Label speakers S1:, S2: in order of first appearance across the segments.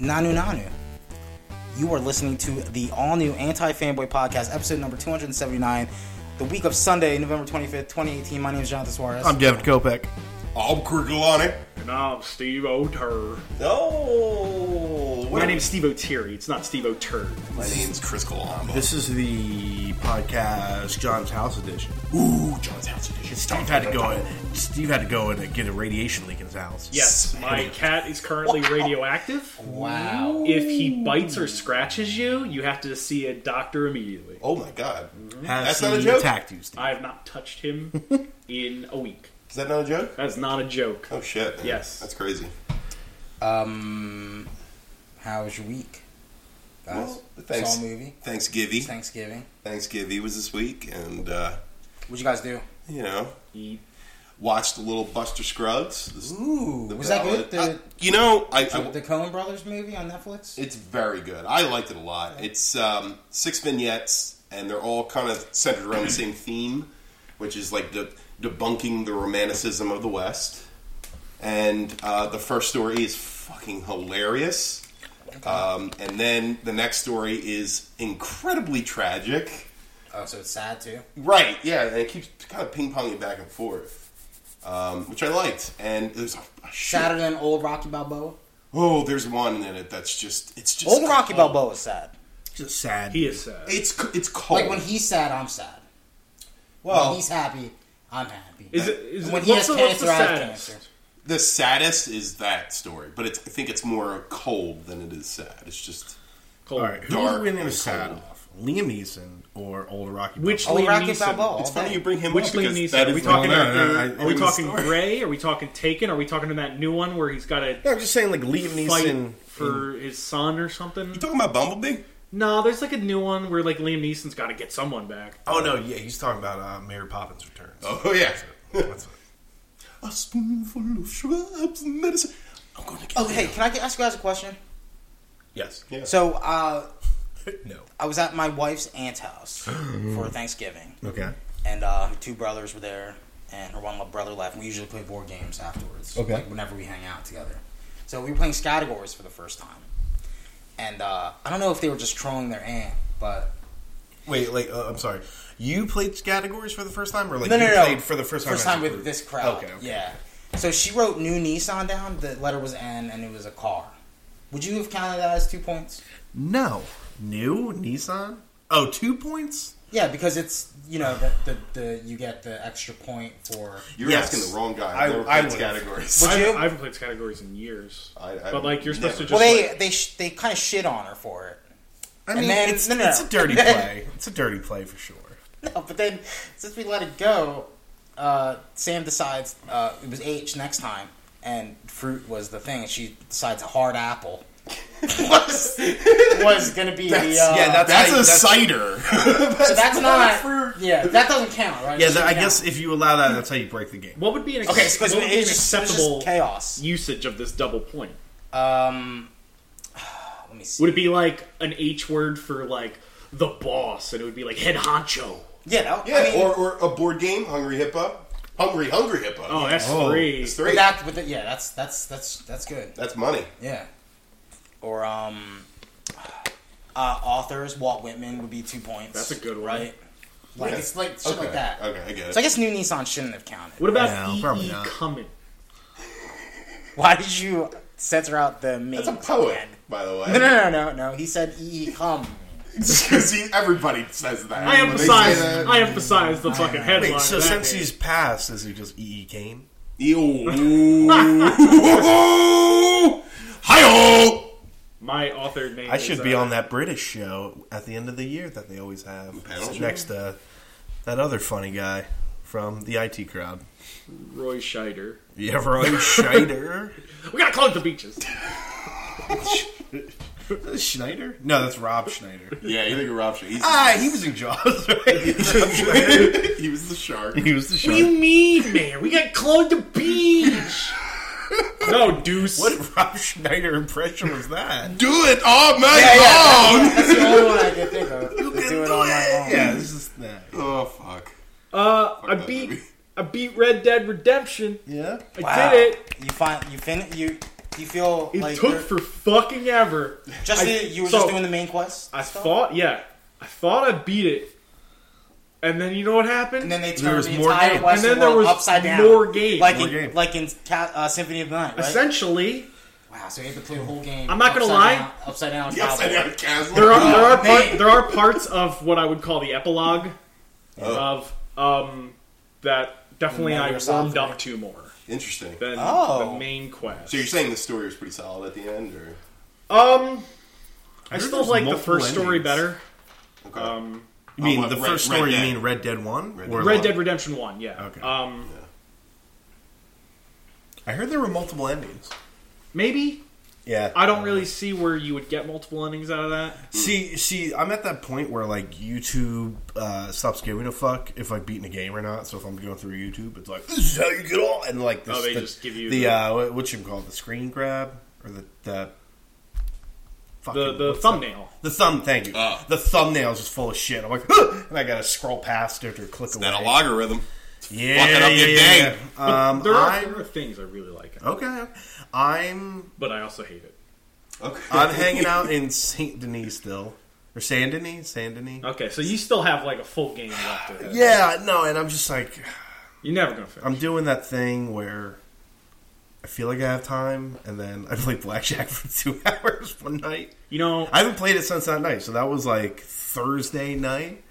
S1: Nanu Nanu. You are listening to the all new Anti Fanboy Podcast, episode number 279, the week of Sunday, November 25th, 2018. My name is Jonathan Suarez.
S2: I'm Devin Kopeck.
S3: I'm Krigalani.
S4: And I'm Steve O'Turr.
S3: Oh,
S4: My name's Steve O'Terry. It's not Steve O'Turr.
S3: my name's Chris Colombo.
S2: This is the podcast John's House edition.
S3: Ooh, John's house edition.
S2: Steve had to go in. Steve had to go in and get a radiation leak in his house.
S4: Yes, my cat is currently radioactive.
S1: Wow.
S4: If he bites or scratches you, you have to see a doctor immediately.
S3: Oh my god,
S2: Has
S3: That's not a
S2: he
S3: joke.
S2: attacked you, Steve?
S4: I have not touched him in a week.
S3: is that not a joke?
S4: That's not a joke.
S3: Oh shit. man.
S4: Yes.
S3: that's crazy.
S1: Um, how was your week? Guys,
S3: Well, thanks.
S1: saw a movie.
S3: Thanksgiving.
S1: Thanksgiving.
S3: Thanksgiving was this week, and uh,
S1: What'd you guys do?
S3: you know,
S4: He-
S3: watched a little Buster Scruggs. This is
S1: Ooh,
S3: the
S1: was that good?
S3: ballad.
S1: The,
S3: I- you know, I, I-
S1: the Coen Brothers movie on Netflix?
S3: it's very good. I liked it a lot. It's um, six vignettes, and they're all kind of centered around the same theme, which is like de- debunking the romanticism of the West. And uh, the first story is fucking hilarious. Um, and then the next story is incredibly tragic.
S1: Oh, so it's sad too.
S3: Right, yeah, and it keeps kind of ping ponging back and forth, um, which I liked. And there's a, a shit-
S1: Sadder than old Rocky Balboa?
S3: Oh, there's one in it that's just it's just
S1: Old Rocky
S3: cold.
S1: Balboa is sad.
S2: Just sad.
S4: he is sad.
S3: It's c- it's cold.
S1: Like when he's sad, I'm sad.
S3: Oh. well,
S1: when he's happy, I'm happy.
S4: Is it, is
S1: when
S4: it,
S1: he
S4: what's
S1: has
S4: the, what's
S1: cancer,
S4: the
S1: I have
S4: saddest?
S1: cancer.
S3: the saddest is that story, but it's, I think it's more cold than it is sad. It's just
S4: Cold.
S2: All right, who
S3: Dark
S2: would win in a
S3: and
S2: sad
S3: cold.
S2: off? Liam Neeson or older Rocky?
S4: Which
S2: Balboa?
S1: Oh,
S4: Liam
S1: Rocky
S4: Neeson?
S1: Balboa.
S3: it's funny you bring him
S4: Which
S3: up
S4: Liam
S3: because
S4: Neeson?
S3: that
S4: Are we
S3: is
S4: talking?
S2: Well, no, no,
S4: about,
S2: I-
S4: are we
S2: I'm
S4: talking
S2: sorry.
S4: Gray? Are we talking Taken? Are we talking in that new one where he's got a
S2: No, I'm just saying, like Liam Neeson.
S4: fight for his son or something?
S3: You talking about Bumblebee?
S4: No, there's like a new one where like Liam Neeson's got to get someone back.
S2: Oh no, yeah, he's talking about uh, Mary Poppins Returns.
S3: Oh yeah.
S2: That's
S3: a spoonful of shrubs and medicine. I'm going to get.
S1: Oh, hey, can I get- ask you guys a question?
S2: yes.
S3: Yeah.
S1: So, uh,
S2: No.
S1: I was at my wife's aunt's house for Thanksgiving,
S2: Okay.
S1: and uh, her two brothers were there, and her one little brother left. And we usually play board games afterwards,
S2: Okay.
S1: like whenever we hang out together. So we were playing Scattergories for the first time, and uh, I don't know if they were just trolling their aunt, but
S2: Wait, like uh, I'm sorry. You played categories for the first time, or like
S1: no, no,
S2: you
S1: no,
S2: played for the first time?
S1: first
S2: as a
S1: time with
S2: group?
S1: this crowd.
S2: Okay. okay.
S1: Yeah. So she wrote new Nissan down. The letter was N, and it was a car. Would you have counted that as two points?
S2: No. New Nissan? Oh, two points?
S1: Yeah, because it's you know the the, the you get the extra point for.
S3: You're
S2: Yes.
S3: asking the wrong guy.
S2: I-
S3: I, never
S2: I
S3: played
S2: would.
S3: categories.
S1: Would
S4: I,
S1: you?
S4: I haven't played categories in years.
S3: I- I
S4: but like you're supposed
S3: never.
S4: to
S1: well,
S4: just
S1: they
S4: like,
S1: they sh- they kind of shit on her for it.
S2: I
S1: And
S2: mean,
S1: then-
S2: it's,
S1: no, no,
S2: it's
S1: no.
S2: a dirty play. It's a dirty play for sure.
S1: No, but then since we let it go, uh, Sam decides uh, it was H next time, and fruit was the thing. and She decides a hard apple was was gonna be the uh,
S2: yeah, that's-
S3: That's a
S2: that's-
S3: cider.
S1: so that's not yeah that doesn't count right.
S2: Yeah,
S1: It
S2: that, I
S1: shouldn't
S2: guess if you allow that, that's how you break the game.
S4: what would be an
S1: count. okay because
S4: what would be an
S1: it's just, it's
S4: acceptable
S1: just chaos.
S4: usage of this double point?
S1: Um, let me see.
S4: Would it be like an H word for like the boss, and it would be like head honcho?
S1: yeah, that,
S3: yeah,
S1: I mean,
S3: or, or a board game, Hungry Hippo. Hungry, Hungry Hippo.
S4: Oh, that's
S2: Oh.
S4: three.
S3: It's
S1: but
S3: three.
S1: that, but that, yeah, that's that's that's that's good.
S3: That's money.
S1: Yeah. Or um uh authors, Walt Whitman would be two points.
S4: That's a good one.
S1: Right? Like
S3: Yeah.
S1: it's like shit like that.
S3: Okay, I get it.
S1: So I guess new Nissan shouldn't have counted.
S4: What about E
S2: No,
S4: E.E.
S2: probably not.
S4: Cumming?
S1: Why did you censor out the main
S3: That's a poet, by the way.
S1: No no no no no. He said E come.
S3: Because everybody says that.
S4: I
S3: When they say
S4: emphasize.
S3: that-
S4: I emphasize the fucking headline.
S2: Wait, so
S4: of that
S2: since
S4: game.
S2: he's passed, is he just E.E. Kane?
S3: Ew. Hi-oh!
S4: my author name,
S2: I
S4: is,
S2: should be
S4: uh,
S2: on that British show at the end of the year that they always have.
S3: panel
S2: It's
S3: show?
S2: Next uh, that other funny guy from the IT crowd.
S4: Roy Scheider.
S2: Yeah, Roy Scheider.
S4: We gotta call it the beaches.
S2: Schneider? No, that's Rob Schneider.
S3: Yeah, you think of Rob Schneider. He's-
S2: Ah, he was in Jaws, right?
S3: he was the shark.
S2: he was the
S4: What
S2: shark.
S4: do you mean, man? We got Claude the Beach. no, Deuce.
S2: What Rob Schneider impression was that?
S3: Do it Oh, all night long!
S1: That's the only one I can think of. You do it on my own.
S2: Yeah, this is that.
S3: Oh, fuck.
S4: Uh, I
S3: that
S4: beat.
S3: movie.
S4: I beat Red Dead Redemption.
S2: Yeah.
S4: I
S1: Wow.
S4: did it.
S1: You find you fin you Do you feel
S4: It
S1: like
S4: took
S1: you're-
S4: for fucking ever.
S1: just
S4: I-
S1: the, you were
S4: so-
S1: just doing the main quest?
S4: I
S1: stuff?
S4: thought, yeah, I thought I beat it, and then you know what happened?
S1: And then they
S2: There
S1: turned
S2: was
S1: the
S2: more
S1: entire
S2: game.
S1: Western
S4: And then there
S1: world
S4: was
S1: upside down.
S4: more game.
S1: Like
S2: More
S1: in,
S2: game.
S1: like in Ca- uh, Symphony of the Night, right?
S4: Essentially,
S1: Wow, so you had to play the whole game.
S4: I'm not gonna
S1: upside
S4: lie.
S1: Down, upside down.
S3: The upside
S1: cowboy.
S3: down chasm.
S4: there are there are
S1: Oh,
S4: part,
S1: man.
S4: there are parts of what I would call the epilogue
S3: Oh,
S1: Oh.
S4: of um that definitely
S1: Metal
S4: I
S1: Gear Solid
S4: warmed up
S1: three.
S4: to more
S3: Interesting.
S4: than
S1: Oh.
S4: the main quest.
S3: So you're saying the story was pretty solid at the end, or
S4: Um, I
S2: heard
S4: still
S2: there's
S4: like the
S2: multiple
S4: first story
S2: endings.
S4: better.
S3: okay.
S4: Um,
S2: You mean
S3: Oh,
S2: the
S3: Red-
S2: first
S3: Red
S2: story?
S3: Dead.
S2: You mean Red Dead One?
S3: Red
S2: or
S3: Dead.
S4: Red
S2: One?
S4: Dead Redemption One, yeah.
S2: Okay.
S4: Um,
S2: I heard there were multiple endings.
S4: maybe
S2: Yeah.
S4: I don't really see where you would get multiple endings out of that.
S2: See, see, I'm at that point where like YouTube uh, stops giving a fuck if I've beaten a game or not. So if I'm going through YouTube, it's like this is how you get all, and like this,
S4: Oh, they
S2: the,
S4: just give you
S2: the,
S4: the-
S2: uh, what- what you call it, the screen grab or the the fucking,
S4: The the
S2: what's that?
S4: thumbnail.
S2: the thumb. Thank you.
S3: Ah.
S2: The thumbnail is just full of shit. I'm like, "Huh," and I gotta scroll past it or click away.
S3: That a logarithm.
S2: Yeah,
S3: fucking up
S2: yeah,
S3: your
S2: yeah,
S3: game.
S2: yeah. Um,
S4: There are,
S2: I'm-
S4: there are things I really like,
S2: okay. I'm
S4: but I also hate it.
S3: Okay.
S2: I'm hanging out in Saint Denis still, or Saint Denis, Saint Denis.
S4: Okay, so you still have like a full game left. Of it.
S2: Yeah, Um, no, and I'm just like,
S4: you're never gonna finish.
S2: I'm doing that thing where I feel like I have time, and then I play blackjack for two hours one night.
S4: you know,
S2: I haven't played it since that night, so that was like Thursday night,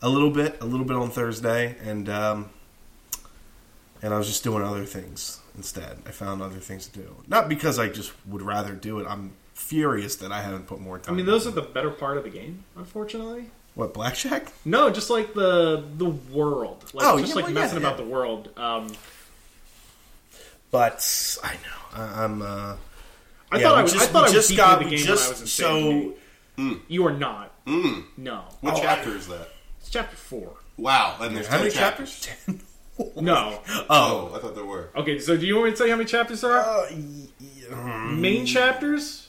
S2: a little bit, a little bit on Thursday, and um, and I was just doing other things instead. I found other things to do, not because I just would rather do it. I'm furious that I haven't put more
S4: I
S2: time.
S4: mean, those are
S2: in.
S4: the better part of the game, unfortunately.
S2: what blackjack?
S4: No, just like the the world, like
S2: Oh,
S4: just
S2: yeah,
S4: like
S2: well, yeah,
S4: messing about
S2: yeah.
S4: the world. Um,
S2: But I know I, I'm. Uh,
S4: I
S2: yeah,
S4: thought
S2: we
S4: I was.
S2: just-
S4: I thought I
S2: we
S4: was
S2: just
S4: deep
S2: got-
S4: into
S2: we
S4: the game when I
S2: just-
S4: was in
S2: so-
S4: so. You are not. No,
S3: Hmm. What chapter is that?
S4: it's chapter four.
S3: Wow. And there's
S2: Oh, how
S3: 10
S2: many chapters? Ten.
S4: No.
S3: Oh, I thought there were.
S4: Okay, so do you want me to tell you how many chapters there are?
S2: Uh, y- y- um,
S4: Main chapters?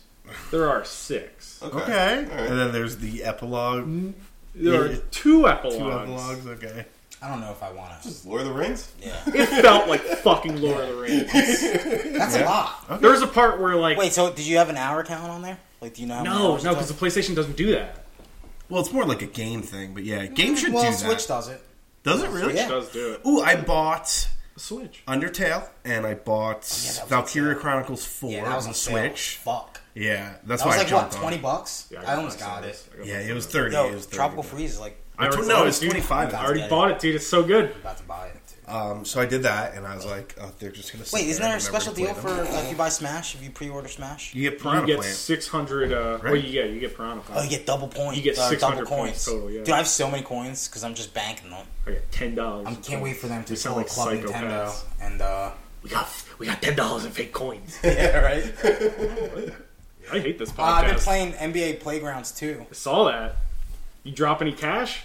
S4: There are six.
S3: Okay.
S2: Okay.
S3: All right.
S2: And then there's the epilogue.
S4: There are
S2: Yeah.
S4: two epilogues.
S2: Two epilogues, okay.
S1: I don't know if I want to.
S3: Lord of the Rings.
S1: Yeah,
S4: It felt like fucking Lord of the Rings.
S1: that's a lot.
S4: There's a part where like
S1: Wait, so did you have an hour count on there? Like, do you know? How many
S4: no,
S1: hours
S4: no,
S1: it
S4: because the
S1: took?
S4: PlayStation doesn't do that.
S2: Well, it's more like a game thing, but yeah, game should
S1: well,
S2: do
S1: Switch
S2: that.
S1: does it.
S2: Does it really?
S1: Yeah.
S4: It does do it.
S2: Ooh, I bought
S4: Switch.
S2: Undertale and I bought
S1: Oh, that was
S2: Valkyria
S1: on sale.
S2: Chronicles 4
S1: Yeah, that was
S2: on
S1: on
S2: Switch.
S1: Sale. Fuck,
S2: Yeah, that's
S1: that was
S2: why I
S1: like what
S2: jumped on
S1: twenty bucks. I almost got it.
S4: I got
S2: Yeah,
S4: myself
S2: it was
S4: this.
S2: 30. it
S1: Yo,
S2: was 30
S1: Tropical Freeze is like
S4: I already
S2: no,
S4: bought
S2: it's
S4: it, dude.
S2: 25.
S4: I already bought it, dude. It's so good.
S1: about to buy it. Dude.
S2: Um, so I did that, and I was like, oh, they're just going to
S1: Wait, isn't there a special deal for like if you buy Smash if you pre-order Smash?
S2: You get
S4: You
S2: Piranha
S4: get
S2: Plant.
S4: six hundred. Uh, well,
S2: Right.
S4: you get you get Piranha Plant.
S1: Oh, you get double points.
S4: You get
S1: uh,
S4: 600
S1: double
S4: points
S1: coins.
S4: total, yeah.
S1: Dude, I have so many coins because I'm just banking them.
S4: I got ten dollars.
S1: I can't wait for them to
S4: We sound
S1: sell
S4: like
S1: Club Nintendo
S4: psychopaths.
S1: and uh.
S4: We got we got ten dollars in fake coins.
S1: yeah, right.
S4: I hate this podcast.
S1: Uh, I've been playing NBA Playgrounds too.
S4: I saw that. You drop any cash?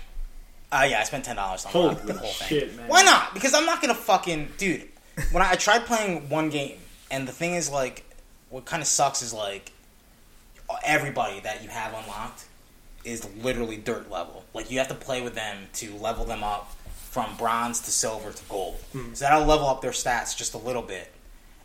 S1: Uh, yeah, I spent ten dollars on
S4: Holy
S1: the whole thing.
S4: shit, man.
S1: Why not? Because I'm not gonna fucking dude. When I, I tried playing one game, and the thing is like, what kind of sucks is like, everybody that you have unlocked is literally dirt level. Like you have to play with them to level them up from bronze to silver to gold.
S4: Hmm.
S1: So that'll level up their stats just a little bit,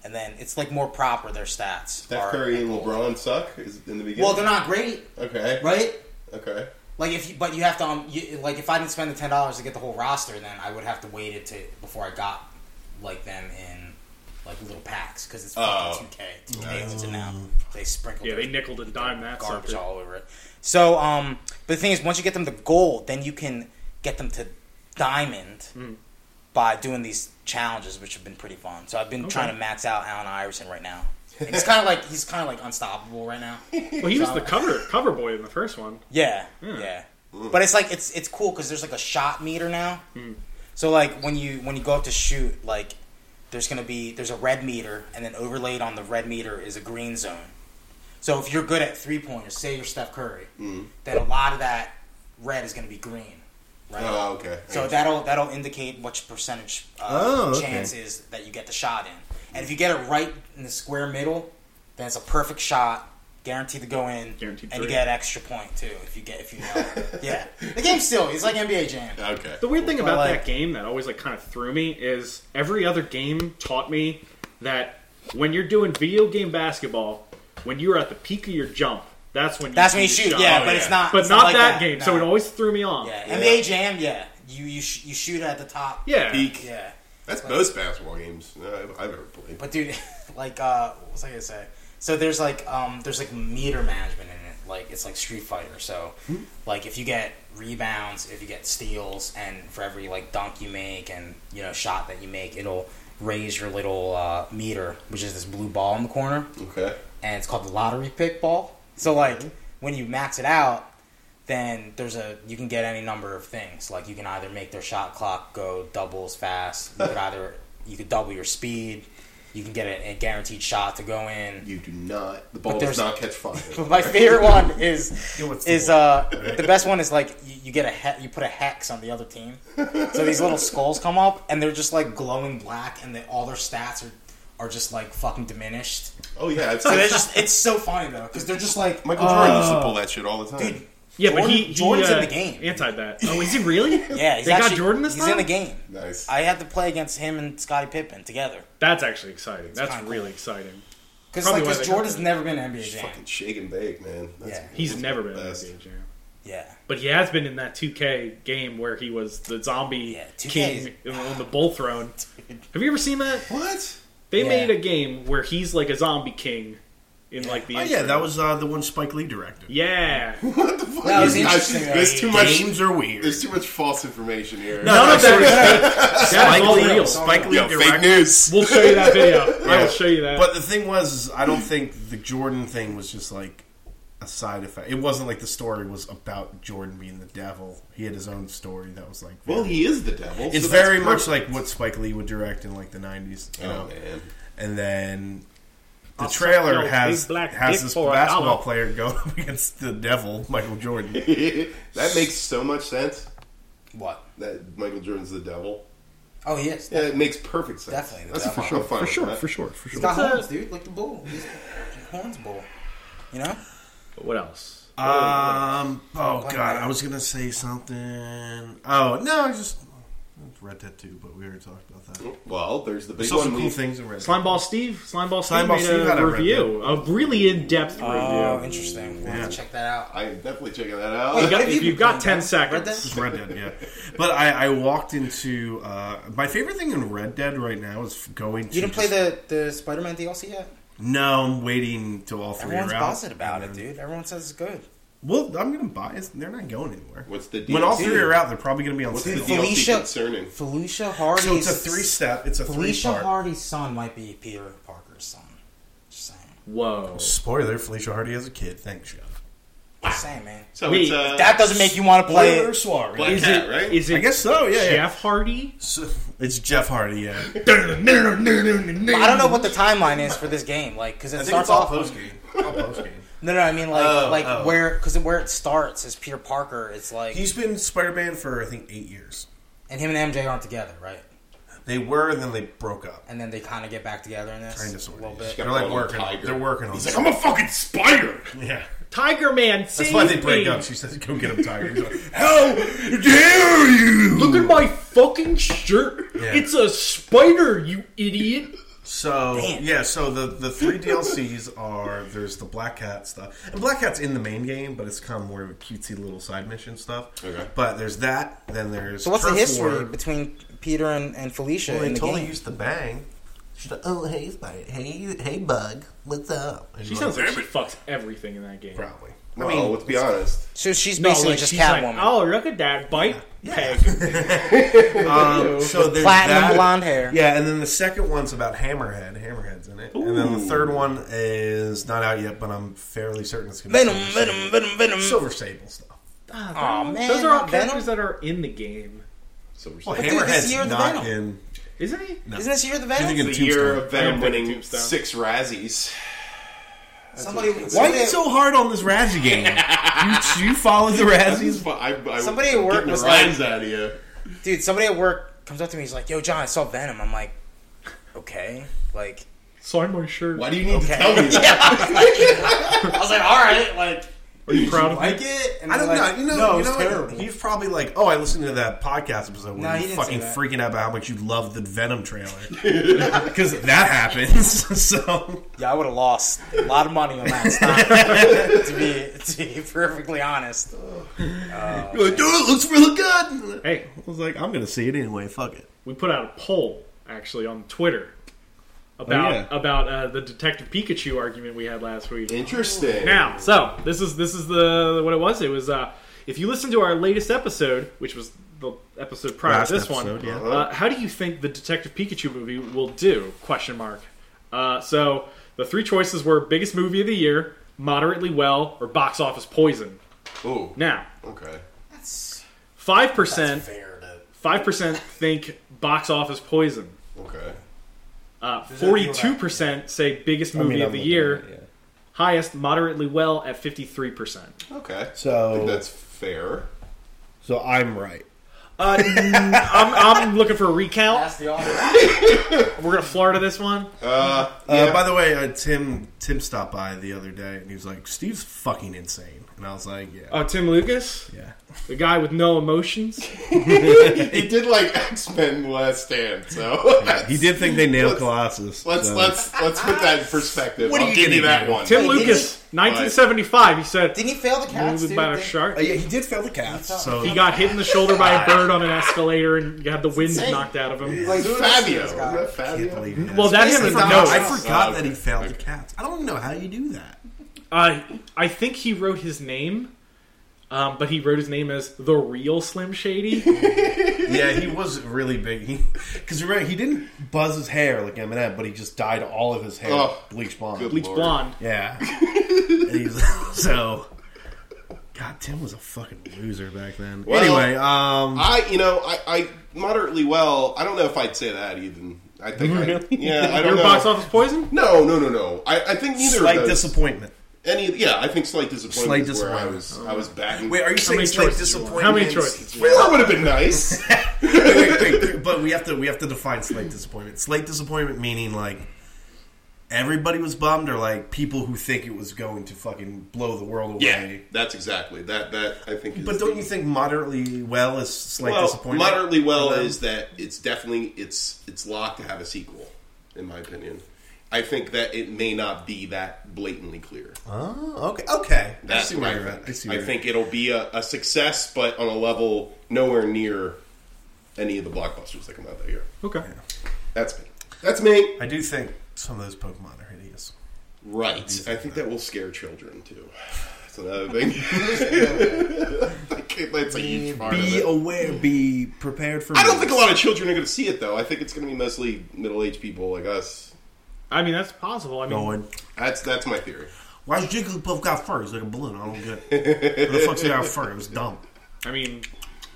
S1: and then it's like more proper their stats.
S3: Steph
S1: are-
S3: Curry and LeBron suck is in the beginning.
S1: Well, they're not great,
S3: okay.
S1: right?
S3: Okay.
S1: Like if you, but you have to um, you, like if I didn't spend the ten dollars to get the whole roster, then I would have to wait it to before I got like them in like little packs because it's
S3: Oh.
S1: fucking two K, two K it's in now. They sprinkle
S4: Yeah, they nickled and dimed that
S1: garbage
S4: sucker.
S1: all over it. So, um, but the thing is, once you get them to gold, then you can get them to diamond
S4: Hmm.
S1: by doing these challenges, which have been pretty fun. So I've been trying to max out Allen Iverson right now. And It's kind of like he's kind of like unstoppable right now.
S4: Well, he was the cover cover boy in the first one.
S1: Yeah,
S2: Hmm.
S1: yeah. But it's like it's it's cool because there's like a shot meter now.
S2: Hmm.
S1: So like when you when you go up to shoot, like there's gonna be there's a red meter, and then overlaid on the red meter is a green zone. So if you're good at three pointers, say you're Steph Curry,
S3: Hmm.
S1: then a lot of that red is gonna be green, right?
S3: Oh, okay.
S1: So that'll that'll indicate what your percentage uh,
S2: Oh, okay.
S1: chance is that you get the shot in. And if you get it right in the square middle, then it's a perfect shot, guaranteed to go in,
S4: Guaranteed
S1: and you
S4: three.
S1: get an extra point too if you get if you know. it. yeah, the game's silly. It's like NBA Jam.
S3: okay.
S4: The weird thing
S1: But,
S4: about
S1: like-
S4: that game that always like kind of threw me is every other game taught me that when you're doing video game basketball, when you're at the peak of your jump, that's when you
S1: That's when you
S4: your
S1: shoot,
S4: shot.
S1: yeah,
S3: Oh,
S1: but
S3: yeah.
S1: it's not.
S4: but
S1: it's
S4: not,
S1: like
S4: that, game. So
S1: no.
S4: it always threw me off.
S1: yeah,
S3: Yeah.
S1: NBA Jam, yeah, you you sh- you shoot at the top,
S4: Yeah.
S3: Peak.
S1: yeah.
S3: That's most basketball games uh, I've, I've ever played.
S1: But dude, like, uh, what was I gonna say? So there's like, um, there's like meter management in it. Like it's like Street Fighter. So, like, if you get rebounds, if you get steals, and for every like dunk you make and you know shot that you make, it'll raise your little uh, meter, which is this blue ball in the corner,
S3: Okay.
S1: and it's called the lottery pick ball. So like, when you max it out, then there's a you can get any number of things. Like you can either make their shot clock go double as fast. You could either you could double your speed. You can get a, a guaranteed shot to go in.
S3: You do not. The ball
S1: there's-
S3: does not catch
S1: But
S3: fire.
S1: my favorite one is
S2: Yeah, what's the
S1: is uh the best one is like you, you get a he- you put a hex on the other team. So these little skulls come up and they're just like glowing black and they, all their stats are are just like fucking diminished.
S3: oh yeah. It's,
S1: So they're just it's so funny though because they're just like
S3: Michael Jordan used to pull that shit all the time.
S1: dude.
S4: Yeah, but
S1: Jordan-
S4: he, he
S1: Jordan's in
S4: uh,
S1: the game.
S4: Anti that. Oh, is he really?
S1: Yeah, he's
S4: They got
S1: actually-
S4: Jordan this
S1: he's
S4: time?
S1: in the game.
S3: Nice.
S1: I had to play against him and Scottie Pippen together.
S4: That's actually exciting. That's
S1: kinda cool.
S4: really exciting.
S1: Because
S4: Probably
S1: like,
S4: why
S1: 'cause
S4: they got
S1: Jordan's
S4: him.
S1: never been an NBA
S3: Just
S1: jam.
S3: fucking shake and bake, man. That's,
S1: Yeah.
S4: He's
S3: that's
S4: never
S3: the
S4: been in
S3: best.
S4: the jam.
S1: Yeah.
S4: But he has been in that 2K game where he was the zombie
S1: Yeah, 2K
S4: king on the bull throne. Have you ever seen that?
S3: What?
S4: They
S1: Yeah.
S4: made a game where he's like a zombie king in like the
S2: Oh yeah, that was uh, the one Spike Lee directed.
S4: yeah.
S3: What the fuck?
S1: That was
S3: These guys-
S1: interesting,
S3: There's
S1: right?
S3: too much.
S2: Games are weird.
S3: There's too much false information here.
S4: None of that is fake. That
S2: Spike
S4: is all
S2: Lee,
S4: real.
S2: Spike Lee
S3: Yo, fake
S2: directed.
S3: news.
S4: We'll show you that video. I
S2: Yeah.
S4: will show you that.
S2: But the thing was, is I don't think the Jordan thing was just like a side effect. It wasn't like the story was about Jordan being the devil. He had his own story that was like.
S3: Well, he is the devil.
S2: it's
S3: so that's
S2: very much
S3: perfect.
S2: like what Spike Lee would direct in like the '90s. You know?
S3: Oh man.
S2: and then the
S4: I'll suck
S2: trailer
S4: your
S2: has
S4: big black
S2: has
S4: dick
S2: this
S4: for a
S2: basketball
S4: dollar.
S2: player going up against the devil, Michael Jordan.
S3: that makes so much sense.
S1: What?
S3: That Michael Jordan's the devil.
S1: Oh, he is.
S3: Yeah, it makes perfect sense.
S1: Definitely the
S3: That's
S1: devil.
S3: a final
S2: For
S3: fight,
S2: sure,
S3: right?
S2: for sure, for
S1: He's
S2: sure.
S1: got
S4: What's
S1: horns,
S4: that?
S1: dude. Like the bull. He's a horns bull. You know?
S4: what else?
S2: Um. Oh God, I was gonna say something. Oh no, I just it's Red Dead Two, but we already talked about that.
S3: Well, there's the big
S2: There's also
S3: one.
S2: cool
S3: we-
S2: things in Red Dead.
S4: Slimeball Steve. Slimeball Steve
S2: Slimeball
S4: made
S2: Steve had
S4: a
S2: a
S4: review, a really in-depth review.
S1: Oh, interesting. We'll have to check that out.
S3: I am definitely checking that out.
S4: You got-
S1: What have
S4: if
S1: you
S4: you've got
S1: been
S4: ten
S1: playing? Red Dead?
S2: This
S1: It's
S2: is Red Dead, yeah. But I, I walked into uh, my favorite thing in Red Dead right now is going. to
S1: You didn't play
S2: just-
S1: the, the Spider Man DLC yet?
S2: No, I'm waiting till all three
S1: Everyone's
S2: are out.
S1: buzzing about
S2: And
S1: it,
S2: then-
S1: dude. Everyone says it's good.
S2: Well, I'm gonna buy it. They're not going anywhere.
S3: What's the
S2: When all
S3: DLC?
S2: three are out, they're probably gonna be on
S3: What's the
S2: sale.
S3: DLC
S1: Felicia-
S3: concerning?
S1: Felicia Hardy's.
S2: So it's a three step. It's a three
S1: Felicia
S2: part.
S1: Hardy's son might be Peter Parker's son. Just saying.
S4: Whoa.
S2: Spoiler: Felicia Hardy has a kid. Thanks, Jeff.
S1: Just saying, man.
S3: So
S4: Wait,
S3: it's uh,
S1: That doesn't make you want to play
S2: Spoiler
S1: it.
S2: sorry.
S3: Black
S4: Is
S3: Cat,
S4: it?
S3: right?
S4: Is it?
S2: I guess so. Yeah, yeah.
S4: Jeff Hardy.
S2: So- it's Jeff Hardy. Yeah.
S1: I don't know what the timeline is for this game, like because it starts off.
S2: game. All post game.
S1: No, no, I mean like
S2: Oh,
S1: like
S2: oh.
S1: where because where it starts is Peter Parker. It's like
S2: He's been Spider Man for I think eight years.
S1: and him and MJ aren't together, right?
S2: They were, and then they broke up.
S1: And then they kind of get back together in this
S2: Kind of sort
S1: a little
S2: of.
S1: bit.
S2: They're like
S3: Got a
S2: working.
S3: tiger.
S2: They're working on.
S3: He's
S2: this.
S3: like, I'm a fucking spider.
S2: yeah.
S4: Tiger Man.
S2: That's
S4: save
S2: why they break
S4: me.
S2: up. She says, "Go get him, Tiger." He's like, How dare you?
S4: Look at my fucking shirt.
S2: Yeah.
S4: It's a spider, you idiot.
S2: So
S1: Damn.
S2: yeah, so the the three DLCs are there's the Black Cat stuff, and Black Cat's in the main game, but it's kind of more of a cutesy little side mission stuff.
S3: Okay.
S2: But there's that. Then there's
S1: So what's
S2: Turf
S1: the history
S2: War.
S1: between Peter and, and Felicia
S2: Well,
S1: in
S2: they
S1: the
S2: totally
S1: game?
S2: used the bang. She's like, oh hey spider, hey hey bug, what's up? And
S4: She
S2: you're
S4: sounds like she fucks everything in that game.
S2: probably.
S3: Well, Oh,
S1: Oh,
S3: let's be honest.
S1: so she's
S4: No,
S1: basically
S4: like,
S1: just
S4: she's like,
S1: Catwoman,
S4: oh, look at that bite
S2: Yeah.
S4: peg.
S2: Um, so there's
S1: platinum
S2: that.
S1: blonde hair.
S2: Yeah, and then the second one's about Hammerhead. Hammerhead's in it, and then the
S3: Ooh.
S2: third one is not out yet, but I'm fairly certain it's gonna
S1: Venom,
S2: be Silver
S1: venom, venom, venom.
S2: Sable- Silver Sable stuff.
S1: Aw, man,
S4: Those are all
S1: not Venom?
S4: characters that are in the game,
S3: So we're
S2: Well,
S3: saying-
S1: dude, this
S2: Hammerhead's
S1: year of the
S2: not
S1: Venom.
S2: in.
S4: isn't he?
S1: Isn't this year the
S2: You think
S1: Venom?
S2: it's-
S3: the year
S2: Tombstone.
S3: of Venom
S4: Yeah, big
S3: winning
S4: Tombstone.
S3: six Razzies.
S1: Somebody,
S2: Why are
S1: somebody,
S2: you so hard on this Razzie game? you, you follow the Razzies?
S3: I, I,
S1: Somebody at
S3: I'm
S1: work
S3: getting
S1: was
S3: the rhymes out of you.
S1: dude. Somebody at work comes up to me. He's like, "Yo, John, I saw Venom." I'm like, "Okay." Like,
S4: Sign my shirt.
S3: Why do you need
S1: Okay.
S3: to tell me that?
S1: I was like, "All right." Like,
S4: Are you proud of me?
S1: like it? And
S2: I don't
S1: they're
S2: know.
S1: like,
S2: You know,
S1: no,
S2: you
S1: it's
S2: know what?
S1: terrible.
S2: He's probably like, oh, I listened to that podcast episode where
S1: No, he didn't
S2: you
S1: say
S2: fucking
S1: that.
S2: freaking out about how much you love the Venom trailer because that happens. so
S1: Yeah, I would have lost a lot of money on that stock. to be to be perfectly honest,
S2: you're like, dude, it looks really good.
S4: Hey,
S2: I was like, I'm gonna see it anyway. Fuck it.
S4: we put out a poll actually on Twitter about
S2: Oh, yeah.
S4: about uh, the Detective Pikachu argument we had last week.
S3: Interesting.
S4: Now, so this is this is the what it was. It was uh, if you listen to our latest episode, which was the episode prior
S2: Last
S4: to this
S2: episode,
S4: one,
S2: yeah.
S4: uh, how do you think the Detective Pikachu movie will do? Question mark. Uh, so the three choices were biggest movie of the year, moderately well, or box office poison.
S3: Ooh.
S4: Now,
S3: Okay.
S1: that's,
S4: five
S1: that's
S4: percent,
S1: fair. To,
S4: five percent think box office poison. Uh,
S3: Okay.
S4: Forty-two percent say biggest movie of the year. Highest, moderately well at fifty-three percent.
S3: Okay. I think
S2: So,
S3: that's fair.
S2: so I'm right.
S1: Uh,
S4: I'm, I'm looking for a recount.
S1: that's the audience.
S4: We're gonna Florida this one.
S3: Uh,
S2: Uh,
S3: yeah.
S2: by the way, uh, Tim Tim stopped by the other day and he was like, Steve's fucking insane, and I was like, yeah,
S4: Oh, Tim Lucas,
S2: yeah.
S4: the guy with no emotions.
S3: he did like X Men Last Stand, so
S2: He did think they nailed
S3: Let's-
S2: Colossus.
S3: Let's
S2: so-
S3: let's let's put that in perspective.
S2: What are
S3: I'll
S2: you
S3: give you
S2: gonna
S3: that
S2: do?
S3: one.
S4: Tim
S1: Wait, did
S4: Lucas, 1975. He said,
S1: Didn't he fail the cats?
S4: "Moved
S1: Dude?
S4: by a
S1: Didn't-
S2: Uh,
S4: shark."
S2: yeah, he did fail the cast. So
S4: He got hit in the shoulder by a bird on an escalator and got the wind
S1: insane.
S4: knocked out of him.
S1: Like, who is this
S3: Fabio. Is
S1: guy?
S3: that
S2: I can't
S3: Fabio?
S2: believe it.
S4: Well, that him
S2: I
S4: is
S2: forgot,
S4: no.
S2: I forgot
S3: Oh,
S2: that he
S3: okay.
S2: failed the
S3: Okay.
S2: cats. I don't know how you do that.
S4: I Uh, I think he wrote his name, um, but he wrote his name as the real Slim Shady.
S2: Yeah, he was really big. Because remember, he didn't buzz his hair like Eminem, but he just dyed all of his hair
S3: Oh,
S2: bleach blonde.
S3: good
S4: Bleach
S3: Lord.
S4: blonde.
S2: Yeah. And he's- so, God, Tim was a fucking loser back then.
S3: Well-
S2: anyway, um,
S3: I you know I, I moderately well. I don't know if I'd say that even. I think I, yeah. I
S4: Mm-hmm. Your
S3: don't know.
S4: box office poison.
S3: No, no, no, no. I, I think neither
S2: slight
S3: of those.
S2: disappointment.
S3: any yeah, I think slight disappointment.
S2: Slight
S3: is where I
S2: disappointment.
S3: was I was batting.
S2: Wait, are you saying
S4: many
S2: slight
S4: choices you want?
S2: disappointment?
S4: How many
S2: is-
S4: choices you
S2: Wait,
S3: that would have been nice.
S2: wait, wait, wait, but we have to we have to define slight disappointment. Slight disappointment meaning like everybody was bummed, or like people who think it was going to fucking blow the world away.
S3: yeah, that's exactly that. That I think. Is
S2: But don't
S3: the-
S2: you think moderately well is slight
S3: well,
S2: disappointment?
S3: Moderately well
S2: for them?
S3: is that it's definitely it's it's locked to have a sequel, in my opinion. I think that it may not be that blatantly clear.
S2: Oh, okay, okay. I
S3: That's
S2: see
S3: what
S2: where
S3: I
S2: you're at. I
S3: think.
S2: see
S3: I
S2: where you're
S3: think it'll be a, a success, but on a level nowhere near any of the blockbusters that come out that year.
S4: Okay.
S3: That's me. That's me.
S2: at. I do think some of those Pokemon are hideous.
S3: Right. I think that will scare children too. That's another thing. I think that's a huge part of
S2: Be
S3: it.
S2: aware. Be prepared for.
S3: I don't think a lot of children are going to see it though. I think it's going to be mostly middle-aged people like us.
S4: I mean, that's possible. I mean,
S2: Going.
S3: That's that's my theory.
S2: Why's Jigglypuff got fur? It's like a balloon. I don't get it. What the fuck's he got fur? It was dumb.
S4: I mean,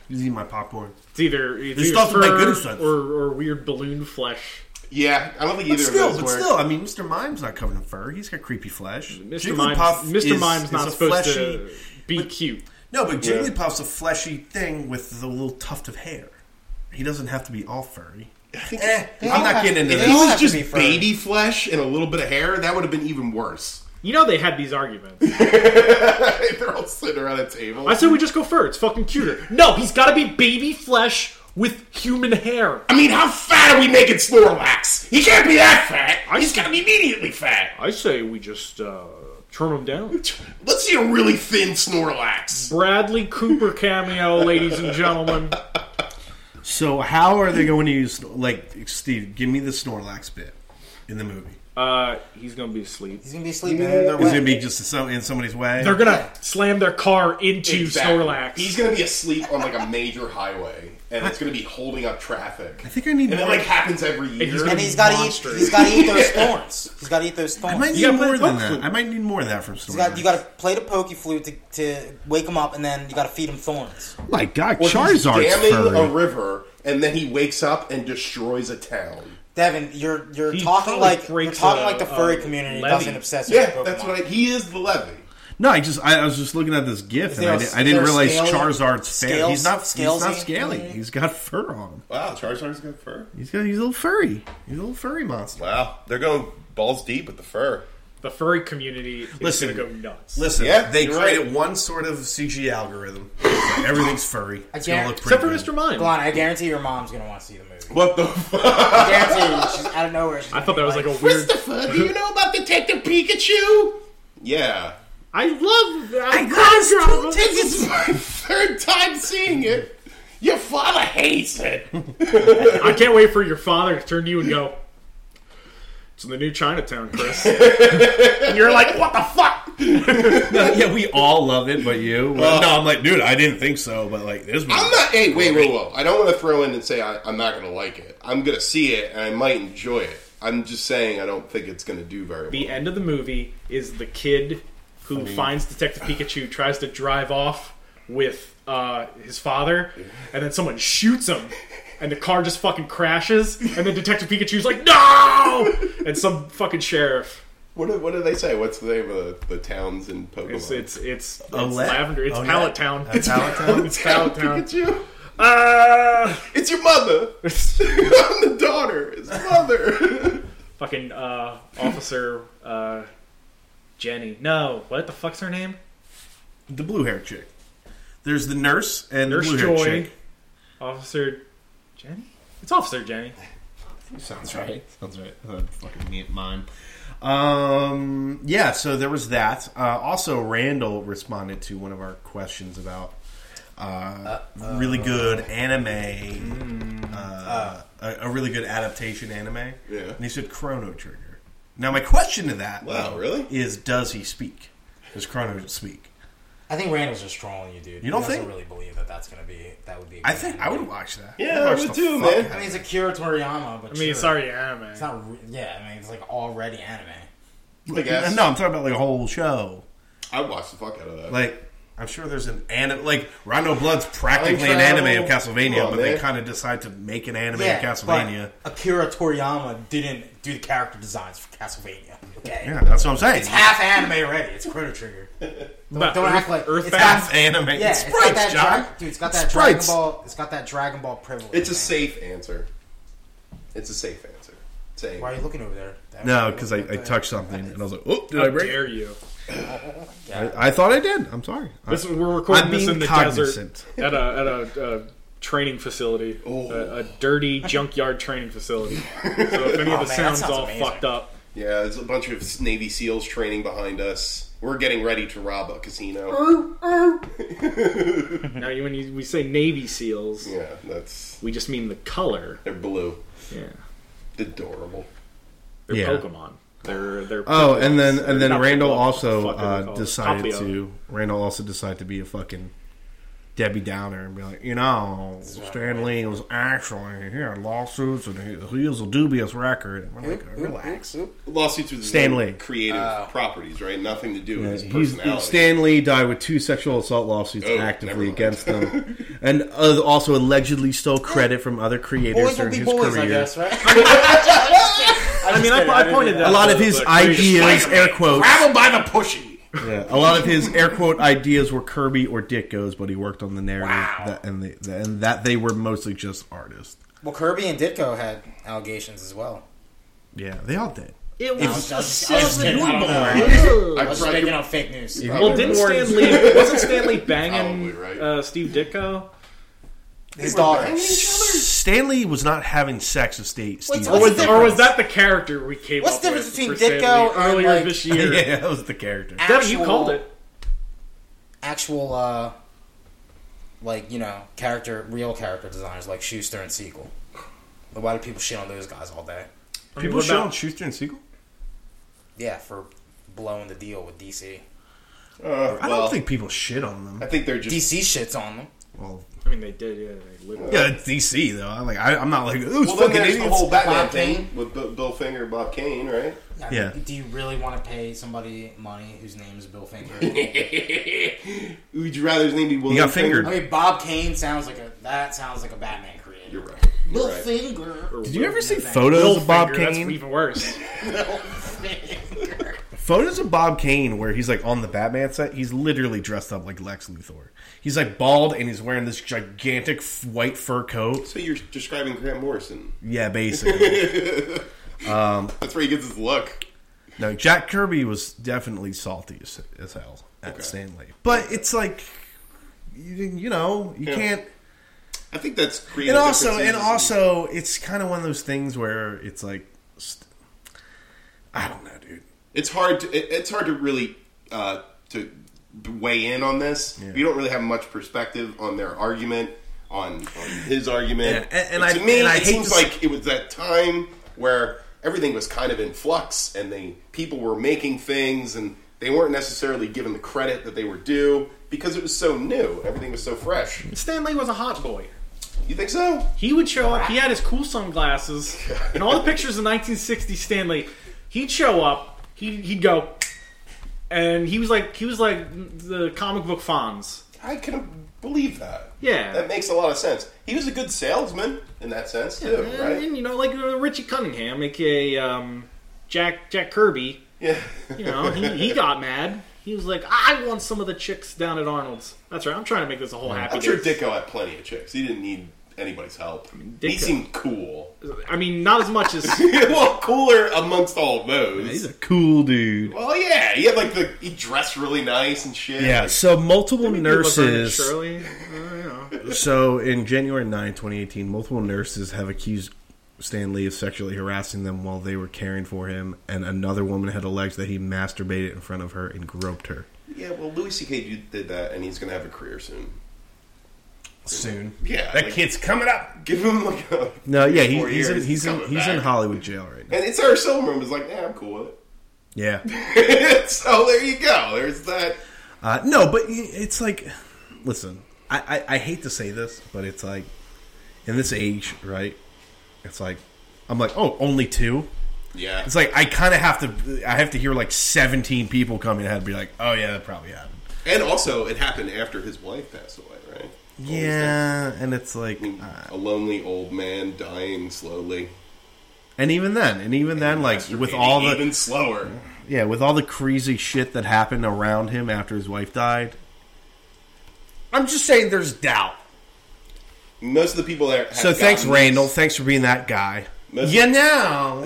S2: He's eating my popcorn.
S4: it's either it's
S2: There's
S4: either
S2: stuff in my goodie
S4: fur
S2: sense.
S4: or, or weird balloon flesh.
S3: Yeah, I don't think
S2: But
S3: either
S2: still,
S3: of those
S2: but
S3: work.
S2: still, I mean, Mr. Mime's not covered in fur. He's got creepy flesh.
S4: Mr. Mime's, Mr.
S2: is-
S4: Mime's
S2: is
S4: not
S2: a
S4: supposed
S2: fleshy-
S4: to be cute.
S2: No, but Jigglypuff's a fleshy thing with a little tuft of hair. He doesn't have to be all furry. Eh,
S1: they
S2: I'm
S1: all
S2: not
S1: have-
S2: getting into
S1: they
S3: If it
S1: all
S2: this.
S1: have
S3: was
S1: to be
S3: just
S1: furry.
S3: baby flesh and a little bit of hair, that would have been even worse.
S4: You know they had these arguments.
S3: They're all sitting around a table.
S4: I said we just go fur. It's fucking cuter. No, he's got to be baby flesh with human hair.
S3: I mean, how fat are we making Snorlax? He can't be that fat. He's got to be immediately fat.
S4: I say we just uh, trim him down.
S3: Let's see a really thin Snorlax.
S4: Bradley Cooper cameo, ladies and gentlemen.
S2: So how are they going to use like Steve? Give me the Snorlax bit in the movie.
S4: Uh, he's gonna be asleep.
S1: He's gonna be sleeping in their
S2: Is it going to
S1: way.
S2: be just some- in somebody's way?
S4: They're gonna slam their car into
S3: Exactly.
S4: Snorlax.
S3: He's gonna be asleep on like a major highway, and it's gonna be holding up traffic.
S2: I think I need.
S3: And it
S2: More,
S3: like happens every year.
S4: he's gonna
S1: And he's gotta eat.
S4: Monster.
S1: He's gotta eat those thorns. He's gotta eat those
S2: I
S1: thorns.
S2: might
S4: gotta
S2: need
S4: play
S2: more
S4: the
S2: than
S4: flute.
S2: that. I might need more of that from Snorlax.
S1: You got, you got to play the pokey flute to, to wake him up, and then you got to feed him thorns.
S2: My God,
S3: Or he's
S2: Charizard's
S3: damming a
S2: furry.
S3: river, and then he wakes up and destroys a town.
S1: Devin, you're you're
S4: He
S1: talking
S4: probably
S1: like you're
S4: breaks
S1: talking
S4: a-
S1: like the furry
S4: a
S1: community
S4: levy.
S1: doesn't obsess over
S3: Yeah,
S1: Pokemon.
S3: that's what I, he is the levy.
S2: No, I just I, I was just looking at this GIF and
S1: there
S2: I,
S1: a-
S2: did,
S1: is
S2: I didn't
S1: there a
S2: realize
S1: scaly-
S2: Charizard's fair. He's not
S1: scales-
S2: he's not
S1: scalesy?
S2: scaly. He's got fur on him.
S3: Wow, Charizard's got fur.
S2: He's got he's a little furry. He's a little furry monster.
S3: Wow, they're going balls deep with the fur.
S4: the furry community is
S2: Listen.
S4: going to go nuts.
S2: Listen,
S3: Yeah,
S2: they
S3: you're
S2: created one sort of CG algorithm. Everything's furry. It's gonna
S1: guarantee-
S2: look pretty
S4: Except for
S2: good.
S4: Mr. Mime.
S1: Come on, I guarantee your mom's gonna want to see the movie.
S3: What the fuck?
S1: I guarantee she's out of nowhere. She's
S4: I thought that was like a weird.
S3: Christopher, do you know about Detective Pikachu? Yeah.
S4: I love that.
S3: This is my third time seeing it. Your father hates it.
S4: I can't wait for your father to turn to you and go. It's in the new Chinatown, Chris. and you're like, what the fuck?
S2: yeah, we all love it, but you. Well, no, I'm like, dude, I didn't think so, but like this.
S3: I'm not. Hey, wait, wait, whoa! I don't want to throw in and say I, I'm not going to like it. I'm going to see it and I might enjoy it. I'm just saying I don't think it's going to do very well.
S4: The end of the movie is the kid who finds Detective Pikachu tries to drive off with uh, his father, and then someone shoots him, and the car just fucking crashes, and then Detective Pikachu's like, no! And some fucking sheriff.
S3: What do, what do they say? What's the name of the, the towns in Pokemon?
S4: It's it's it's, it's
S2: Olette?
S4: lavender. It's
S2: Olette?
S4: Oh, Pallet Town.
S2: That's how it sounds.
S4: It's Pallet Town.
S3: Pikachu.
S4: Uh,
S3: It's your mother. I'm the daughter. It's mother.
S4: fucking uh, officer uh, Jenny. No, what the fuck's her name?
S2: The blue hair chick. There's the nurse and
S4: Nurse
S2: the blue hair
S4: Joy.
S2: chick.
S4: Officer Jenny. It's Officer Jenny.
S2: Sounds right. Sounds right. Uh, fucking me mime. Um, yeah, so there was that. Uh, also, Randall responded to one of our questions about uh, really good anime, uh, a, a really good adaptation anime.
S3: Mm. Yeah.
S2: And he said Chrono Trigger. Now, my question to that
S3: Wow,
S2: though,
S3: really?
S2: is does he speak? Does Chrono speak?
S1: I think Randall's just trolling you, dude.
S2: You don't
S1: he doesn't
S2: think-
S1: really believe that that's gonna be that would be. a
S2: I
S1: good
S2: think
S1: anime.
S2: I would watch that.
S3: Yeah,
S2: I'd
S3: I
S2: watch
S3: would
S2: the
S3: too,
S2: fuck
S3: man.
S1: I mean, it's Akira Toriyama, but
S4: I mean,
S1: sure.
S4: it's already anime.
S1: It's not. Re- yeah, I mean, it's like already anime.
S3: I guess.
S2: No, I'm talking about like a whole show.
S3: I watched the fuck out of that.
S2: Like, I'm sure there's an anime. Like, Rondo Blood's practically an
S3: Time travel.
S2: anime of Castlevania,
S3: Come on,
S2: but they
S3: man.
S2: kind of decide to make an anime
S1: Yeah,
S2: of Castlevania.
S1: But Akira Toriyama didn't do the character designs for Castlevania. Okay,
S2: Yeah, that's what I'm saying.
S1: it's half anime already. It's Chrono Trigger.
S4: But
S1: Don't
S4: Earth-
S1: act like it's
S4: Earthbound.
S1: half
S2: anime.
S1: Yeah,
S2: it's
S1: it's got
S2: sprites,
S1: that
S2: John.
S1: dra- dude. It's got
S2: It's
S1: that Dragon
S2: sprites.
S1: Ball. It's got that Dragon Ball privilege.
S3: It's a
S1: man.
S3: safe answer. It's a safe answer. Saying
S1: Why are you looking over there? That-
S2: No, because I, I touched something and I was like, "Oh, did
S4: How
S2: I break?" it?"
S4: dare you?
S2: I, I thought I did. I'm sorry.
S4: This,
S2: I-
S4: we're recording
S2: I'm
S4: this
S2: being
S4: in the
S2: cognizant. Oh.
S4: desert at a at a, a training facility, a, a dirty junkyard training facility. So if any of
S1: Oh, man,
S4: the
S1: that
S4: sounds
S1: sounds
S4: all
S1: amazing.
S4: fucked up,
S3: Yeah, there's a bunch of Navy SEALs training behind us. We're getting ready to rob a casino.
S4: now you- when you, we say Navy SEALs,
S3: yeah, that's
S4: we just mean the color.
S3: they're blue.
S4: Yeah,
S3: Adorable.
S4: they're
S2: Yeah.
S4: Pokemon. They're they're.
S2: Oh, and then and then
S4: Not
S2: Randall
S4: Pokemon,
S2: also
S4: what the fuck are they
S2: uh,
S4: called?
S2: decided
S4: Popplio.
S2: to Randall also decided to be a fucking Debbie Downer and be like, you know, Stan Lee was actually he had lawsuits and he, he has a dubious record. And we're like, relax.
S3: Lawsuits with his
S2: Stan
S3: own
S2: Lee.
S3: creative properties, right? Nothing to do with his
S2: He's,
S3: personality.
S2: Stan Lee died with two sexual assault lawsuits
S3: Oh, never
S2: actively
S3: mind.
S2: against them, and uh, also allegedly stole credit from other
S1: Boys will
S2: creators during
S1: be
S2: his
S1: boys,
S2: career.
S1: I guess, right? I
S4: I mean, I, I pointed that
S2: A lot
S4: out,
S2: of his E
S4: but-
S2: ideas, air quotes,
S3: Grab 'em by the pushy.
S2: Yeah, a lot of his air quote ideas were Kirby or Dick goes, but he worked on the narrative
S1: Wow.
S2: that, and, the, the- and that they were mostly just artists.
S1: Well, Kirby and Ditko had allegations as well.
S2: Yeah, they all did.
S4: It
S1: I
S4: was
S1: was just- I was just kidding. I don't know. I was just making up fake news.
S4: well, didn't Stan Lee wasn't Stan Lee banging
S3: Probably right.
S4: uh, Steve Ditko?
S1: His daughter.
S2: Stanley was not having sex with State
S1: What's-
S2: Steve.
S4: Or
S1: what's
S4: was,
S1: the
S4: or was
S1: difference?
S4: that the character we came
S1: What's
S4: up
S1: the difference
S4: with
S1: between
S4: for Stan
S1: Ditko
S4: Lee
S1: and,
S4: earlier
S1: like-
S4: this
S2: yeah,
S4: year?
S2: that was the character.
S4: Deb, you called it.
S1: Actual, uh, like you know, character, real character designers like Schuster and Siegel. Like, why do people shit on those guys all day?
S4: I mean,
S2: People
S4: what
S2: shit
S4: about-
S2: on Schuster and Siegel?
S1: Yeah, for blowing the deal with DC.
S3: Uh,
S2: I
S3: well,
S2: don't think people shit on them.
S3: I think they're just.
S1: DC shits on them.
S2: Well,
S4: I mean, they did. Yeah, they literally.
S2: yeah, it's DC though. I'm like, I, I'm not like those
S3: Well, then
S2: fucking
S3: there's
S2: idiots.
S3: the whole Batman
S1: Bob
S3: thing
S1: Kane.
S3: with B- Bill Finger, Bob Kane, right?
S1: I
S2: Yeah.
S1: mean, Do you really want to pay somebody money whose name is Bill Finger?
S3: Would you rather his name be William?
S2: got fingered.
S1: I mean, Bob Kane sounds like a that sounds like a Batman creator.
S3: You're right. You're
S1: Bill
S3: right.
S1: Finger.
S2: Did you ever see
S1: Bill
S2: photos of Bob
S4: Finger,
S2: Kane?
S4: That's even worse.
S1: Bill Finger.
S2: Photos of Bob Kane where he's like on the Batman set. He's literally dressed up like Lex Luthor. He's like bald and he's wearing this gigantic f- white fur coat.
S3: So you're describing Grant Morrison.
S2: Yeah, basically.
S3: That's where he gets his look.
S2: No, Jack Kirby was definitely salty as, as hell at
S3: Okay.
S2: Stanley. But it's like, you, you know, you
S3: Yeah.
S2: can't.
S3: I think that's creative.
S2: And also,
S3: differences
S2: and
S3: in-
S2: also, it's kind of one of those things where it's like, st- I don't know, dude.
S3: it's hard to it, it's hard to really uh, to weigh in on this.
S2: Yeah.
S3: You don't really have much perspective on their argument, on, on his argument.
S2: Yeah, and- and
S3: to
S2: I-
S3: me,
S2: and I
S3: it
S2: hate
S3: seems
S2: to s-
S3: like it was that time where everything was kind of in flux, and they people were making things, and they weren't necessarily given the credit that they were due because it was so new. Everything was so fresh.
S4: Stanley was a hot boy.
S3: You think so?
S4: He would show up. He had his cool sunglasses and all the pictures of 1960 Stanley. He'd show up. He he'd go, and he was like he was like the comic book Fonz.
S3: I can believe that.
S4: Yeah.
S3: that makes a lot of sense. He was a good salesman in that sense too,
S4: And,
S3: right?
S4: you know, like uh, Richie Cunningham, aka um, Jack Jack Kirby.
S3: Yeah.
S4: You know, he, he got mad. He was like, I want some of the chicks down at Arnold's. That's right. I'm trying to make this a whole happy.
S3: I'm sure
S4: day.
S3: Dicko had plenty of chicks. He didn't need anybody's help. He
S4: Dicko-
S3: seemed cool.
S4: I mean, not as much as
S3: well, cooler amongst all
S2: He's
S3: those.
S2: a cool dude.
S3: Well, yeah, he had like the he dressed really nice and shit.
S2: Yeah, so multiple nurses.
S4: Shirley. Uh, you know.
S2: So in January 9, 2018, multiple nurses have accused Stan Lee of sexually harassing them while they were caring for him, and another woman had alleged that he masturbated in front of her and groped her.
S3: yeah. Well, Louis C.K. did- did that, and he's gonna have a career soon.
S2: Soon.
S3: Yeah,
S2: That
S3: like-
S2: kid's coming up.
S3: Give him like a.
S2: No, yeah, he,
S3: Four
S2: he's in,
S3: years,
S2: he's in
S3: coming
S2: he's in
S3: back.
S2: Hollywood jail right now.
S3: And it's our Silverman was like, yeah, I'm cool with
S2: Yeah.
S3: it. so there you go. There's that.
S2: Uh, no, but y- it's like, listen, I, I, I hate to say this, but it's like, in this age, right? It's like, I'm like, oh, only two.
S3: Yeah.
S2: It's like I kind of have to. I have to hear like 17 people coming ahead and be like, "Oh yeah, that probably happened."
S3: and also, it happened after his wife passed away, right?
S2: Yeah, and it's like,
S3: I mean,
S2: uh,
S3: a lonely old man dying slowly.
S2: and even then, and even then, like with all the
S3: even slower.
S2: yeah, with all the crazy shit that happened around him after his wife died, I'm just saying there's doubt.
S3: Most of the people that have
S2: So thanks,
S3: gotten
S2: Randall.
S3: these-
S2: Thanks for being that guy.
S3: Most-
S2: you know,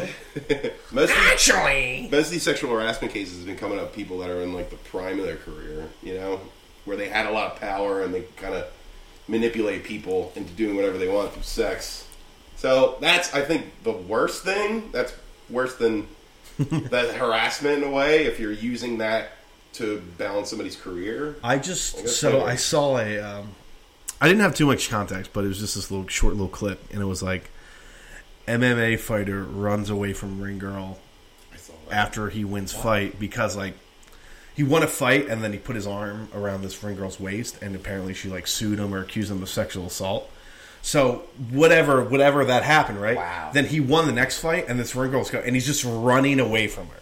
S3: Most of, these-
S2: actually,
S3: most of these sexual harassment cases have been coming up people that are in like the prime of their career, you know, where they had a lot of power and they kind of manipulate people into doing whatever they want through sex. So that's, I think, the worst thing. That's worse than that harassment in a way. If you're using that to balance somebody's career,
S2: I just
S3: guess
S2: so
S3: so.
S2: I saw a. Um, I didn't have too much context, but it was just this little short little clip, and it was like MMA fighter runs away from ring girl
S3: I saw that.
S2: after he wins fight because like he won a fight and then he put his arm around this ring girl's waist and apparently she like sued him or accused him of sexual assault. So whatever whatever that happened, right?
S1: Wow.
S2: Then he won the next fight and this ring girl's go and he's just running away from her.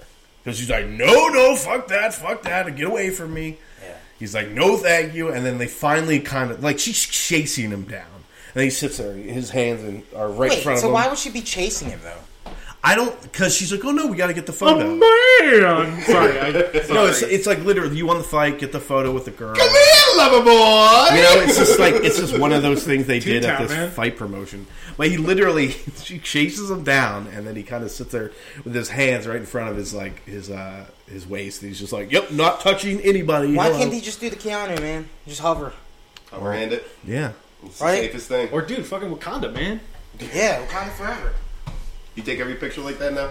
S2: Because he's like, No, no, fuck that, fuck that, get away from me.
S1: Yeah.
S2: He's like, No thank you and then they finally kind of like she's chasing him down. And he sits there, his hands and are right in
S1: Wait,
S2: front
S1: so
S2: of him.
S1: why would she be chasing him though?
S2: I don't because she's like, Oh no, we gotta get the
S4: Oh,
S2: photo.
S4: man! Sorry, I, sorry.
S2: No, it's, it's like literally you won the fight, get the photo with the girl.
S3: Come here, lover boy!
S2: You know, it's just like it's just one of those things they did at
S4: Toontown,
S2: this
S4: man.
S2: fight promotion. But he literally she chases him down, and then he kind of sits there with his hands right in front of his like his uh his waist. And he's just like, "Yep, not touching anybody."
S1: Why
S2: Hello."
S1: can't he just do the Keanu man? Just hover.
S3: I'll brand it.
S2: Yeah,
S3: It's the
S1: Right?
S3: safest thing.
S4: or dude, fucking Wakanda, man.
S1: Yeah, Wakanda forever.
S3: You take every picture like that now?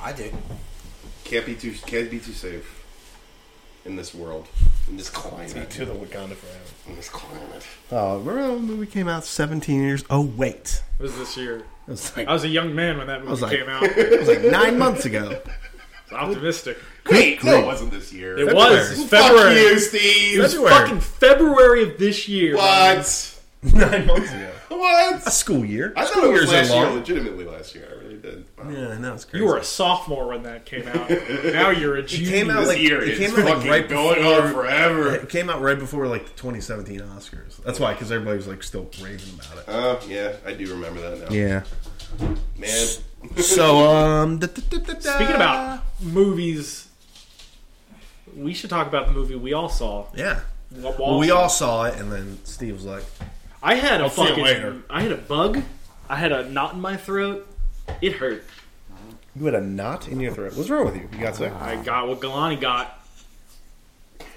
S1: I do.
S3: Can't be too can't be too safe in this world, in this climate,
S2: the Wakanda forever.
S3: in this climate.
S2: Oh, remember when the movie came out seventeen years? Oh wait,
S4: It was this year.
S2: it was like,
S4: I was a young man when that movie
S2: was like-
S4: came out. I
S2: it was like nine months ago.
S4: was optimistic.
S3: Wait, no,
S2: grief.
S3: it wasn't this year.
S4: It was. It was February.
S3: Fuck you,
S4: It was
S3: Steve.
S2: February.
S4: fucking February of this year.
S3: What?
S2: Nine months ago. A
S3: What?
S2: school year.
S3: I thought
S2: school
S3: it was
S2: years
S3: last
S2: are
S3: year,
S2: long.
S3: legitimately last year. I really did. Wow.
S2: Yeah, no, it's crazy.
S4: You were a sophomore when that came out. now you're a junior.
S2: came out
S3: This
S2: like-
S3: year
S2: it
S3: is
S2: came out, like,
S3: fucking
S2: right
S3: going
S2: before-
S3: on forever.
S2: It came out right before like the 2017 Oscars. That's why, because everybody was like still raving about it.
S3: Oh yeah, I do remember that now.
S2: Yeah.
S3: Man,
S2: So um,
S4: Speaking about movies, we should talk about the movie we all saw.
S2: yeah,
S4: What
S2: well,
S4: Wall
S2: we
S4: Street.
S2: all saw it, and then Steve was like,
S4: I had a
S2: see you
S4: fucking.
S2: later.
S4: I had a bug. I had a knot in my throat. It hurt.
S2: You had a knot in your throat. What's wrong with you? You got sick?
S4: I got what Galani got.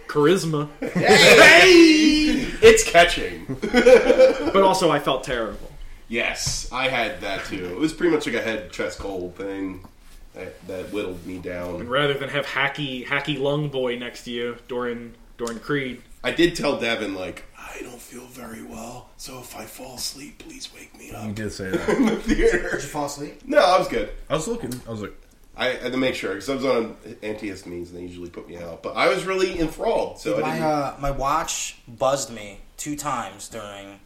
S4: Charisma.
S3: It's catching.
S4: But also, I felt terrible.
S3: Yes, I had that too. It was pretty much like a head chest cold thing that, that whittled me down.
S4: Rather than have hacky hacky lung boy next to you during during Creed,
S3: I did tell Devin like I don't feel very well, so if I fall asleep, please wake me
S2: You
S3: up
S2: did say that.
S3: in the
S1: Mm-hmm.
S3: theater.
S1: Did you fall asleep?
S3: No, I was good.
S2: I was looking. I was like,
S3: I had to make sure because I was on antihistamines and they usually put me out. But I was really enthralled, so I
S1: My
S3: didn't.
S1: uh, my watch buzzed me two times during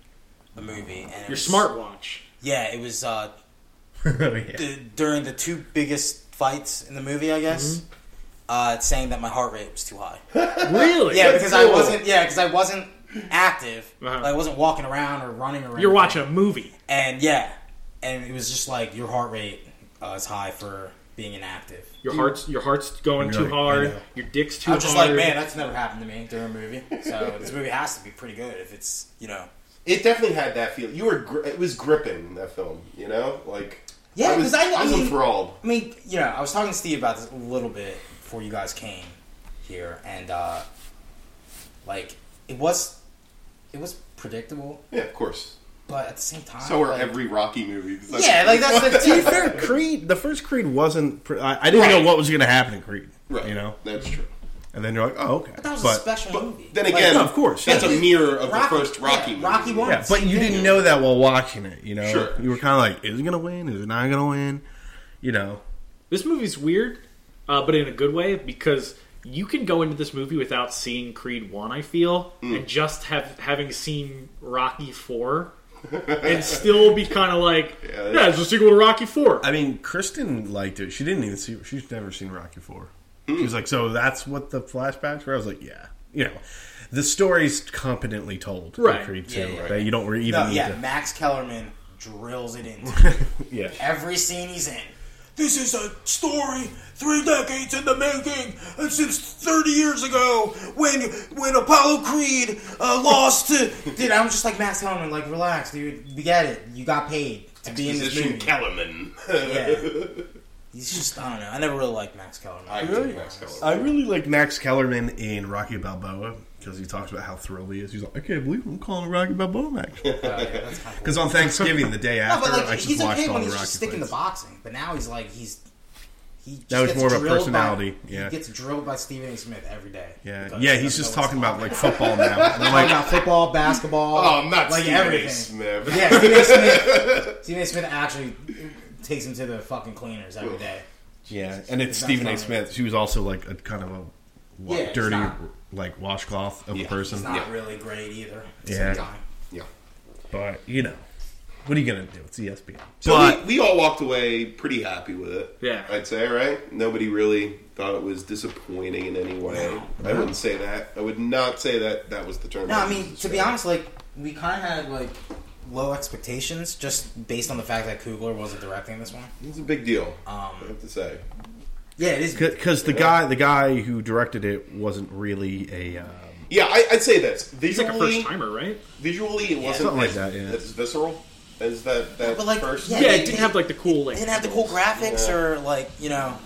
S1: the movie. And it
S4: your
S1: was-
S4: smartwatch.
S1: Yeah, it was uh,
S2: oh, yeah.
S1: d- during the two biggest fights in the movie, I guess. Uh, it's saying that my heart rate was too high.
S4: Really?
S1: Yeah, because I
S3: cool.
S1: wasn't. Yeah, because I wasn't active.
S4: Uh-huh.
S1: Like, I wasn't walking around or running around.
S4: You're watching a movie.
S1: and yeah, and it was just like your heart rate uh, is high for being inactive.
S4: Your heart's your heart's going
S2: You're like,
S4: too
S2: I
S4: hard.
S2: know.
S4: Your dick's too
S1: I was just
S4: hard.
S1: like, man, that's never happened to me during a movie. So this movie has to be pretty good if it's you know.
S3: It definitely had that feel. You were gri- it was gripping that film, you know, like
S1: Yeah,
S3: I was,
S1: 'cause I- I
S3: was
S1: mean-
S3: enthralled.
S1: I mean, you know, I was talking to Steve about this a little bit before you guys came here, and uh, like it was, it was predictable,
S3: Yeah, of course.
S1: but at the same time,
S3: So are
S1: like-
S3: every Rocky movie. 'cause that's-
S1: Yeah, like that's
S2: To be
S1: the
S2: fair, Creed, the first Creed wasn't. Pre- I, I didn't know
S3: Right.
S2: what was going to happen in Creed.
S3: right.
S2: You know?
S3: that's true.
S2: And then you're like, oh, okay.
S1: that was a
S2: But-
S1: special
S3: But
S1: movie.
S3: then
S1: Like,
S3: again,
S2: no, of course,
S3: that's
S1: yeah.
S3: a mirror of
S1: Rocky-
S3: the first Rocky
S1: yeah,
S3: movie.
S1: Rocky one.
S2: Yeah, but you didn't know that while watching it, you know?
S3: Sure.
S2: You were kind of like, is it going to win? Is it not going to win? You know?
S4: This movie's weird, uh, but in a good way because you can go into this movie without seeing Creed One. I feel,
S1: Mm.
S4: and just have having seen Rocky Four, and still be kind of like, yeah,
S3: that's-
S4: it's a sequel to Rocky Four.
S2: I mean, Kristen liked it. She didn't even see. She's never seen Rocky Four. She
S1: Mm.
S2: was like, "So that's what the flashbacks were." I was like, "Yeah, you know, the story's competently told, in
S4: Right.
S2: Creed
S1: Yeah,
S2: Two.
S1: yeah.
S2: That you don't re- even
S1: No,
S2: need
S1: yeah,
S2: to."
S1: Max Kellerman drills it into
S2: Yeah,
S1: every scene he's in. This is a story three decades in the making, and since 30 years ago, when when Apollo Creed uh, lost to. Dude, I'm just like Max Kellerman, like, relax, dude. We get it. You got paid to be in this
S3: Position
S1: movie.
S3: Kellerman.
S1: yeah. He's just, I don't know. I never really liked Max Kellerman.
S3: I really? Max Kellerman.
S2: I really like Max Kellerman in Rocky Balboa because he talks about how thrilled he is. He's like, "I can't believe I'm calling Rocky Balboa Max." Because on Thanksgiving, the day
S1: No,
S2: after,
S1: but
S2: I
S1: like,
S2: just
S1: he's
S2: watched
S1: okay
S2: all
S1: when
S2: the
S1: he's
S2: Rocky.
S1: just sticking
S2: fights.
S1: to boxing, but now he's like, he's. He just
S2: That was
S1: gets
S2: more about
S1: drilled by-
S2: personality, yeah.
S1: He gets drilled by Stephen A. Smith every day.
S2: yeah,
S1: because
S2: yeah,
S1: he
S2: he's
S1: doesn't
S2: just
S1: know what's
S2: talking about
S1: on.
S2: like football now. And I'm like,
S1: talking about football, basketball.
S3: Oh, I'm not
S1: like
S3: Stephen A.
S1: everything.
S3: Smith.
S1: Yeah, Stephen A. Smith. Stephen A. Smith actually takes him to the fucking cleaners every day.
S2: Yeah, and it's
S1: It's not
S2: Stephen A.
S1: funny.
S2: Smith. She was also like a kind of a wa-
S1: Yeah, he's
S2: dirty,
S1: not-
S2: like washcloth of a
S3: Yeah,
S1: He's
S2: person.
S1: not
S3: Yeah.
S1: really great either. at the
S2: Yeah.
S1: Same time.
S3: Yeah.
S2: But you know, what are you gonna do? It's E ESPN.
S3: So
S2: but
S3: we, we all walked away pretty happy with it.
S4: Yeah.
S3: I'd say, right? Nobody really thought it was disappointing in any way. I wouldn't say that. I would not say that that was the term.
S1: No,
S3: I
S1: I
S3: used
S1: mean to
S3: describe
S1: be
S3: it.
S1: honest, like we kind of had like low expectations just based on the fact that Kugler wasn't directing this one.
S3: It's a big deal. I
S1: Um,
S3: have to say.
S1: yeah, it is.
S2: because the guy, the guy who directed it, wasn't really a. Um,
S3: Yeah, I, I'd say this.
S4: He's like a
S3: Visually,
S4: first timer, right?
S3: visually it wasn't
S2: Something like
S3: as,
S2: that, yeah.
S3: as visceral as that, that
S1: But, like,
S3: first.
S1: yeah.
S4: Yeah, it
S1: they-
S4: didn't
S1: they-
S4: have like the cool like.
S1: It had the cool graphics
S3: Yeah.
S1: or like you know,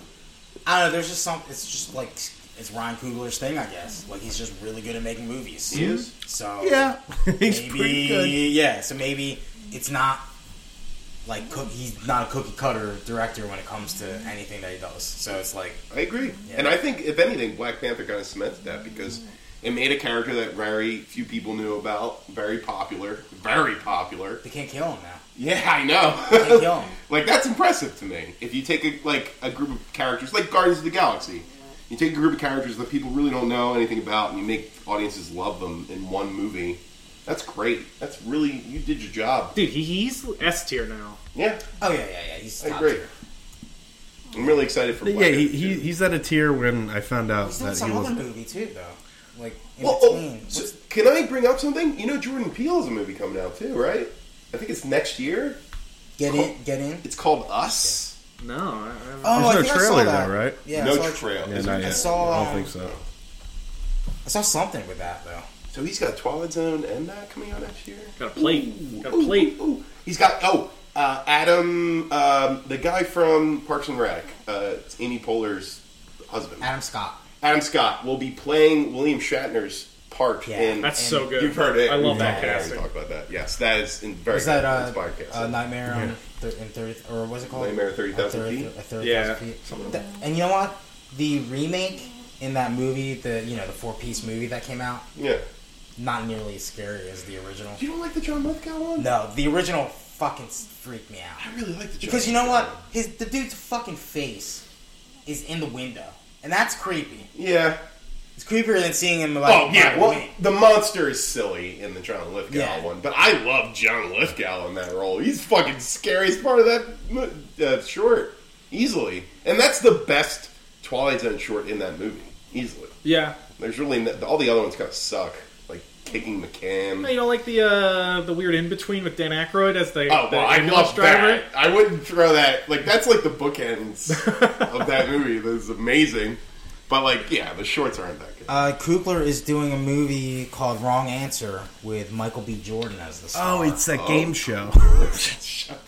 S1: I don't know. There's just some. It's just like it's Ryan Kugler's thing, I guess. Like he's just really good at making movies.
S3: He is?
S1: So
S2: yeah, he's
S1: maybe
S2: pretty good.
S1: yeah. So maybe it's not like cook, he's not a cookie cutter director when it comes to anything that he does. So it's like
S3: I agree.
S1: Yeah. Mm.
S3: And I think, if anything, Black Panther kind of cemented that because it made a character that very few people knew about, very popular, very popular.
S1: they can't kill him now.
S3: Yeah, I
S1: They can't
S3: know.
S1: kill him.
S3: like that's impressive to me. If you take a, like a group of characters, like Guardians of the Galaxy, you take a group of characters that people really don't know anything about, and you make audiences love them in one movie. That's great. That's really you did your job.
S4: Dude, he, he's S tier now.
S3: Yeah,
S1: Oh yeah, yeah, yeah. He's
S3: I
S1: top
S3: agree.
S1: tier.
S3: I'm really excited for. Black
S2: Yeah, he,
S3: Panther
S2: he,
S3: too.
S2: he's at a tier when I found out
S1: He's doing
S2: that he
S1: some other
S2: was.
S1: movie too, though. Like in
S3: Well, oh,
S1: between.
S3: so can I bring up something? You know, Jordan Peele has a movie coming out too, right? I think it's next year.
S1: get in, get in.
S3: It's called Us.
S4: No, I, I,
S1: Oh, I
S2: There's no
S1: think I saw
S2: trailer
S1: that.
S2: though, right?
S1: Yeah, I
S3: no
S1: saw a-
S3: trail.
S2: Yeah, not yet.
S1: saw,
S2: I don't
S1: um,
S2: think so.
S1: I saw something with that though.
S3: So he's got Twilight Zone and that coming out next year.
S4: got a plate.
S3: Ooh,
S4: Got a plate.
S3: Ooh, ooh. He's got oh, Uh, Adam, um, the guy from Parks and Rec, uh, it's Amy Poehler's husband.
S1: Adam Scott.
S3: Adam Scott will be playing William Shatner's part
S1: Yeah.
S3: in.
S4: That's
S1: And
S4: so good.
S3: You've heard it.
S4: I love that
S3: Yeah, we
S4: casting.
S3: talked about that. Yes, that is in very
S1: Was that
S3: good.
S1: uh,
S3: It's podcast.
S1: uh, Nightmare on thir- in 30, or was it called?
S3: Nightmare at 30,000
S1: At
S3: feet?
S1: at 30,000
S4: Yeah,
S1: feet.
S4: something
S1: Th- and you know what? The remake in that movie, the you know the four piece movie that came out,
S3: yeah.
S1: not nearly as scary as the original.
S3: You don't like the John Lithgow one?
S1: No, the original fucking s- freaked me out.
S3: I really like the John
S1: Because you know
S3: Lithgow
S1: what?
S3: one.
S1: His the dude's fucking face is in the window, and that's creepy.
S3: Yeah.
S1: It's creepier than seeing him like.
S3: Oh yeah,
S1: by
S3: well,
S1: wing.
S3: the monster is silly in the John Lithgow
S1: Yeah.
S3: one, but I love John Lithgow in that role. He's fucking scariest part of that mo- uh, short, easily, and that's the best Twilight Zone short in that movie, easily.
S4: Yeah.
S3: There's really no, all the other ones kind of suck, like kicking the cam.
S4: No, you don't like the uh, the weird in between with Dan Aykroyd as the,
S3: Oh
S4: the
S3: well, I
S4: ambulance
S3: love that. I wouldn't throw that. Like that's like the bookends of that movie. That is amazing, but like yeah, the shorts aren't that good.
S1: Uh, Kugler is doing a movie called Wrong Answer with Michael B. Jordan as the star.
S2: Oh, it's that game show.
S1: It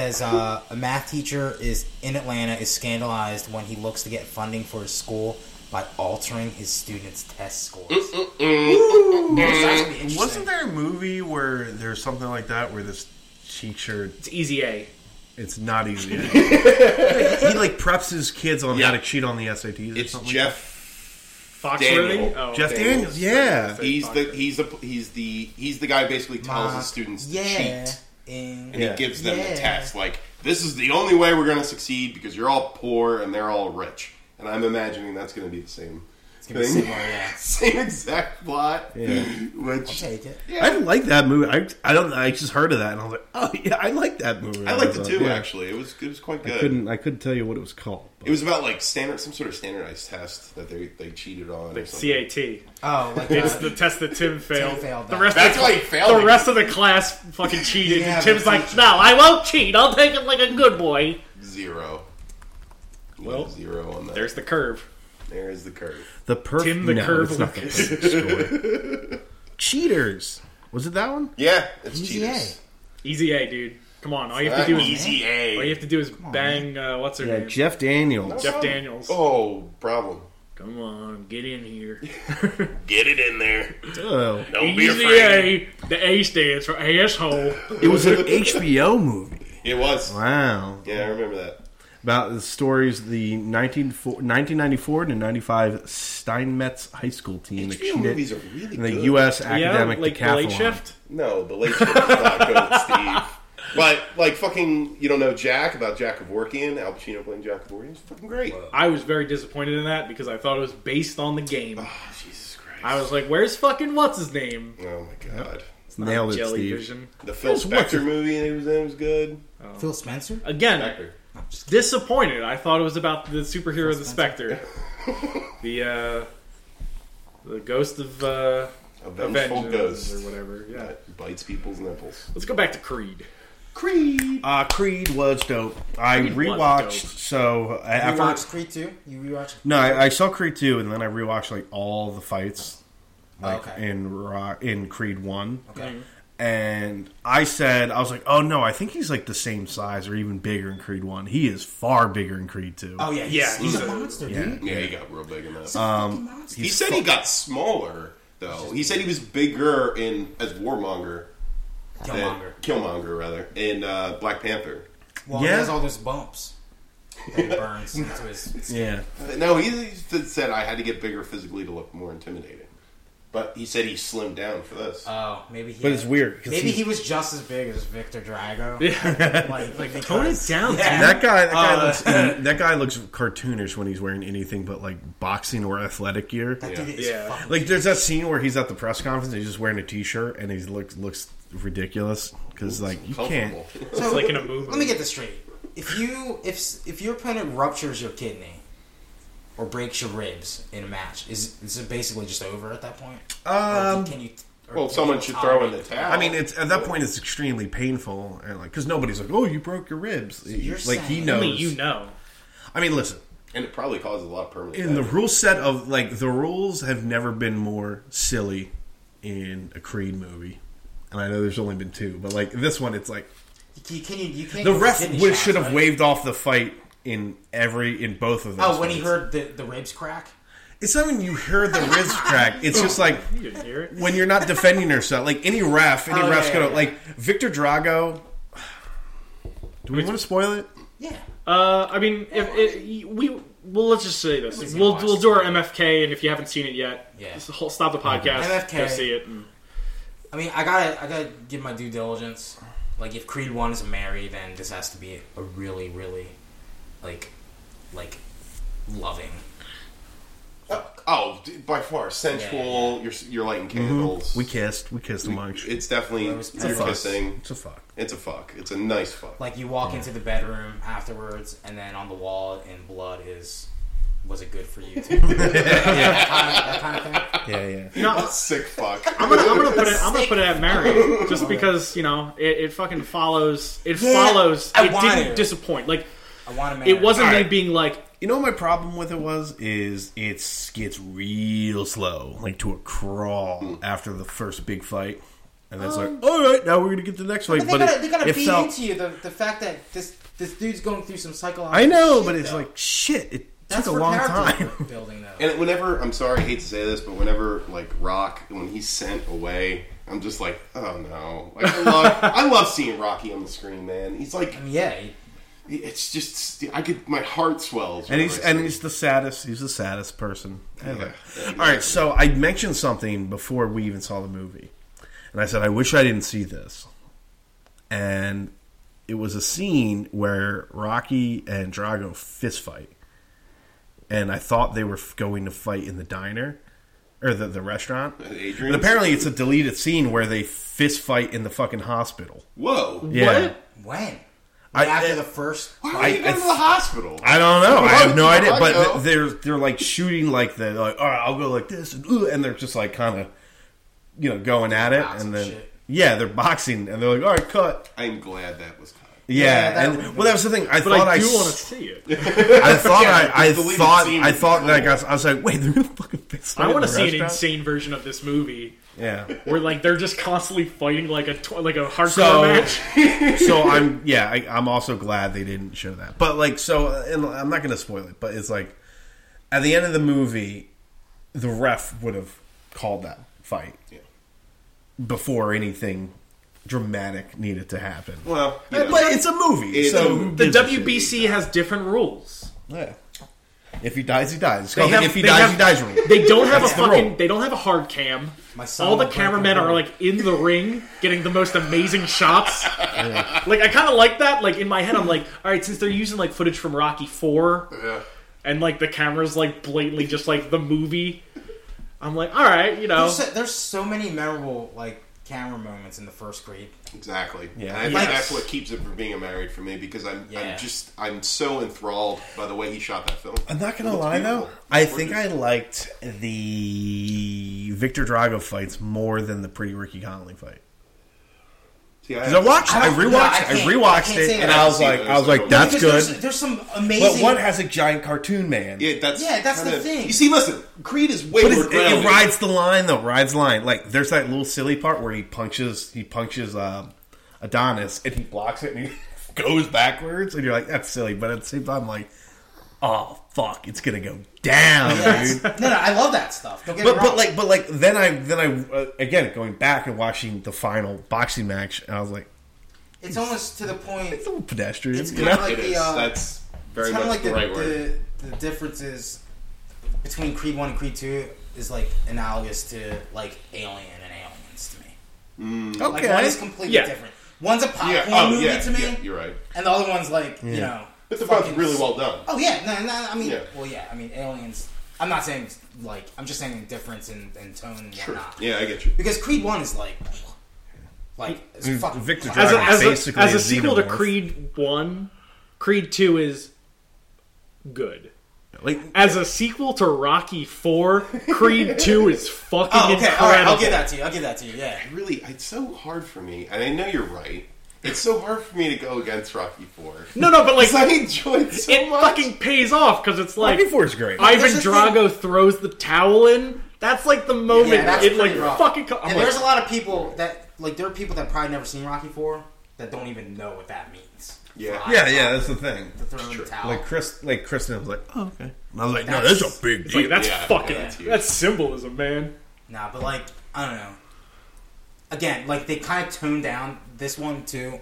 S1: says uh, a math teacher is in Atlanta is scandalized when he looks to get funding for his school by altering his students' test scores.
S3: Mm,
S2: Wasn't there a movie where there's something like that where this teacher?
S4: It's Easy A.
S2: It's not easy. he like preps his kids on
S3: Yeah.
S2: how to cheat on the SATs. Or
S3: it's
S2: something
S3: Jeff
S4: Foxworthy.
S3: Daniel.
S4: Oh,
S2: Jeff
S4: okay.
S2: Daniels, yeah.
S3: He's the he's the he's the he's the guy basically tells his students to
S1: yeah,
S3: cheat,
S1: in-
S3: and he gives them
S1: Yeah.
S3: the test like this is the only way we're going to succeed because you're all poor and they're all rich. And I'm imagining that's going to be the same
S1: gonna be
S3: thing.
S1: similar, yeah.
S3: same exact plot.
S2: Yeah.
S3: Which
S1: Take it.
S2: I like that movie. I, I don't. I just heard of that and I was like, oh yeah, I like that movie.
S3: I liked it
S2: was
S3: too.
S2: yeah.
S3: Actually, it was it was quite
S2: I
S3: good.
S2: couldn't. I couldn't tell you what it was called. but-
S3: It was about like standard some sort of standardized test that they they cheated on. Or something.
S4: CAT.
S1: Oh, like
S4: It's
S1: uh,
S4: the test that Tim failed.
S1: failed
S4: the
S1: that.
S4: rest
S3: That's
S4: of
S3: why he failed.
S4: The rest of the class fucking cheated.
S1: Yeah,
S4: and Tim's
S1: the
S4: like,
S1: teacher.
S4: no, I won't cheat. I'll take it like a good boy.
S3: zero. You
S4: Well,
S3: have zero on that.
S4: There's the curve.
S3: there is the curve.
S2: The perfect
S4: Tim the
S2: no,
S4: Curve
S2: it's not the
S4: Lucas.
S2: perfect story. Cheaters. Was it that one?
S3: Yeah, it's
S1: Easy A.
S3: cheaters.
S4: Easy A, dude. Come on. All you have to do is
S3: easy A.
S4: all you have to do is bang. Uh, what's her
S2: Yeah,
S4: name?
S2: Jeff Daniels.
S4: Jeff Daniels.
S3: Oh, problem.
S4: Come on, get in here.
S3: Get it in there.
S2: Oh.
S3: Don't
S4: Easy A. The A stands for asshole.
S2: It was an HBO movie.
S3: It was.
S2: Wow.
S3: Yeah, I remember that.
S2: About the stories the 19, 1994 to 95 Steinmetz high school team that
S3: HBO
S2: cheated
S3: movies are really
S2: in the
S3: good.
S2: U.S.
S4: Yeah,
S2: academic
S4: like the
S2: decathlon.
S4: late shift.
S3: No, the late shift is not good, Steve. But like fucking, you don't know Jack about Jack Kevorkian. Al Pacino playing Jack Kevorkian is fucking great.
S4: I was very disappointed in that because I thought it was based on the game.
S3: Oh, Jesus Christ!
S4: I was like, "Where's fucking what's his name?"
S3: oh my god.
S2: Nailed it, Steve.
S4: Jellyvision.
S3: The Phil
S2: There's what's
S3: Spector movie he was in was good.
S1: uh, Phil Spencer.
S4: Again,
S3: Spector.
S4: disappointed. I thought it was about the superhero, the Spectre, the uh, the ghost of uh,
S3: A vengeful
S4: Avengers or
S3: ghost
S4: whatever. Yeah.
S3: that bites people's nipples.
S4: Let's go back to Creed.
S3: Creed.
S2: Uh, Creed was dope. I
S4: Creed was
S2: rewatched.
S4: dope.
S2: So uh,
S1: You
S2: after
S1: watched Creed too. You rewatched.
S2: no, I, I saw Creed two, and then I rewatched like all the fights, like
S1: Okay.
S2: in Ro- in Creed one.
S3: Mm-hmm.
S1: Okay.
S2: and I said, I was like, oh no, I think he's like the same size or even bigger in Creed 1. He is far bigger in Creed 2.
S1: Oh yeah, he's,
S4: Yeah,
S1: he's,
S4: he's
S1: a
S4: a-
S1: monster, dude.
S3: Yeah, he got real big in that.
S1: Um, monster.
S3: he said he got smaller though. He said he was bigger in as Warmonger. than-
S1: Killmonger.
S3: Killmonger rather, in uh, Black Panther.
S1: Well,
S2: Yeah.
S1: he has all those bumps that he burns into his.
S2: Yeah.
S3: No, he just said I had to get bigger physically to look more intimidating. But he said he slimmed down for this.
S2: Uh,
S1: Oh, maybe he.
S2: But it's weird, 'cause
S1: Maybe
S2: he's-
S1: he was just as big as Victor Drago. like, like
S4: Tone it down.
S1: Yeah.
S2: That guy, that guy,
S1: Uh,
S2: looks, e, that guy looks cartoonish when he's wearing anything but like boxing or athletic gear.
S1: Dude, it's
S4: Yeah.
S1: fucking-
S2: Like there's that scene where he's at the press conference and he's just wearing a t-shirt and he looks looks ridiculous because like you can't.
S3: Comfortable.
S1: So,
S4: like in a movie.
S1: Let me get this straight. If you if if your opponent ruptures your kidney or breaks your ribs in a match, is is it basically just over at that point? Or
S2: Um,
S1: can you? or
S3: Well,
S1: can
S3: someone
S1: you
S3: should throw in the
S1: tolerate
S3: towel.
S2: I mean, it's uh, at that point it's extremely painful and like because nobody's like, oh, you broke your ribs.
S1: you're
S2: like he
S1: saying-
S2: knows.
S4: Only you know.
S2: I mean, listen,
S3: and it probably causes a lot of permanent.
S2: in the
S3: damage.
S2: rule set of like the rules have never been more silly in a Creed movie, and I know there's only been two, but like this one, it's like
S1: You can you, you can't
S2: The
S1: get
S2: ref
S1: kidney
S2: would,
S1: shots,
S2: should have
S1: right?
S2: waved off the fight in every in both of those.
S1: Oh, when he
S2: fights.
S1: heard the, the ribs crack?
S2: it's not when you heard the ribs crack. It's just like
S4: You didn't hear it.
S2: when you're not defending yourself. Like any ref, any
S1: Oh,
S2: ref's
S1: yeah,
S2: gonna
S1: yeah, yeah.
S2: like Victor Drago. Do we want to spoil it?
S1: Yeah.
S4: Uh, I mean, if it, we well, let's just say this.
S1: least
S4: We'll
S1: watch
S4: we'll do our MFK, and if you haven't seen it yet,
S1: Yeah.
S4: just hold- stop the podcast.
S1: MFK.
S4: Go see it.
S2: Mm.
S4: And,
S1: I mean, I gotta, I gotta give my due diligence. Like, if Creed One is a Mary, then this has to be a really, really, like, like, loving.
S3: Oh, d- by far sensual. You're you're lighting candles.
S2: We kissed. We kissed a bunch.
S3: It's definitely
S1: It was-
S3: you're
S1: It's a fuck.
S3: kissing.
S2: It's a fuck.
S3: It's a fuck. It's a nice fuck.
S1: Like, you walk into the bedroom afterwards, and then on the wall in blood is, was it good for you? Too? that, kind of, that kind of thing.
S2: Yeah, yeah.
S4: no,
S3: a sick fuck.
S4: I'm gonna, I'm gonna put it. I'm gonna put it at Mary, just because you know it, it fucking follows. It follows.
S1: I
S4: it
S1: wanted
S4: didn't
S1: it.
S4: disappoint. Like
S1: I want to marry.
S4: it wasn't
S2: Alright.
S4: me being like,
S2: You know what my problem with it was is it gets real slow, like to a
S1: Hmm.
S2: crawl after the first big fight, and then it's like, all right, now we're gonna get to the next fight.
S1: Um, But they
S2: But
S1: gotta,
S2: it-
S1: they gotta
S2: it
S1: feed
S2: felt-
S1: into you the, the fact that this this dude's going through some psychological.
S2: I know,
S1: shit,
S2: but it's
S1: though.
S2: like shit. It
S1: that's
S2: took a
S1: for
S2: long
S1: character
S2: time.
S1: building though.
S3: And whenever I'm sorry, I hate to say this, but whenever like Rock, when he's sent away, I'm just like, oh no. Like I love, I love seeing Rocky on the screen, man. He's like,
S1: I mean, yeah, he-
S3: it's just, I could, my heart swells.
S2: And he's
S3: whenever I
S2: and
S3: see
S2: he's the saddest. He's the saddest person ever.
S3: Yeah.
S2: All right, so I mentioned something before we even saw the movie, and I said I wish I didn't see this. And it was a scene where Rocky and Drago fist fight, and I thought they were f- going to fight in the diner or the the restaurant.
S3: it. Adrian.
S2: But apparently, it's a deleted scene where they fist fight in the fucking hospital.
S3: whoa.
S2: Yeah.
S1: when.
S2: I-
S1: after
S2: I-
S1: the first,
S3: Why are you
S2: I-
S3: going
S2: I-
S3: to the hospital?
S2: I don't know. I have no
S3: Why
S2: idea. But
S3: though?
S2: th- they're they're like shooting like the like. All right, I'll go like this, and, ooh, and they're just like kind of, you know, going at it,
S1: Boxing
S2: and then
S1: shit.
S2: yeah, they're boxing, and they're like, all right, cut.
S3: I'm glad that was cut.
S2: Yeah,
S1: Yeah, that
S2: and
S1: would've been-
S2: well, that was the thing. I
S4: but
S2: thought
S4: I
S2: I,
S4: do
S2: s-
S4: want to see it.
S2: I thought
S3: Yeah,
S2: I, I
S3: the deleted
S2: thought
S3: scene
S2: I
S3: would
S2: thought
S3: be
S2: like I
S3: cool.
S2: was, I was like, wait, they're gonna fucking fist.
S4: I
S2: fight
S4: want to
S2: in the
S4: see an
S2: restaurant?
S4: insane version of this movie
S2: Yeah.
S4: where like they're just constantly fighting like a tw- like a hardcore
S2: So-
S4: match.
S2: so I'm yeah I, I'm also glad they didn't show that. But like so, uh, and I'm not going to spoil it. But it's like at the end of the movie, the ref would have called that fight
S3: Yeah.
S2: before anything dramatic needed to happen.
S3: Well, you know,
S2: but it's a movie,
S3: It's
S2: so
S3: a-
S2: who
S4: The
S2: gives a shit?
S4: WBC has different rules.
S2: Yeah. If he dies, he dies. It's called
S4: have-
S2: the if he
S4: they
S2: dies,
S4: have-
S2: he dies rule.
S4: They don't have a
S2: That's the
S4: fucking.
S2: rule.
S4: They don't have a hard cam.
S1: My son
S4: All the
S1: will break
S4: cameramen
S1: the
S4: are
S1: rule.
S4: like in the ring, getting the most amazing shots. Like I kind of like that. Like in my head, I'm like, all right, since they're using like footage from Rocky Four,
S3: yeah.
S4: and like the cameras like blatantly just like the movie. I'm like, all right, you know,
S1: There's so, there's so many memorable like camera moments in the first grade.
S3: Exactly.
S2: Yeah.
S3: And I think
S1: Like-
S3: that's what keeps it from being a married for me because I'm,
S1: Yeah.
S3: I'm just, I'm so enthralled by the way he shot that film.
S2: I'm not gonna
S3: It looks
S2: lie though.
S3: beautiful.
S2: I
S3: It's
S2: think
S3: gorgeous.
S2: I liked the Victor Drago fights more than the pre Ricky Conley fight.
S3: See, I-
S2: Because I watched, I,
S1: I don't-
S2: rewatched,
S1: no, I
S2: I,
S1: can't- I
S2: rewatched
S1: can't
S2: it,
S1: say
S2: and
S1: that.
S2: I was
S3: Yeah,
S2: like, I was
S3: there's
S2: like,
S3: no-
S2: that's
S1: Because
S2: good.
S1: There's, there's some
S2: But
S1: amazing.
S2: one has a giant cartoon man.
S3: Yeah, that's
S1: Yeah, that's the thing.
S3: You see, listen, Creed is way
S2: but
S3: more
S2: it's, it, it
S3: grounded.
S2: rides the line though. Rides the line. Like there's that little silly part where he punches, he punches uh, Adonis, and he blocks it, and he goes backwards, and you're like, that's silly. But at the same time, like, oh fuck, it's gonna go down, dude.
S1: no, no, I love that stuff. Don't get
S2: But
S1: me wrong.
S2: but like but like then I then I uh, again going back and watching the final boxing match, and I was like,
S1: it's almost to the point.
S2: it's a little pedestrian.
S1: It's
S2: you
S1: kinda
S2: know?
S1: like
S3: It
S1: the,
S3: is.
S1: uh,
S3: that's very
S1: It's
S3: much
S1: kind of like
S3: the,
S1: the,
S3: right word.
S1: the, the differences between Creed One and Creed Two is like analogous to like Alien and Aliens to me. Like
S2: okay.
S1: one is completely
S4: Yeah.
S1: different. One's a popcorn
S3: yeah, oh,
S1: movie
S3: yeah,
S1: to me,
S3: yeah, you're right.
S1: and the other one's like you know.
S3: But they're both
S1: fucking-
S3: really well done.
S1: Oh yeah, no, no. I mean,
S3: Yeah.
S1: well, yeah. I mean, aliens. I'm not saying like. I'm just saying difference in, in tone and
S3: Sure.
S1: whatnot.
S3: Yeah, I get you.
S1: Because Creed One is like, like it's
S2: Mm,
S1: fucking
S2: Victor
S1: As
S4: as a,
S1: a-
S2: Drago.
S4: as a,
S2: Basically
S4: as
S2: a
S4: a sequel to
S2: xenomorph.
S4: Creed One, Creed Two is good.
S2: like
S4: As a sequel to Rocky Four, Creed Two is fucking
S1: Oh, okay.
S4: incredible.
S1: All right. I'll give that to you. I'll give that to you. Yeah.
S3: Really, it's so hard for me, and I know you're right. It's so hard for me to go against Rocky Four.
S4: No, no, but like
S3: 'Cause I enjoyed so
S4: it
S3: much.
S4: fucking pays off because it's like
S2: Rocky Four is great.
S4: Ivan
S1: There's a
S4: Drago throws the towel in. That's like the moment
S1: Yeah, that's
S4: it like
S1: pretty rough.
S4: fucking. co- I'm
S1: And
S4: like,
S1: there's a lot of people that like there are people that probably never seen Rocky Four that don't even know what that means.
S3: Yeah.
S1: For
S2: Yeah,
S1: Eyes
S2: yeah,
S1: Up
S2: that's the thing.
S1: To throw in the towel.
S2: Like Chris, like Kristen was like, oh okay, and I was like, no,
S1: That's-
S2: that's a big
S4: Like,
S2: deal.
S4: that's
S3: Yeah,
S4: fucking.
S3: yeah, that's huge.
S4: that's symbolism, man.
S1: Nah, but like I don't know. Again, like they kind of toned down this one too.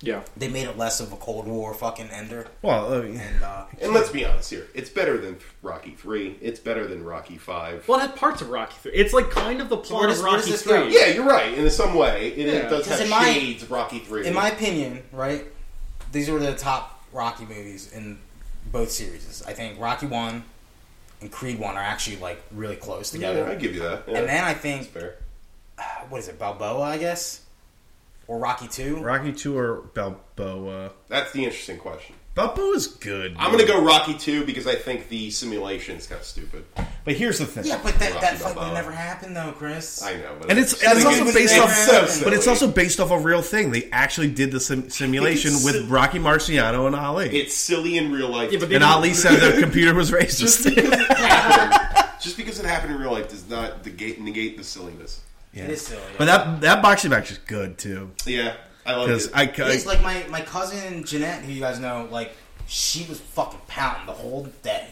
S4: Yeah.
S1: They made it less of a Cold War fucking ender,
S2: Well, I mean,
S1: and uh,
S3: And let's be honest here. It's better than Rocky 3. It's better than Rocky 5.
S4: Well, it had parts of Rocky Three. It's like kind of the plot
S1: where
S4: of
S1: does- where does
S4: Rocky
S1: this go?
S4: Three.
S3: yeah, you're right. In some way, it, it
S4: Yeah.
S3: does
S1: 'Cause
S3: have
S1: in my-
S3: shades Rocky 3.
S1: in my opinion, right, these were the top Rocky movies in both series. I think Rocky One and Creed One are actually like really close
S3: yeah,
S1: together.
S3: I give you that. Yeah,
S1: and then I
S3: that's
S1: think
S3: fair.
S1: what is it, Balboa, I guess, or Rocky Two.
S2: Rocky Two or Balboa?
S3: That's the interesting question.
S2: Balboa's good.
S3: I'm gonna go Rocky 2 because I think the simulation's kind of stupid.
S2: But here's the thing.
S1: Yeah, but that,
S3: Rocky
S1: that fight
S3: Balboa.
S1: would never happen though, Chris.
S3: I know, but
S2: And
S3: I
S2: it's,
S3: just
S2: and it's
S3: think
S2: also
S1: it's-
S2: based
S1: it's
S2: off,
S1: so silly.
S2: but it's also based off a real thing. They actually did the sim- simulation
S4: it's
S2: with
S4: si-
S2: Rocky Marciano and Ali.
S3: it's silly in real life.
S4: Yeah, but they
S2: and
S4: didn't-
S2: Ali said the computer was
S3: just
S2: racist.
S3: because it happened, just because it happened in real life does not negate negate the silliness.
S2: Yeah.
S1: It is silly.
S2: But that that boxing match is good too
S3: Yeah, I like
S2: because
S3: it.
S2: I,
S1: Yeah, It's
S2: I
S1: like my, my cousin Jeanette, who you guys know, like she was fucking pounding the whole day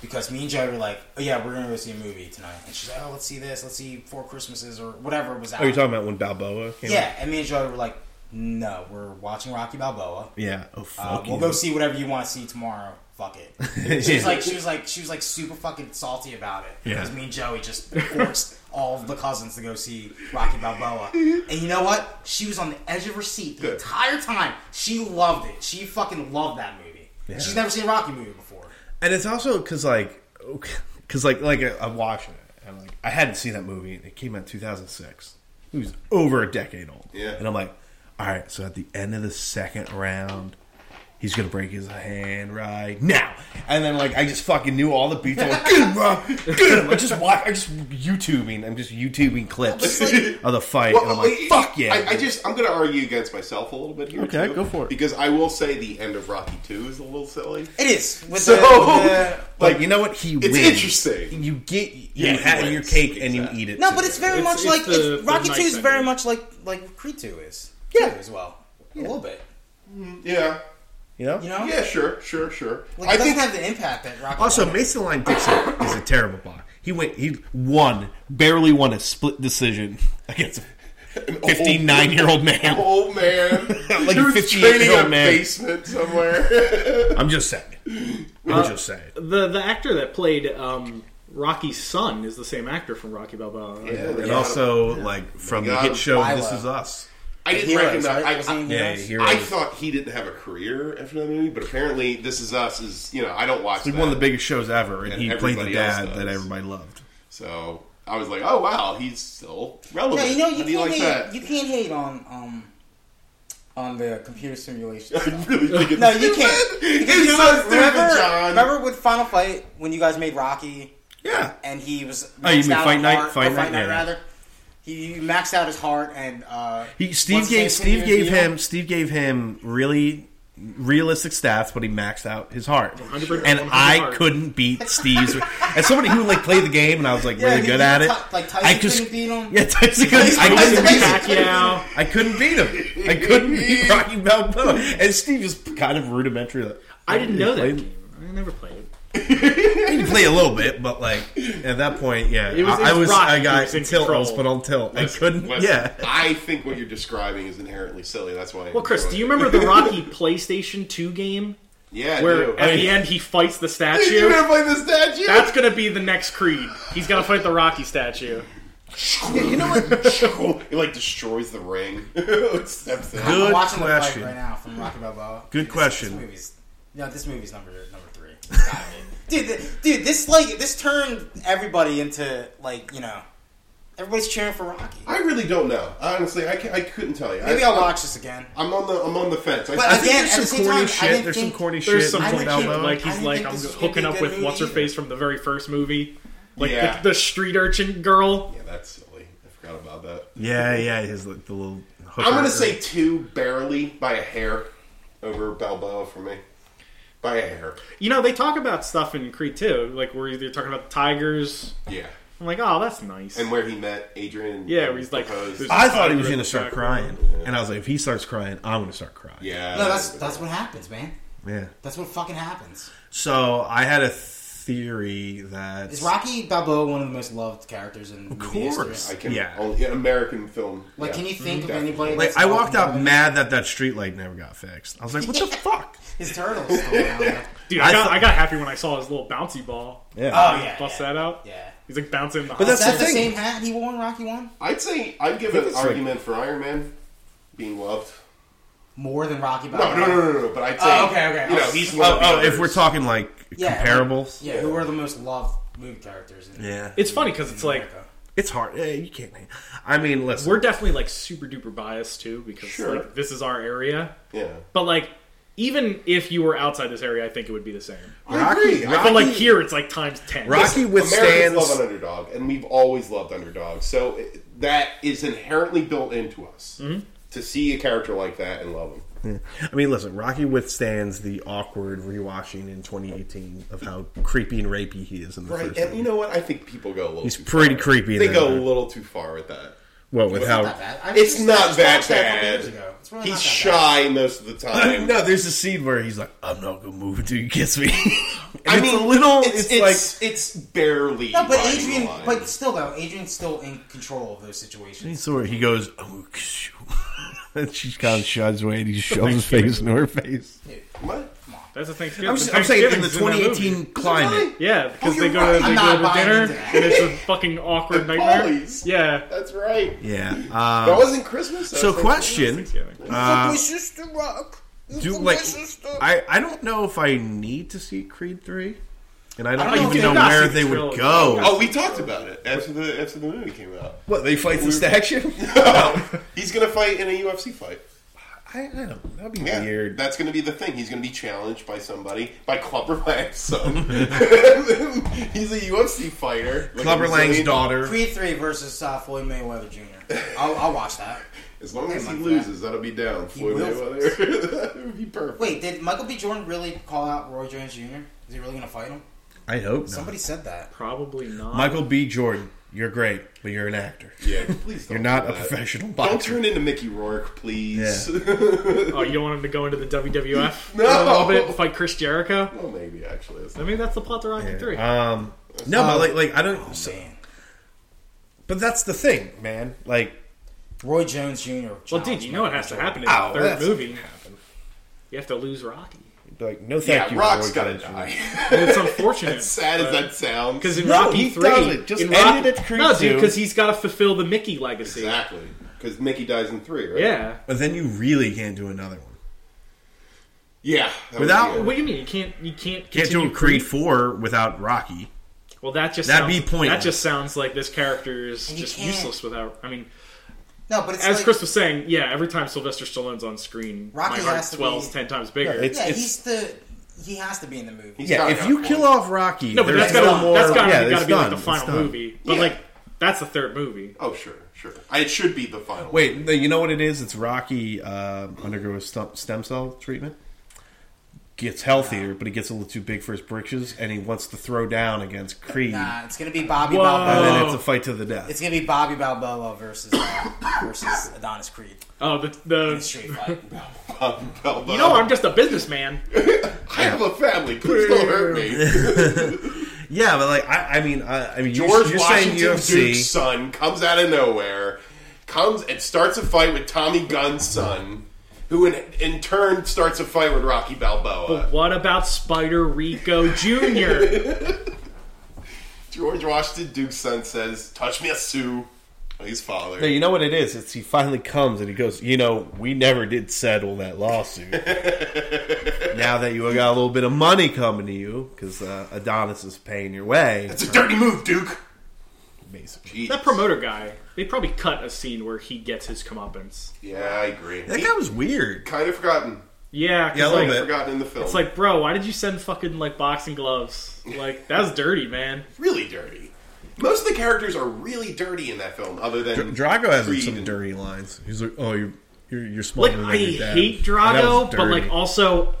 S1: because me and Joey were like, oh yeah, we're gonna go see a movie tonight, and she's like, oh let's see this, let's see Four Christmases or whatever was out.
S2: are you talking about when Balboa? Came out?
S1: Yeah, and me and Joey were like, no, we're watching Rocky Balboa.
S2: yeah. Oh
S1: Uh,
S2: fuck,
S1: we'll
S2: you.
S1: go see whatever you want to see tomorrow. Fuck it. She was like, she was like, she was like super fucking salty about it
S2: Yeah.
S1: because me and Joey just forced all of the cousins to go see Rocky Balboa. And you know what? She was on the edge of her seat the
S3: Good.
S1: entire time. She loved it. She fucking loved that movie. She's never seen a Rocky movie before.
S2: and it's also because like because like like I- I'm watching it and like I hadn't seen that movie. It came out in 2006. It was over a decade old.
S3: Yeah.
S2: and I'm like, all right. So at the end of the second round. He's gonna break his hand right now, and then like I just fucking knew all the beats. I'm like, get him, Rob, get him. I just watch, I just YouTubing. I'm just YouTubing clips of the fight, and I'm like,
S3: it-
S2: fuck yeah.
S3: I, I just I'm gonna argue against myself a little bit here.
S2: Okay,
S3: too,
S2: go for it.
S3: Because I will say the end of Rocky Two is a little silly.
S1: It is with
S3: So
S1: the, with
S2: But
S3: like
S2: uh, you know what? He
S3: it's
S2: wins.
S3: interesting.
S2: You get you
S3: Yeah, he
S2: have your
S3: wins.
S2: cake and you
S3: Exactly.
S2: eat it.
S1: the, no,
S2: too.
S1: but it's very
S4: It's-
S1: much
S4: it's
S1: like
S4: the-
S1: it's-
S4: the
S1: Rocky
S4: nice
S1: Two is very
S4: ending.
S1: much like like Creed Two is
S2: Yeah.
S1: too, as well a little bit.
S3: yeah,
S2: you know.
S1: You know,
S3: yeah, sure, sure, sure.
S1: Like, it
S3: I
S1: doesn't
S3: think
S1: have the impact that Rocky.
S2: Also,
S1: Balboa-
S2: Mason Line Dixon is a terrible block. He went. He won. Barely won a split decision against
S3: an
S2: a fifty-nine-year-old man.
S3: old man,
S2: Like
S3: who's
S2: 58
S3: training
S2: year old
S3: in a
S2: man.
S3: basement somewhere.
S2: I'm just saying. I'm
S3: Uh,
S2: just saying.
S4: The the actor that played um, Rocky's son is the same actor from Rocky Balboa. right?
S3: Yeah.
S2: And also, like from the
S3: got him.
S2: hit show
S1: Milo.
S2: "This Is Us."
S3: I didn't
S1: Heroes, right?
S3: recognize. I,
S1: Wasn't he in
S2: Yeah,
S1: Heroes?
S2: heroes.
S3: I thought he didn't have a career after that movie, E, but apparently, This Is Us is you know I don't watch.
S2: He
S3: that,
S2: won the biggest shows ever, and,
S3: And
S2: he played the
S3: everybody else
S2: dad
S3: does.
S2: that everybody loved.
S3: so I was like, oh wow, he's still relevant.
S1: Yeah, you know
S3: How
S1: you
S3: do you
S1: can't
S3: like
S1: hate,
S3: that?
S1: you can't hate on um on the computer simulation.
S3: I really think it's
S1: no, you
S3: stupid.
S1: can't.
S3: It's
S1: Because you
S3: so
S1: know,
S3: stupid,
S1: remember,
S3: John.
S1: remember with Final Fight when you guys made Rocky
S2: Yeah.
S1: and he was
S2: Oh,
S1: maxed
S2: you mean
S1: out
S2: Fight
S1: on
S2: Night?
S1: heart- or
S2: Fight Night, yeah.
S1: rather. He maxed out his heart and uh,
S2: He, Steve
S1: what's his name,
S2: gave Steve
S1: Simeon
S2: gave
S1: Neal?
S2: him Steve gave him really realistic stats, but he maxed out his heart.
S4: 100%
S2: And
S4: 100%
S2: I
S4: heart.
S2: couldn't beat Steve's. As somebody who like played the game and I was like
S1: Yeah,
S2: really
S1: he
S2: good
S1: beat
S2: at it,
S1: Ty- like, Tyson
S2: I just
S1: couldn't beat him?
S2: Yeah, Tyson couldn't. I
S1: Tyson
S2: couldn't beat him.
S4: Pacquiao.
S2: I couldn't beat him. I couldn't beat Rocky Balboa. And Steve was kind of rudimentary. Like,
S4: I didn't know that.
S2: Played-
S4: Game. I never played it.
S2: He played a little bit, but like at that point, yeah,
S4: was-
S2: I, I
S4: it was
S2: was
S4: Rocky
S2: I
S4: who
S2: got
S4: was in
S2: tilt. I was
S4: control.
S2: put on tilt. I
S3: Listen,
S2: couldn't.
S3: listen,
S2: Yeah.
S3: I think what you're describing is inherently silly. That's why. I
S4: Well, Chris,
S3: enjoy
S4: do you
S3: it.
S4: remember the Rocky PlayStation 2 game
S3: Yeah,
S4: where
S3: dude.
S4: at
S2: I-
S4: the end he fights the
S3: you
S4: statue?
S3: gonna play the statue?
S4: That's gonna be the next Creed. He's gotta fight the Rocky statue.
S2: You know what?
S3: it like destroys the ring. It steps in.
S2: Good
S1: I'm watching
S2: question.
S1: the fight right now from Rocky Balboa.
S2: Good
S1: this,
S2: question.
S1: This movie's, no, this movie's number number three. It's gotta be. dude, th- dude, this like this turned everybody into like you know, everybody's cheering for Rocky.
S3: I really don't know. Honestly, I, ca- I couldn't tell you.
S1: Maybe
S3: I,
S1: I'll watch this again.
S3: I'm on the I'm on the fence. I,
S1: But
S3: I
S2: I think
S1: Again, at
S2: there's
S1: the
S2: some
S1: same
S2: corny
S1: time, I
S2: shit.
S1: didn't
S2: There's some
S1: think-
S2: corny shit.
S4: There's some
S2: with
S1: I
S4: bullshit.
S1: didn't think-
S2: Balboa.
S4: Like
S1: I
S4: he's
S1: didn't
S4: like,
S1: think
S4: I'm
S1: this was gonna
S4: hooking
S1: be a
S4: up
S1: good
S4: with
S1: movie
S4: what's her
S1: either.
S4: face from the very first movie, like
S3: Yeah.
S4: the, the street urchin girl.
S3: yeah, that's silly. I forgot about that.
S2: Yeah, yeah, his like, the little.
S3: I'm gonna say two barely by a hair over Balboa for me. By a hair.
S4: You know, they talk about stuff in Creed 2, like where they're talking about the tigers
S3: Yeah.
S4: I'm like, oh, that's nice.
S3: and where he met Adrian. and
S4: Yeah, where he's like-
S3: proposed.
S4: there's-
S2: I thought he was
S4: Right
S2: going to start
S4: back.
S2: crying, and I was like, if he starts crying, I'm going to start crying.
S3: yeah,
S1: No, that's that's what happens, man.
S2: Yeah.
S1: That's what fucking happens.
S2: So I had a theory that
S1: Is Rocky Balboa one of the most loved characters in of
S2: course.
S3: I can
S2: Yeah.
S3: only yeah, American film.
S1: Like,
S3: yeah.
S1: can you think of
S3: Mm, Definitely.
S1: anybody?
S2: like
S1: that's
S2: I
S1: loved
S2: walked out
S1: more than
S2: mad that that streetlight never got fixed. I was like, what the fuck?
S1: His turtles. Oh, still around, though.
S4: Dude, I,
S2: I
S4: got,
S2: thought-
S4: I got happy when I saw his little bouncy ball.
S2: Yeah.
S1: Oh yeah,
S4: Bust
S1: yeah.
S4: that out.
S1: yeah.
S4: He's like bouncing. In the
S2: But
S4: but
S1: Is
S2: that's-
S1: that
S2: the
S1: the
S2: thing.
S1: same hat he wore in Rocky One?
S3: I'd say I'd give
S2: think
S3: an
S2: it's like-
S3: argument for Iron Man being loved.
S1: More than Rocky
S3: No,
S1: Balboa.
S3: no, no, no, no. But I'd say
S1: Oh, okay, okay.
S3: You know,
S1: Oh,
S3: he's one
S2: Oh,
S3: of the
S2: oh, if
S3: others.
S2: we're talking like
S1: Yeah,
S2: comparables,
S1: Yeah, who are the most loved movie characters? In
S2: Yeah.
S4: it's funny because it's like
S1: America?
S2: it's hard. Eh, you can't. I mean, listen,
S4: we're definitely like super duper biased too because
S3: Sure.
S4: like this is our area.
S3: yeah.
S4: But like, even if you were outside this area, I think it would be the same.
S3: I
S2: Rocky-
S3: agree. I
S4: But like
S2: Rocky-
S4: here, it's like times ten.
S2: Rocky
S3: Americans
S2: withstands.
S3: love an underdog, and we've always loved underdogs. So it, that is inherently built into us
S1: Mm-hmm.
S3: to see a character like that and love him.
S2: I mean, listen, Rocky withstands the awkward rewatching in 2018 of how creepy and rapey he is in the
S3: Right,
S2: first.
S3: and
S2: one.
S3: you know what? I think people go a little.
S2: He's
S3: too
S2: pretty
S3: far.
S2: creepy
S3: They
S2: there.
S3: go a little too far with that.
S2: Well, with how
S1: Not bad. I
S3: It's
S1: just- I
S3: not
S1: just
S3: that
S1: watched a couple
S3: bad.
S1: years ago. It's really
S3: He's
S1: not that bad.
S3: shy most of the time.
S2: no, there's a scene where he's like, "I'm not gonna move until you kiss me." And
S3: I
S2: it's
S3: mean,
S2: a little. It's,
S3: It's, it's, it's barely.
S1: No, but
S3: riding the
S1: Adrian,
S3: line.
S1: but still though, Adrian's still in control of those
S2: like
S1: situations.
S2: so where he goes, "I'm gonna kiss you," and she kind of shuds away, and he shoves his face into her face.
S3: What?
S4: That's a Thanksgiving.
S2: I'm, just, I'm saying in the Oh,
S4: Thanksgiving's that movie.
S2: 2018 climate.
S4: Yeah, because they
S3: you're
S4: go to,
S3: right.
S1: I'm
S4: they
S1: not
S4: go to
S1: buying
S4: dinner
S1: into that.
S4: and it's a fucking awkward nightmare.
S3: Polly's.
S4: Yeah.
S3: That's right.
S2: Yeah.
S3: That
S2: Uh,
S3: wasn't Christmas. that
S2: so,
S3: was
S2: question: uh,
S4: Thanksgiving.
S1: Fuck my sister, Rock. You
S2: Do
S1: fuck my
S2: like
S1: sister.
S2: I? I don't know if I need to see Creed three, and I don't,
S1: I don't know if
S2: even
S1: they've
S2: know,
S1: not
S2: where
S4: seen
S2: they
S4: the
S2: would
S4: trilogy.
S2: go.
S3: Oh, we talked about it after the after the movie came out.
S2: what they fight the statue?
S3: He's gonna fight in a UFC fight.
S2: I, I don't. That'd be
S3: Yeah,
S2: weird.
S3: That's gonna be the thing. He's gonna be challenged by somebody by Clubber Lang's son. He's a UFC fighter. like a
S2: Clubber Lang's
S3: Brazilian-
S2: daughter.
S1: Creed three versus uh, Floyd Mayweather Jr. I'll, I'll watch that.
S3: As long as he
S1: Come on,
S3: loses, that'll be down. Floyd
S1: will.
S3: Mayweather. that would be perfect.
S1: Wait, did Michael B. Jordan really call out Roy Jones Jr.? Is he really gonna fight him?
S2: I hope not.
S1: Somebody said that.
S4: Probably not.
S2: Michael B. Jordan, you're great, but you're an actor.
S3: Yeah, please. Don't
S2: You're not
S3: do
S2: a
S3: that.
S2: professional
S3: Don't
S2: boxer.
S3: turn into Mickey Rourke, please.
S4: Oh, you don't want him to go into the WWF
S3: No.
S4: for a little bit, fight Chris Jericho.
S3: well, Oh, maybe actually. That's
S4: I mean, that's the plot to Rocky Three.
S2: Um, no, but like, like I don't. so-
S1: Man,
S2: but that's the thing, man. Like,
S1: Roy Jones Jr.
S4: well,
S1: challenged
S4: dude, you know what has to happen in
S2: Ow,
S4: the third
S2: that's-
S4: movie? You have to lose Rocky.
S2: like no, thank
S3: yeah,
S2: you.
S3: Rock's
S2: Roy
S3: gotta
S2: Jones Jr.
S3: die.
S4: And it's unfortunate.
S3: as sad as that sounds.
S4: Because in
S2: No, he
S4: Rocky Three,
S2: doesn't. Just
S4: in
S2: end
S4: Rocky,
S2: it at Creed
S4: no, dude,
S2: two.
S4: because he's got to fulfill the Mickey legacy.
S3: exactly. Because Mickey dies in three, right?
S4: Yeah.
S2: But then you really can't do another one.
S3: Yeah. that would
S2: Without-
S3: be it.
S4: What do you mean? You can't. You can't.
S2: Can't do
S4: continue
S2: a Creed four without Rocky.
S4: Well, that just
S2: That'd
S4: sounds,
S2: be pointless.
S4: That just sounds like this character is
S1: you
S4: just
S1: can't-
S4: useless without. I mean,
S1: No, but it's
S4: as
S1: like,
S4: Chris was saying, yeah. Every time Sylvester Stallone's on screen,
S1: Rocky
S4: my heart
S1: has to
S4: swells
S1: be-
S4: ten times bigger.
S2: Yeah, it's-
S1: yeah, he's the he has to be in the movie.
S3: He's
S2: Yeah,
S3: gotta
S2: if
S3: have
S2: you
S3: one.
S2: kill off Rocky,
S4: no, but
S2: there's
S4: that's gotta,
S2: no
S4: that's
S2: more-
S4: gotta,
S2: yeah,
S4: gotta
S2: it's
S4: be like
S2: done.
S4: the
S2: It's
S4: final
S2: done.
S4: movie. But
S3: Yeah.
S4: like, that's the third movie.
S3: Oh, sure, sure. It should be the final.
S2: Wait, no, you know what it is? It's Rocky uh, undergoes st- stem cell treatment. Gets healthier, but he gets a little too big for his britches, and he wants to throw down against Creed,
S1: Nah, it's gonna be Bobby
S4: Whoa.
S2: and
S1: Balboa.
S2: then Oh. it's a fight to the death.
S1: It's gonna be Bobby Balboa versus uh, versus Adonis Creed
S4: Oh, the
S1: in a
S4: the.
S1: street fight.
S3: Um, Balboa.
S4: You know, I'm just a businessman.
S3: I have a family. Please don't hurt me.
S2: yeah, but like I, I mean, I, I mean, you're,
S3: George
S2: you're saying
S3: Washington
S2: UFC.
S3: Duke's son comes out of nowhere, comes and starts a fight with Tommy Gunn's son, who in, in turn starts a fight with Rocky Balboa.
S4: What about Spider Rico Jr.?
S3: George Washington Duke's son says, "Touch me a Sue." His father.
S2: No, you know what it is? It's he finally comes and he goes, you know, we never did settle that lawsuit. now that you got a little bit of money coming to you, because uh, Adonis is paying your way,
S3: It's a dirty move, Duke.
S2: basically.
S3: Jeez.
S4: that promoter guy. They probably cut a scene where he gets his comeuppance.
S3: Yeah, I agree.
S2: That
S3: He-
S2: guy was weird.
S3: kind of forgotten.
S4: Yeah, 'cause,
S2: Yeah, a little
S4: like,
S2: bit.
S3: Forgotten in the film.
S4: It's like, bro, why did you send fucking like boxing gloves? Like that's dirty, man.
S3: really dirty. Most of the characters are really dirty in that film, other than
S2: Drago has
S3: Creed
S2: some
S3: and-
S2: dirty lines. He's like, oh, you're you're, you're smaller
S4: Like
S2: than
S4: I
S2: your dad.
S4: hate
S2: And that was
S4: Drago, but
S2: dirty.
S4: like also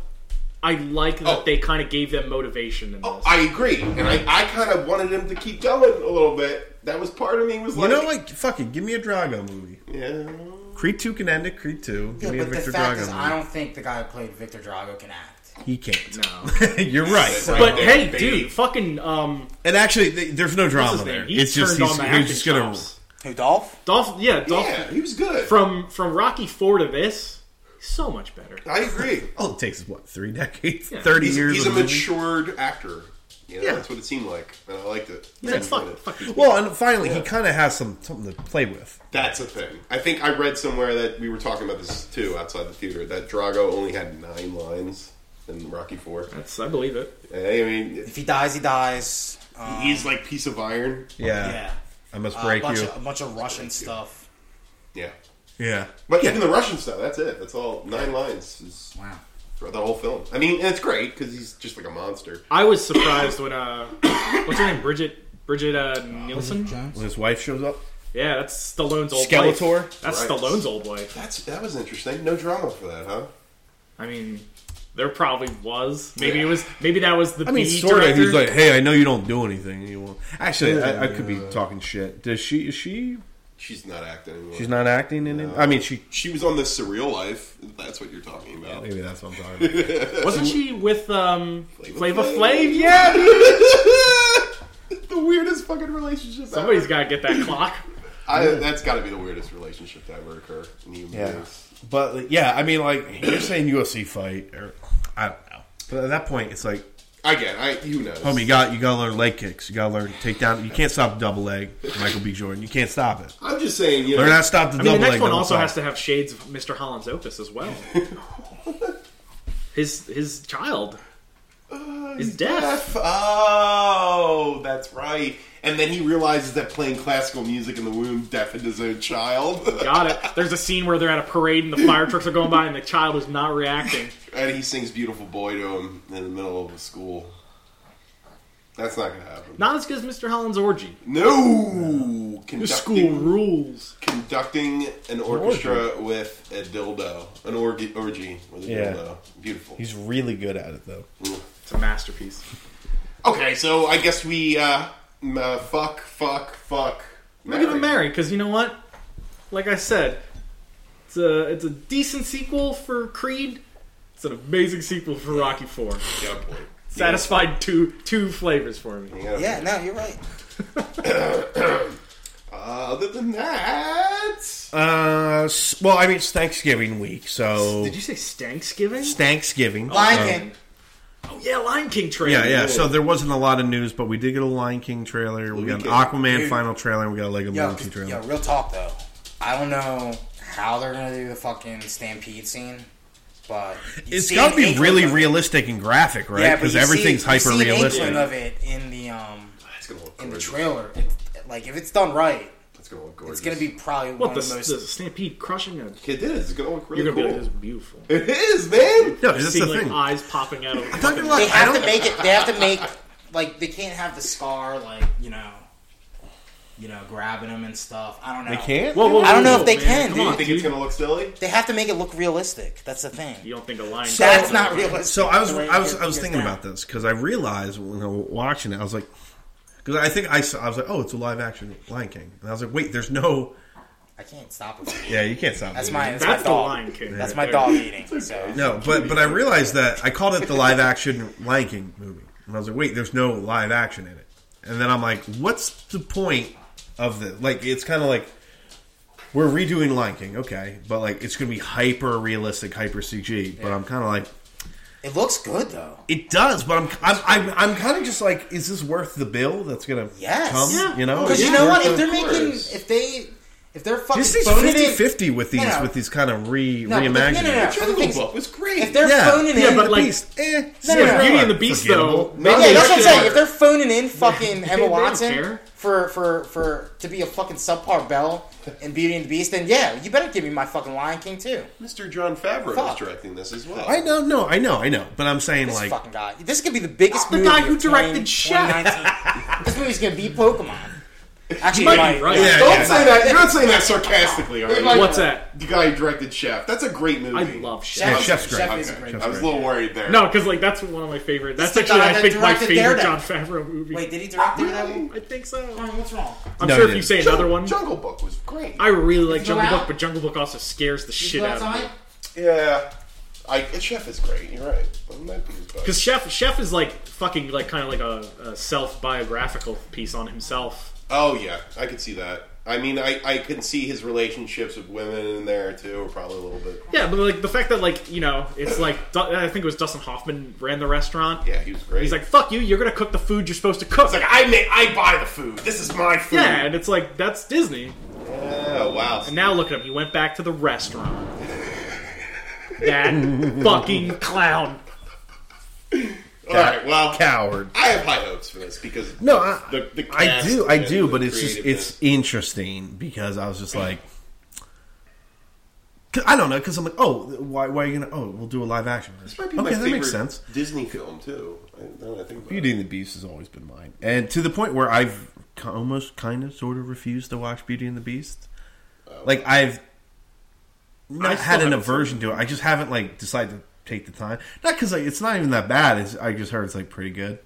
S4: I like that
S3: Oh.
S4: they kind of gave them motivation in this.
S3: Oh, I agree, and I, I kind of wanted him to keep going a little bit. That was part of me was
S2: You
S3: like,
S2: know, like fucking give me a Drago movie.
S3: yeah,
S2: Creed two can end it. Creed two. Give
S1: Yeah,
S2: me a
S1: but the
S2: Victor
S1: fact
S2: Drago
S1: is,
S2: movie.
S1: I don't think the guy who played Victor Drago can act.
S2: He can't.
S4: No.
S2: You're right.
S3: Right
S4: But
S3: there,
S4: hey,
S3: baby.
S4: dude, fucking um,
S2: And actually, th- there's no
S4: what's
S2: drama
S4: his
S2: there.
S4: name? He
S2: it's
S4: turned
S2: just
S4: on
S2: he's,
S4: the
S2: he's
S4: acting
S2: just gonna.
S4: chops.
S1: Who, Dolph?
S4: Dolph, yeah, Dolph.
S3: yeah, he was good.
S4: From from Rocky Four to this, he's so much better.
S3: I agree.
S2: All it takes is what three decades,
S4: Yeah.
S2: thirty
S3: He's,
S2: years.
S3: he's a
S2: of movie.
S3: matured actor. You know,
S2: Yeah.
S3: that's what it seemed like, and I liked it.
S4: He's like, fuck, fuck these
S2: Well, and finally, he kind of has some something to play with.
S3: That's a thing. I think I read somewhere that we were talking about this too outside the theater that Drago only had nine lines in Rocky Four.
S4: That's, I believe it.
S3: I mean,
S1: If he dies, he dies.
S2: Uh,
S1: Um,
S3: he's like piece of iron.
S2: Yeah,
S1: yeah,
S2: I must
S1: Uh,
S2: break
S1: a bunch
S2: you.
S1: of a bunch of Russian stuff.
S3: Yeah,
S2: yeah,
S3: but even the Russian stuff. That's it. That's all nine lines is
S1: Wow.
S3: throughout the whole film. I mean, and it's great because he's just like a monster.
S4: I was surprised when uh, what's her name, Bridget Bridget uh, Nielsen?
S2: when his wife shows up,
S4: Yeah, that's Stallone's old
S2: Skeletor?
S4: wife. That's
S3: Right.
S4: Stallone's old wife.
S3: That's that was interesting. No drama for that, huh?
S4: I mean, there probably was. Maybe
S3: Yeah.
S4: it was. Maybe that was the.
S2: I mean,
S4: B
S2: sort of.
S4: director.
S2: He's like, "Hey, I know you don't do anything anymore." Actually, I, I could be talking shit. Does she? Is she?
S3: She's not acting anymore.
S2: She's not acting in it. I mean, she.
S3: She was on this surreal life. if That's what you're talking about.
S2: Maybe that's what I'm talking about.
S4: wasn't she with um
S3: Flavor
S4: Flavor
S3: Flav?
S4: Flav? Yeah, dude.
S3: the weirdest fucking relationship.
S4: somebody's
S3: ever.
S4: got to get that clock.
S3: I, that's got to be the weirdest relationship to ever occur in human
S2: Yeah,
S3: beings.
S2: but like, yeah, I mean, like you're saying UFC fight, or I don't know. But at that point, it's like,
S3: Again, I who knows?
S2: homie, you got you got to learn leg kicks. You got to learn to take down. You can't stop double leg, Michael B. Jordan. You can't stop it.
S3: I'm just saying, you know,
S2: Learn how to stop the
S4: I mean,
S2: double
S4: the next
S2: leg.
S4: one
S2: double
S4: also
S2: side.
S4: has to have shades of Mr. Holland's Opus as well. his his child is deaf.
S3: F- Oh, that's right. And then he realizes that playing classical music in the womb deafened his own child,
S4: Got it. There's a scene where they're at a parade and the fire trucks are going by and the child is not reacting.
S3: and he sings "Beautiful Boy" to him in the middle of a school. That's not gonna happen.
S4: Not as good as Mr. Holland's orgy.
S3: no,
S4: The
S3: conducting,
S4: school rules.
S3: conducting an orchestra with a dildo, an orgy, orgy with a
S2: Yeah.
S3: dildo. Beautiful.
S2: He's really good at it though.
S4: It's a masterpiece.
S3: Okay, so I guess we uh, m- uh fuck, fuck, fuck.
S4: We're gonna marry because you know what? Like I said, it's a it's a decent sequel for Creed. It's an amazing sequel for Rocky Four.
S3: You got a point.
S4: Satisfied two two flavors for me.
S3: You got a
S1: Yeah, no, you're right.
S3: Uh, Other than that,
S2: Uh, s- well, I mean it's Thanksgiving week, so
S4: Did you say Stanksgiving?
S2: Thanksgiving.
S1: Lion
S2: Um,
S1: King.
S4: Oh yeah, Lion King trailer.
S2: Yeah, yeah. So there wasn't a lot of news, but we did get a Lion King trailer. We got an
S3: Weekend.
S2: Aquaman
S1: Dude.
S2: final trailer. and We got a Lego
S1: Yo,
S2: Movie trailer.
S1: yo, real talk though. I don't know how they're gonna do the fucking stampede scene, but you
S2: It's
S1: see
S2: got
S1: an
S2: to be
S1: inkling
S2: really
S1: of it.
S2: realistic and graphic, right?
S1: Yeah, but
S2: Because
S1: you see-
S2: everything's
S1: you see
S2: hyper
S1: an
S2: realistic.
S1: inkling of it in the um
S3: that's gonna look
S1: in the
S3: gorgeous.
S1: trailer. It, like if it's done right,
S3: That's gonna look gorgeous.
S1: it's gonna be probably
S4: what
S1: one
S4: the,
S1: of the
S4: the
S1: most.
S4: stampede crushing a
S3: It is. It's gonna look really
S4: You're gonna be
S3: cool.
S4: like, this is beautiful.
S3: it is, man.
S2: No, that's
S4: Seeing
S2: the
S4: like
S2: thing.
S4: eyes popping out of.
S2: Talking about-
S1: they
S2: I
S1: have
S2: don't-
S1: to make it. They have to make like they can't have the scar like you know, you know, grabbing him and stuff. I don't know.
S2: They can't.
S4: Whoa, whoa,
S1: I don't
S4: whoa,
S1: know if they
S4: man.
S1: can,
S4: Come
S1: dude.
S4: on,
S3: think
S4: dude.
S3: it's gonna look silly?
S1: They have to make it look realistic. That's the thing.
S4: You don't think a lion?
S1: That's not realistic.
S2: So I was
S1: The way
S2: I was
S1: it
S2: I was
S1: gets
S2: thinking
S1: down.
S2: about this because I realized when I was watching it, I was like, because I think I saw, I was like, oh, it's a live action Lion King, and I was like, wait, there's no.
S1: I can't stop it.
S2: Yeah, you can't stop.
S1: That's
S2: me.
S1: my that's,
S4: That's
S1: my
S4: the
S1: dog.
S4: Lion King.
S1: That's
S4: right
S1: my
S4: there.
S1: dog eating. So
S2: No, but but I realized that I called it the live action Lion King movie, and I was like, wait, there's no live action in it. And then I'm like, what's the point of this? Like, it's kind of like we're redoing Lion King, okay, but like it's going to be hyper realistic, hyper CG. But I'm kind of like,
S1: it looks good though.
S4: Oh,
S2: it does, but I'm I'm I'm, I'm kind of just like, is this worth the bill that's going to
S1: Yes.
S2: come?
S1: Yeah.
S2: You know,
S1: Because
S2: Is
S1: you
S2: it
S1: know
S2: worth
S1: what? If
S2: the-
S1: they're making,
S3: course.
S1: if they, if they're fucking
S2: this is
S1: phoning
S2: 50
S1: it,
S2: 50 with these
S1: No, no.
S2: with these kind of re
S1: No, but- no, no,
S2: reimagining.
S1: no.
S2: it.
S1: But the
S3: Jungle
S1: thing's-
S3: Book was great.
S1: if they're
S2: Yeah.
S1: phoning
S4: Yeah,
S1: in,
S4: but like-
S2: Beast, eh,
S1: No, no, no.
S4: Beauty and the Beast,
S2: Forgettable.
S4: though.
S1: yeah,
S3: they
S1: that's what I'm
S3: should.
S1: saying. If they're phoning in fucking Emma
S4: don't
S1: Watson
S4: care.
S1: for for for to be a fucking subpar Belle in Beauty and the Beast, then yeah, you better give me my fucking Lion King too.
S3: Mr. John Favreau
S1: Fuck.
S3: is directing this as well.
S2: I know, no, I know, I know, but I'm saying
S1: This
S2: like
S1: fucking guy. This could be the biggest.
S4: The
S1: movie
S4: guy who
S1: of
S4: directed
S1: 20
S4: Chef.
S1: 2019. this movie's gonna be Pokemon. Actually,
S4: might
S1: it
S4: be
S1: might.
S4: right.
S1: Yeah.
S3: Don't say that. You're not saying that sarcastically, all right?
S4: What's that?
S3: The guy who directed Chef. That's a great movie.
S4: I love Chef.
S2: Yeah, Chef's great.
S1: Chef is a
S3: Okay.
S1: great.
S3: I was a
S1: movie.
S3: little worried there.
S4: No, because like that's one of my favorite. That's
S1: the
S4: actually
S1: guy
S4: I
S1: that
S4: think my
S1: directed
S4: favorite John
S1: Daredevil.
S4: Favreau movie.
S1: Wait, did he direct Daredevil?
S4: I think so.
S1: What's wrong?
S4: I'm
S2: No,
S4: sure
S2: he
S4: if you
S2: didn't.
S4: say
S3: Jungle,
S4: another one,
S3: Jungle Book was great.
S4: I really like
S1: Go
S4: Jungle
S1: out?
S4: Book, but Jungle Book also scares the shit out of me.
S3: yeah. I, Chef is great. You're right. Well, that was bad.
S4: Because Chef Chef is like fucking like kind of like a, a self biographical piece on himself.
S3: Oh yeah, I could see that. I mean, I, I can see his relationships with women in there too, or probably a little bit.
S4: Yeah, but like the fact that like you know it's like Du- I think it was Dustin Hoffman ran the restaurant.
S3: Yeah, he was great.
S4: He's like, "Fuck you! You're gonna cook the food you're supposed to cook."
S3: It's like "Ah, mm." I make, I buy the food. This is my food.
S4: yeah, and it's like that's Disney.
S3: Oh wow.
S4: And now look at him. He went back to the restaurant. That fucking clown.
S3: All right. Well,
S2: Coward.
S3: I have high hopes for this because
S2: No, I,
S3: the, the
S2: I
S3: cast
S2: do, I
S3: and
S2: do,
S3: the
S2: but it's just it's
S3: creativeness.
S2: interesting because I was just like, 'cause I don't know, because I'm like, oh, why, why are you gonna? Oh, we'll do a live action.
S3: This might be my
S2: okay, that makes
S3: favorite
S2: sense.
S3: Disney film too. I, now that I think about
S2: Beauty and the Beast has always been mine, and to the point where I've ki- almost kind of sort of refused to watch Beauty and the Beast. Like I've
S4: Oh. I
S2: not
S4: still
S2: had an
S4: haven't
S2: aversion to it. I just haven't like decided to take the time. Not because like, it's not even that bad. It's, I just heard it's like pretty good,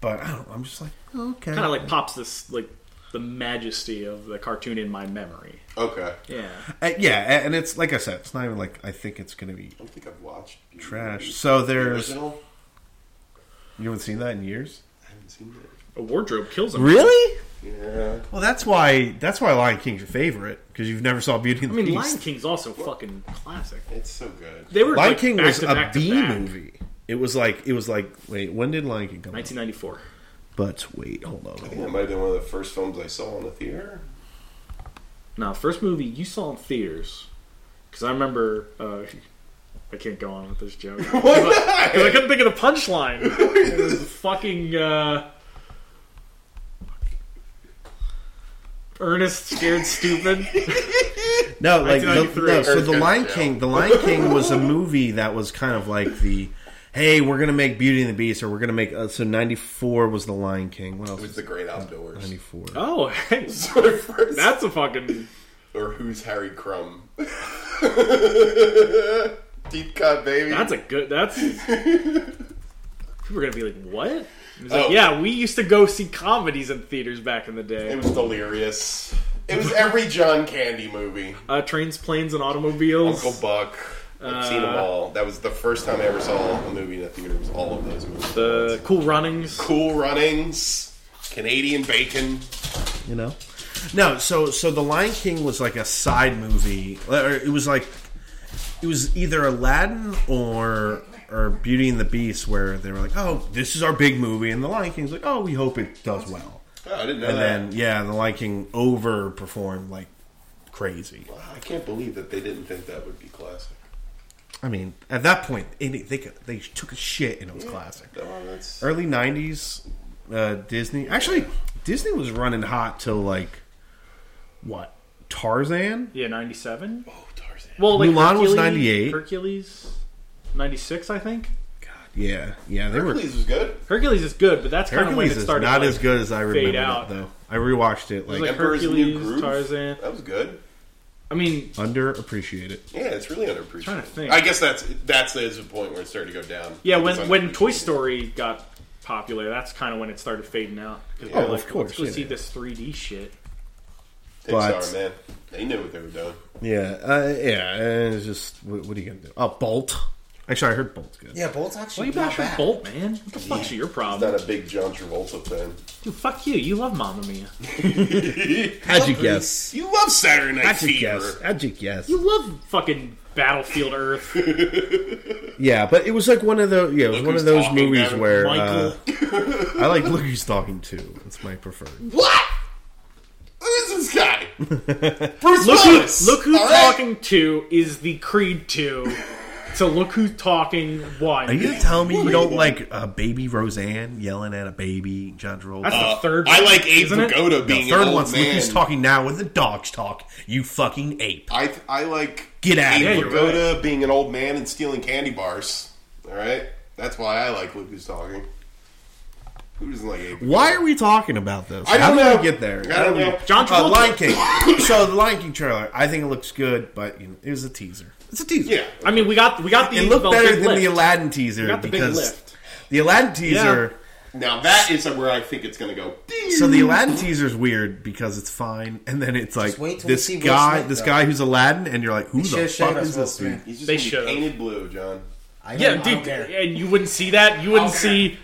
S2: but I don't. I'm just like okay.
S4: Kind of like pops this like the majesty of the cartoon in my memory.
S3: it. Okay.
S4: Yeah.
S2: Uh, yeah, a- and it's like I said, it's not even like I think it's gonna be
S3: I don't think I've watched Beauty and the
S2: trash.
S3: Beast.
S2: So
S3: The
S2: there's you
S3: original.
S2: haven't seen that in years,
S3: I haven't seen it.
S4: A wardrobe kills him.
S2: really?
S3: Yeah.
S2: Well, that's why that's why Lion King's your favorite because you've never saw Beauty and
S4: I
S2: the
S4: mean, Lion
S2: Beast.
S4: King's also fucking classic.
S3: It's so good.
S4: They were
S2: Lion
S4: like,
S2: King
S4: back
S2: was
S4: to
S2: a
S4: back to
S2: B
S4: back.
S2: movie. It was like it was like wait, when did Lion King come? out?
S4: 1994.
S2: But wait, hold on.
S3: Yeah, it might have been one of the first films I saw in the theater.
S4: Now, first movie you saw in theaters, because I remember. Uh, I can't go on with this joke. Because I couldn't think of the punchline. It was fucking uh, Ernest Scared Stupid.
S2: No, like the,
S4: 1993.
S2: no, so
S3: Earth's
S2: the
S3: gonna
S2: Lion
S3: fail.
S2: King. The Lion King was a movie that was kind of like the. Hey, we're gonna make Beauty and the Beast, or we're gonna make. Uh, so ninety four was the Lion King. What else?
S3: It was The Great Outdoors.
S2: ninety four?
S4: Oh, hey,
S3: Sorry, first.
S4: that's a fucking.
S3: or Who's Harry Crumb? Deep cut, baby.
S4: That's a good. That's. People are gonna be like, "What?" He's like,
S3: Oh.
S4: "Yeah, we used to go see comedies in theaters back in the
S3: It
S4: day.
S3: was delirious. It was every John Candy movie.
S4: Uh, trains, planes, and automobiles."
S3: Uncle Buck. I've seen
S4: Uh,
S3: them all. That was the first time I ever saw a movie in a theater. Was all of those movies.
S4: The Uh, Cool Runnings.
S3: Cool Runnings, Canadian Bacon.
S2: you know no so so the lion king was like a side movie or it was like it was either aladdin or or beauty and the beast where they were like oh this is our big movie and the lion king's like oh we hope it does well
S3: Oh, I didn't know
S2: and
S3: that.
S2: then yeah the lion king overperformed like crazy
S3: I can't believe that they didn't think that would be classic.
S2: i mean at that point it, they could- they took a shit and it was classic
S3: No, that's
S2: early 90s uh, disney actually disney was running hot till like what tarzan
S4: Yeah, ninety-seven.
S3: oh Tarzan.
S4: Well, like
S2: Mulan was
S4: Hercules-
S2: 98.
S4: Hercules, ninety-six, I think.
S2: Yeah, yeah, they were.
S3: Hercules was good.
S4: Hercules is good, but that's kind of when
S2: Hercules
S4: it
S2: is
S4: started.
S2: not
S4: like,
S2: as good as I remember
S4: out.
S2: it, though. I rewatched it like,
S4: Like
S3: Emperor's New
S4: Hercules,
S3: Groove.
S4: Tarzan.
S3: That was good.
S4: I mean,
S2: underappreciated.
S3: Yeah, it's really underappreciated.
S4: Trying to think.
S3: I guess that's that's is the point where it started to go down.
S4: yeah,
S3: It was
S4: when when Toy
S3: underappreciated.
S4: Story got popular, that's kind of when it started fading out. 'Cause
S3: Yeah,
S4: people
S3: of
S4: were like,
S2: Oh, course,
S4: Let's go
S2: yeah,
S4: see
S2: yeah.
S4: this three D shit.
S3: Pixar,
S2: But-
S3: man, they knew what they were doing.
S2: Yeah, uh, yeah. and It's just what, what are you gonna do? Oh, Bolt. Actually, I heard Bolt's good.
S1: Yeah, Bolt's
S4: Why
S1: actually
S4: you
S1: not
S4: bash
S1: bad.
S4: Bolt, man? What the fuck's your
S3: It's
S4: problem,
S3: not a big John Travolta fan.
S4: dude? Fuck you. You love Mamma Mia.
S2: How'd you
S1: Grease.
S2: guess?
S3: You love Saturday Night
S2: How'd you
S3: Fever.
S2: guess? How'd you guess?
S4: You love fucking Battlefield
S3: Uh,
S4: Earth.
S2: Yeah, but it was like one of those. Yeah, it was
S3: Look
S2: one
S3: who's
S2: of those
S3: talking,
S2: movies
S3: Gavin.
S2: where uh,
S4: Michael.
S2: I like Look Who's Talking Too. It's my preferred.
S3: What? Who is this guy? Bruce
S4: Look
S3: Willis.
S4: who, look who
S3: all right?
S4: talking to is the Creed two. So look who talking one.
S2: Are you gonna tell me you don't like uh, Baby Roseanne yelling at a baby, John Travolta?
S4: That's the third.
S3: I
S4: one,
S3: like Abe
S4: isn't it?
S3: Vigoda
S2: the
S3: being
S2: third
S3: an old
S2: one's Look
S3: man.
S2: Who's Talking Now when the dogs talk. You fucking ape.
S3: I th- I like
S2: Get out of
S3: Abe
S2: here.
S4: Yeah, you're right.
S3: Vigoda being an old man and stealing candy bars. All right, that's why I like Luke who's talking. Who doesn't like Ape?
S2: Why are we talking about this?
S3: I don't
S2: How did
S3: know.
S2: I get there?
S3: I don't know.
S4: John
S2: Uh,
S4: Travolta.
S2: Lion King. so the Lion King trailer, I think it looks good, but you know, it was a teaser. It's a teaser.
S3: Yeah.
S4: I mean, we got we got the
S2: It looked
S4: the
S2: better
S4: big
S2: than the
S4: lift.
S2: Aladdin teaser
S4: We got the big
S2: because
S4: lift.
S2: the Aladdin teaser.
S3: Now that is where I think it's going to go.
S2: So the Aladdin teaser's weird because it's fine, and then it's like
S1: wait till we
S2: this
S1: see Will
S2: guy,
S1: Smith,
S2: this
S1: though.
S2: guy who's Aladdin, and you're like, who
S1: Should
S2: the
S1: have showed
S2: fuck
S1: us
S2: is
S1: Will
S2: this dude?
S1: Smith.
S3: He's just
S4: They
S3: gonna be
S4: should've.
S3: painted blue, John.
S1: I don't,
S4: Yeah,
S1: I don't
S4: dude,
S1: care.
S4: and you wouldn't see that. You wouldn't
S1: Okay.
S4: see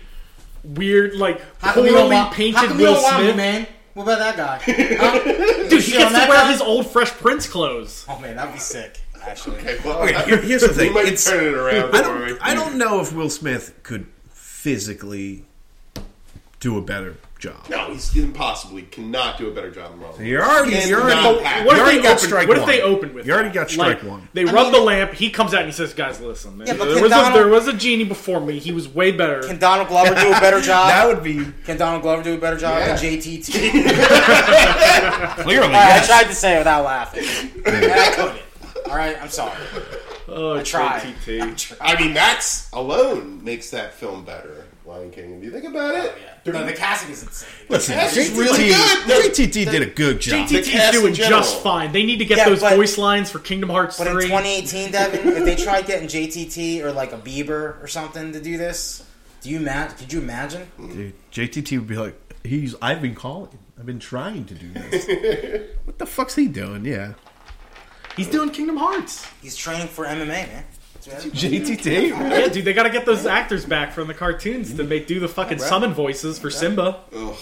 S4: weird, like
S1: How come you don't
S4: poorly
S1: want- how
S4: painted
S1: come you
S4: Will
S1: don't want me,
S4: Smith.
S1: man? What about that guy? Huh?
S4: Dude, he
S1: Shit
S4: gets
S1: on
S4: to
S1: that
S4: wear
S1: guy?
S4: his old Fresh Prince clothes.
S1: Oh man, that'd be sick. Actually,
S3: well,
S2: Okay, here- here's the thing.
S3: We might
S2: It's-
S3: turn it around.
S2: I
S3: for me.
S2: don't, I don't know if Will Smith could physically do a better job.
S3: No, he's impossibly cannot do a better job than Robin.
S2: You're already,
S3: It's
S2: you're
S3: not
S2: already,
S3: happening.
S2: you
S4: What if,
S2: already
S4: they
S2: got
S4: open,
S2: strike
S4: what
S2: one.
S4: if they open with
S2: You already
S4: that?
S2: got strike
S4: Like,
S2: one.
S4: They rub
S1: mean-
S4: the lamp. He comes out and he says, "Guys, listen. man,
S1: Yeah, but
S4: there,
S1: can
S4: was a,
S1: Donald-
S4: there was a genie before me. He was way better.
S1: can Donald Glover do a better job?
S2: That would be
S1: Can Donald Glover do a better job
S3: Yeah.
S1: than JTT?
S2: clearly.
S1: I tried to say it without laughing, and I couldn't. All right, I'm sorry.
S4: oh, I
S1: tried.
S3: I mean, that's alone makes that film better. Lion King. If you think about it,
S2: Oh,
S1: No, the casting is insane.
S2: Listen,
S3: That's
S2: JTT,
S3: really good. No,
S2: JTT did a good job.
S3: JTT
S4: TT's
S3: cast in
S4: doing
S3: general.
S4: just fine. They need to get
S1: Yeah,
S4: those
S1: but-
S4: voice lines for Kingdom Hearts
S1: But in
S4: three.
S1: 2018, Devin, if they tried getting JTT or like a Bieber or something to do this, do you ma- Could you imagine?
S2: Dude, JTT would be like, he's. I've been calling. I've been trying to do this. what the fuck's he doing? Yeah, he's doing Kingdom Hearts.
S1: He's training for MMA, man. That's what happened.
S2: JTT.
S4: yeah, dude, they got to get those actors back from the cartoons to make do the fucking summon voices for Simba.
S3: Ugh.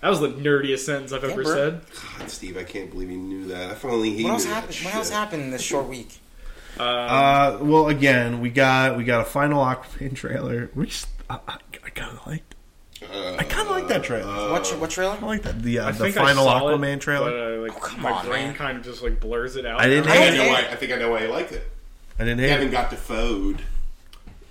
S4: That was the nerdiest sentence I've ever
S1: bro.
S4: said.
S3: God, Steve, I can't believe he knew that. I finally he
S1: What else
S3: knew that
S1: happened? What
S3: shit.
S1: else happened in this short week?
S2: Uh, well, again, we got we got a final Aquaman trailer, which I, I, I kind of liked. I kind of like that trailer.
S1: What, tr- what trailer?
S2: I like that the uh,
S4: I
S2: the
S4: think
S2: final
S4: I saw it,
S2: Aquaman trailer.
S4: But, uh, like,
S1: Oh, come
S4: my
S1: on,
S4: brain
S1: man.
S4: kind of just like blurs it out.
S2: I didn't
S3: I think I
S2: hate
S3: know
S2: it.
S3: why. I think I know why he liked it.
S2: I didn't
S3: He
S2: hate
S3: haven't
S2: it.
S3: got defoed.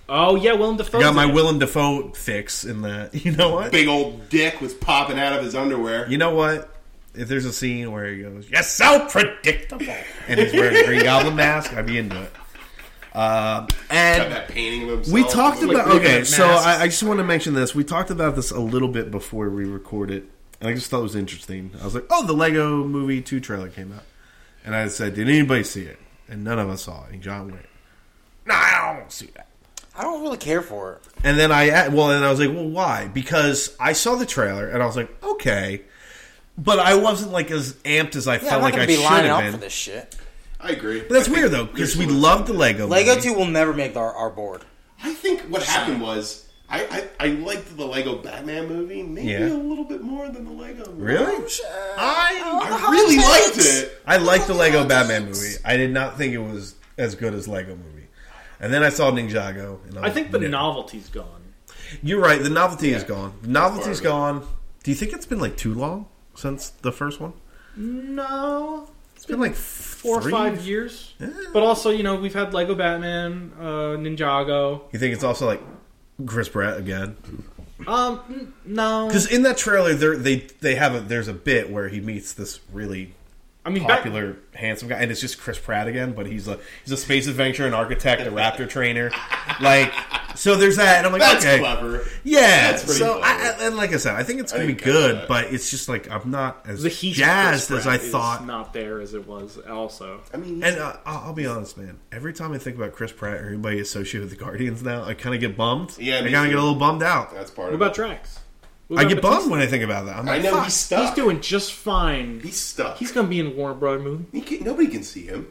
S4: Oh yeah, Willem Dafoe.
S2: I got my Willem Dafoe fix in that. You know what?
S3: Big old dick was popping out of his underwear.
S2: You know what? If there's a scene where he goes, "You're so predictable," and he's wearing a Green Goblin mask, I'd be into it. Um
S3: Got
S2: and
S3: that painting of himself.
S2: we talked
S3: Like,
S2: about
S4: looking
S2: okay,
S4: at
S2: so
S4: masks.
S2: I, I just want to mention this. We talked about this a little bit before we recorded, and I just thought it was interesting. I was like, "Oh, the Lego Movie Two trailer came out," and I said, "Did anybody see it?" And none of us saw it. And John went, "No, I don't see that."
S1: I don't really care for it.
S2: And then I well, and I was like, well, why? Because I saw the trailer and I was like, okay, but I wasn't like as amped as I
S1: Yeah,
S2: felt
S1: I'm not
S2: like
S1: gonna
S2: I
S1: be
S2: should
S1: lining
S2: have
S1: up
S2: been.
S1: for this shit.
S3: I agree.
S2: But that's weird though, because we loved the Lego.
S1: Lego
S2: movie.
S1: Two will never make our, our board.
S3: I think what happened was I, I, I liked the Lego Batman movie maybe
S2: Yeah.
S3: a little bit more than the Lego. Movie.
S1: Oh,
S2: Really? I
S3: I really liked it.
S2: I liked the
S1: Oh,
S2: Lego Batman movie. I did not think it was as good as Lego movie. And then I saw Ninjago. And I,
S4: I
S2: was
S4: think the
S2: like, no.
S4: novelty's gone.
S2: You're right. The novelty is gone. The novelty's
S3: Part of it.
S2: gone. Do you think it's been like too long since the first one?
S4: No,
S2: It's been like
S4: four
S2: four
S4: or five years. But also, you know, we've had Lego Batman, uh, Ninjago.
S2: You think it's also like Chris Pratt again?
S4: Um, n- no,
S2: Because in that trailer, there they they have a there's a bit where he meets this really
S4: I mean, back-
S2: popular handsome guy, and it's just Chris Pratt again, but he's a he's a space adventurer, an architect, a raptor trainer, like so. There's that, and I'm like,
S3: That's
S2: okay,
S3: clever.
S2: yeah.
S3: That's pretty
S2: so, I,
S3: clever.
S2: I, and like I said, I think it's gonna
S3: think uh,
S2: be
S3: I got
S2: good,
S3: that.
S2: but it's just like I'm not as
S4: the heat
S2: jazzed
S4: for
S2: as
S4: Sprat
S2: I
S4: is
S2: thought.
S4: not there as it was. Also,
S3: I mean,
S2: And uh, I'll I'll be honest, man. Every time I think about Chris Pratt or anybody associated with the Guardians now, I kind of get bummed.
S3: Yeah,
S2: I
S3: me
S2: kind of
S3: too.
S2: get a little bummed out.
S3: that's part
S4: what
S3: of
S4: about
S3: it.
S4: Drax? What
S2: I
S4: about
S2: get bummed
S4: Batista?
S2: when I think about that. I'm
S3: I
S2: like,
S3: know
S2: fuck.
S3: he's stuck.
S4: He's doing just fine.
S3: He's stuck.
S4: He's gonna be in a Warner Brother movie.
S3: He can't, nobody can see him.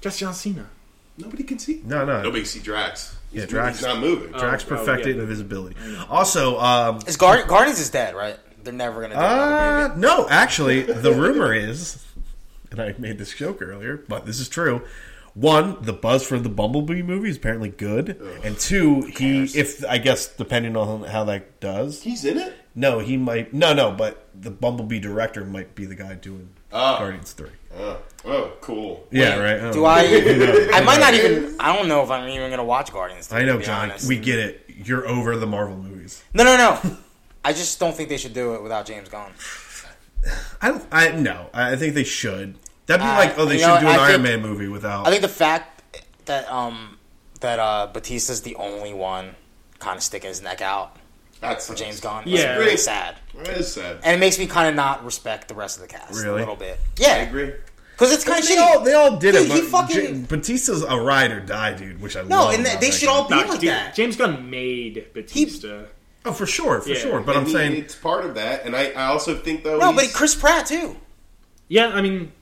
S4: Just John Cena.
S3: Nobody can see.
S2: No, no.
S3: Nobody can see Drax. He's,
S2: Yeah, Drax-
S3: He's not moving.
S2: Drax
S4: Oh, oh,
S2: perfected
S4: yeah.
S2: invisibility. Also, um,
S1: Is Guard- Guardians is dead, right? They're never gonna do another movie.
S2: uh, no, actually, the rumor is, and I made this joke earlier, but this is true. One, the buzz for the Bumblebee movie is apparently good, and two, he, if I guess depending on how that does,
S3: He's in it.
S2: no, he might, no, no, but the Bumblebee director might be the guy doing Guardians Three.
S3: Oh, oh cool.
S2: Yeah, right. Oh.
S1: Do I? I might not even. I don't know if I'm even gonna watch Guardians. Three,
S2: I
S1: to
S2: know,
S1: be
S2: John.
S1: honest.
S2: We get it. You're over the Marvel movies.
S1: No, no, no. I just don't think they should do it without James Gunn.
S2: I, don't, I no. I I think they should. That'd be
S1: Uh,
S2: like, oh, they
S1: you
S2: should
S1: know,
S2: do an
S1: I
S2: Iron
S1: think-
S2: Man movie without.
S1: I think the fact that um that uh Batista's the only one kind of sticking his neck out
S3: That's
S1: for James Gunn.
S4: Yeah.
S1: It's really sad.
S3: That is sad.
S1: And it makes me kind of not respect the rest of the cast
S2: Really?
S1: a little bit.
S3: I
S1: Yeah,
S3: agree.
S1: because it's kind of
S2: They
S1: shitty.
S2: all, they all did
S1: Dude,
S2: it.
S1: he
S2: But
S1: fucking-
S2: J- Batista's a ride or die dude, which I love.
S1: no, and they,
S2: about
S1: they
S2: that
S1: should
S2: guy.
S1: all be
S4: Nah,
S1: like
S4: dude,
S1: that.
S4: James Gunn made Batista.
S2: Oh, for sure, for
S4: Yeah.
S2: sure. But
S3: I
S2: I'm
S3: mean,
S2: saying
S3: it's part of that, and I, I also think though.
S1: No,
S3: he's-
S1: but Chris Pratt too.
S4: yeah, I mean,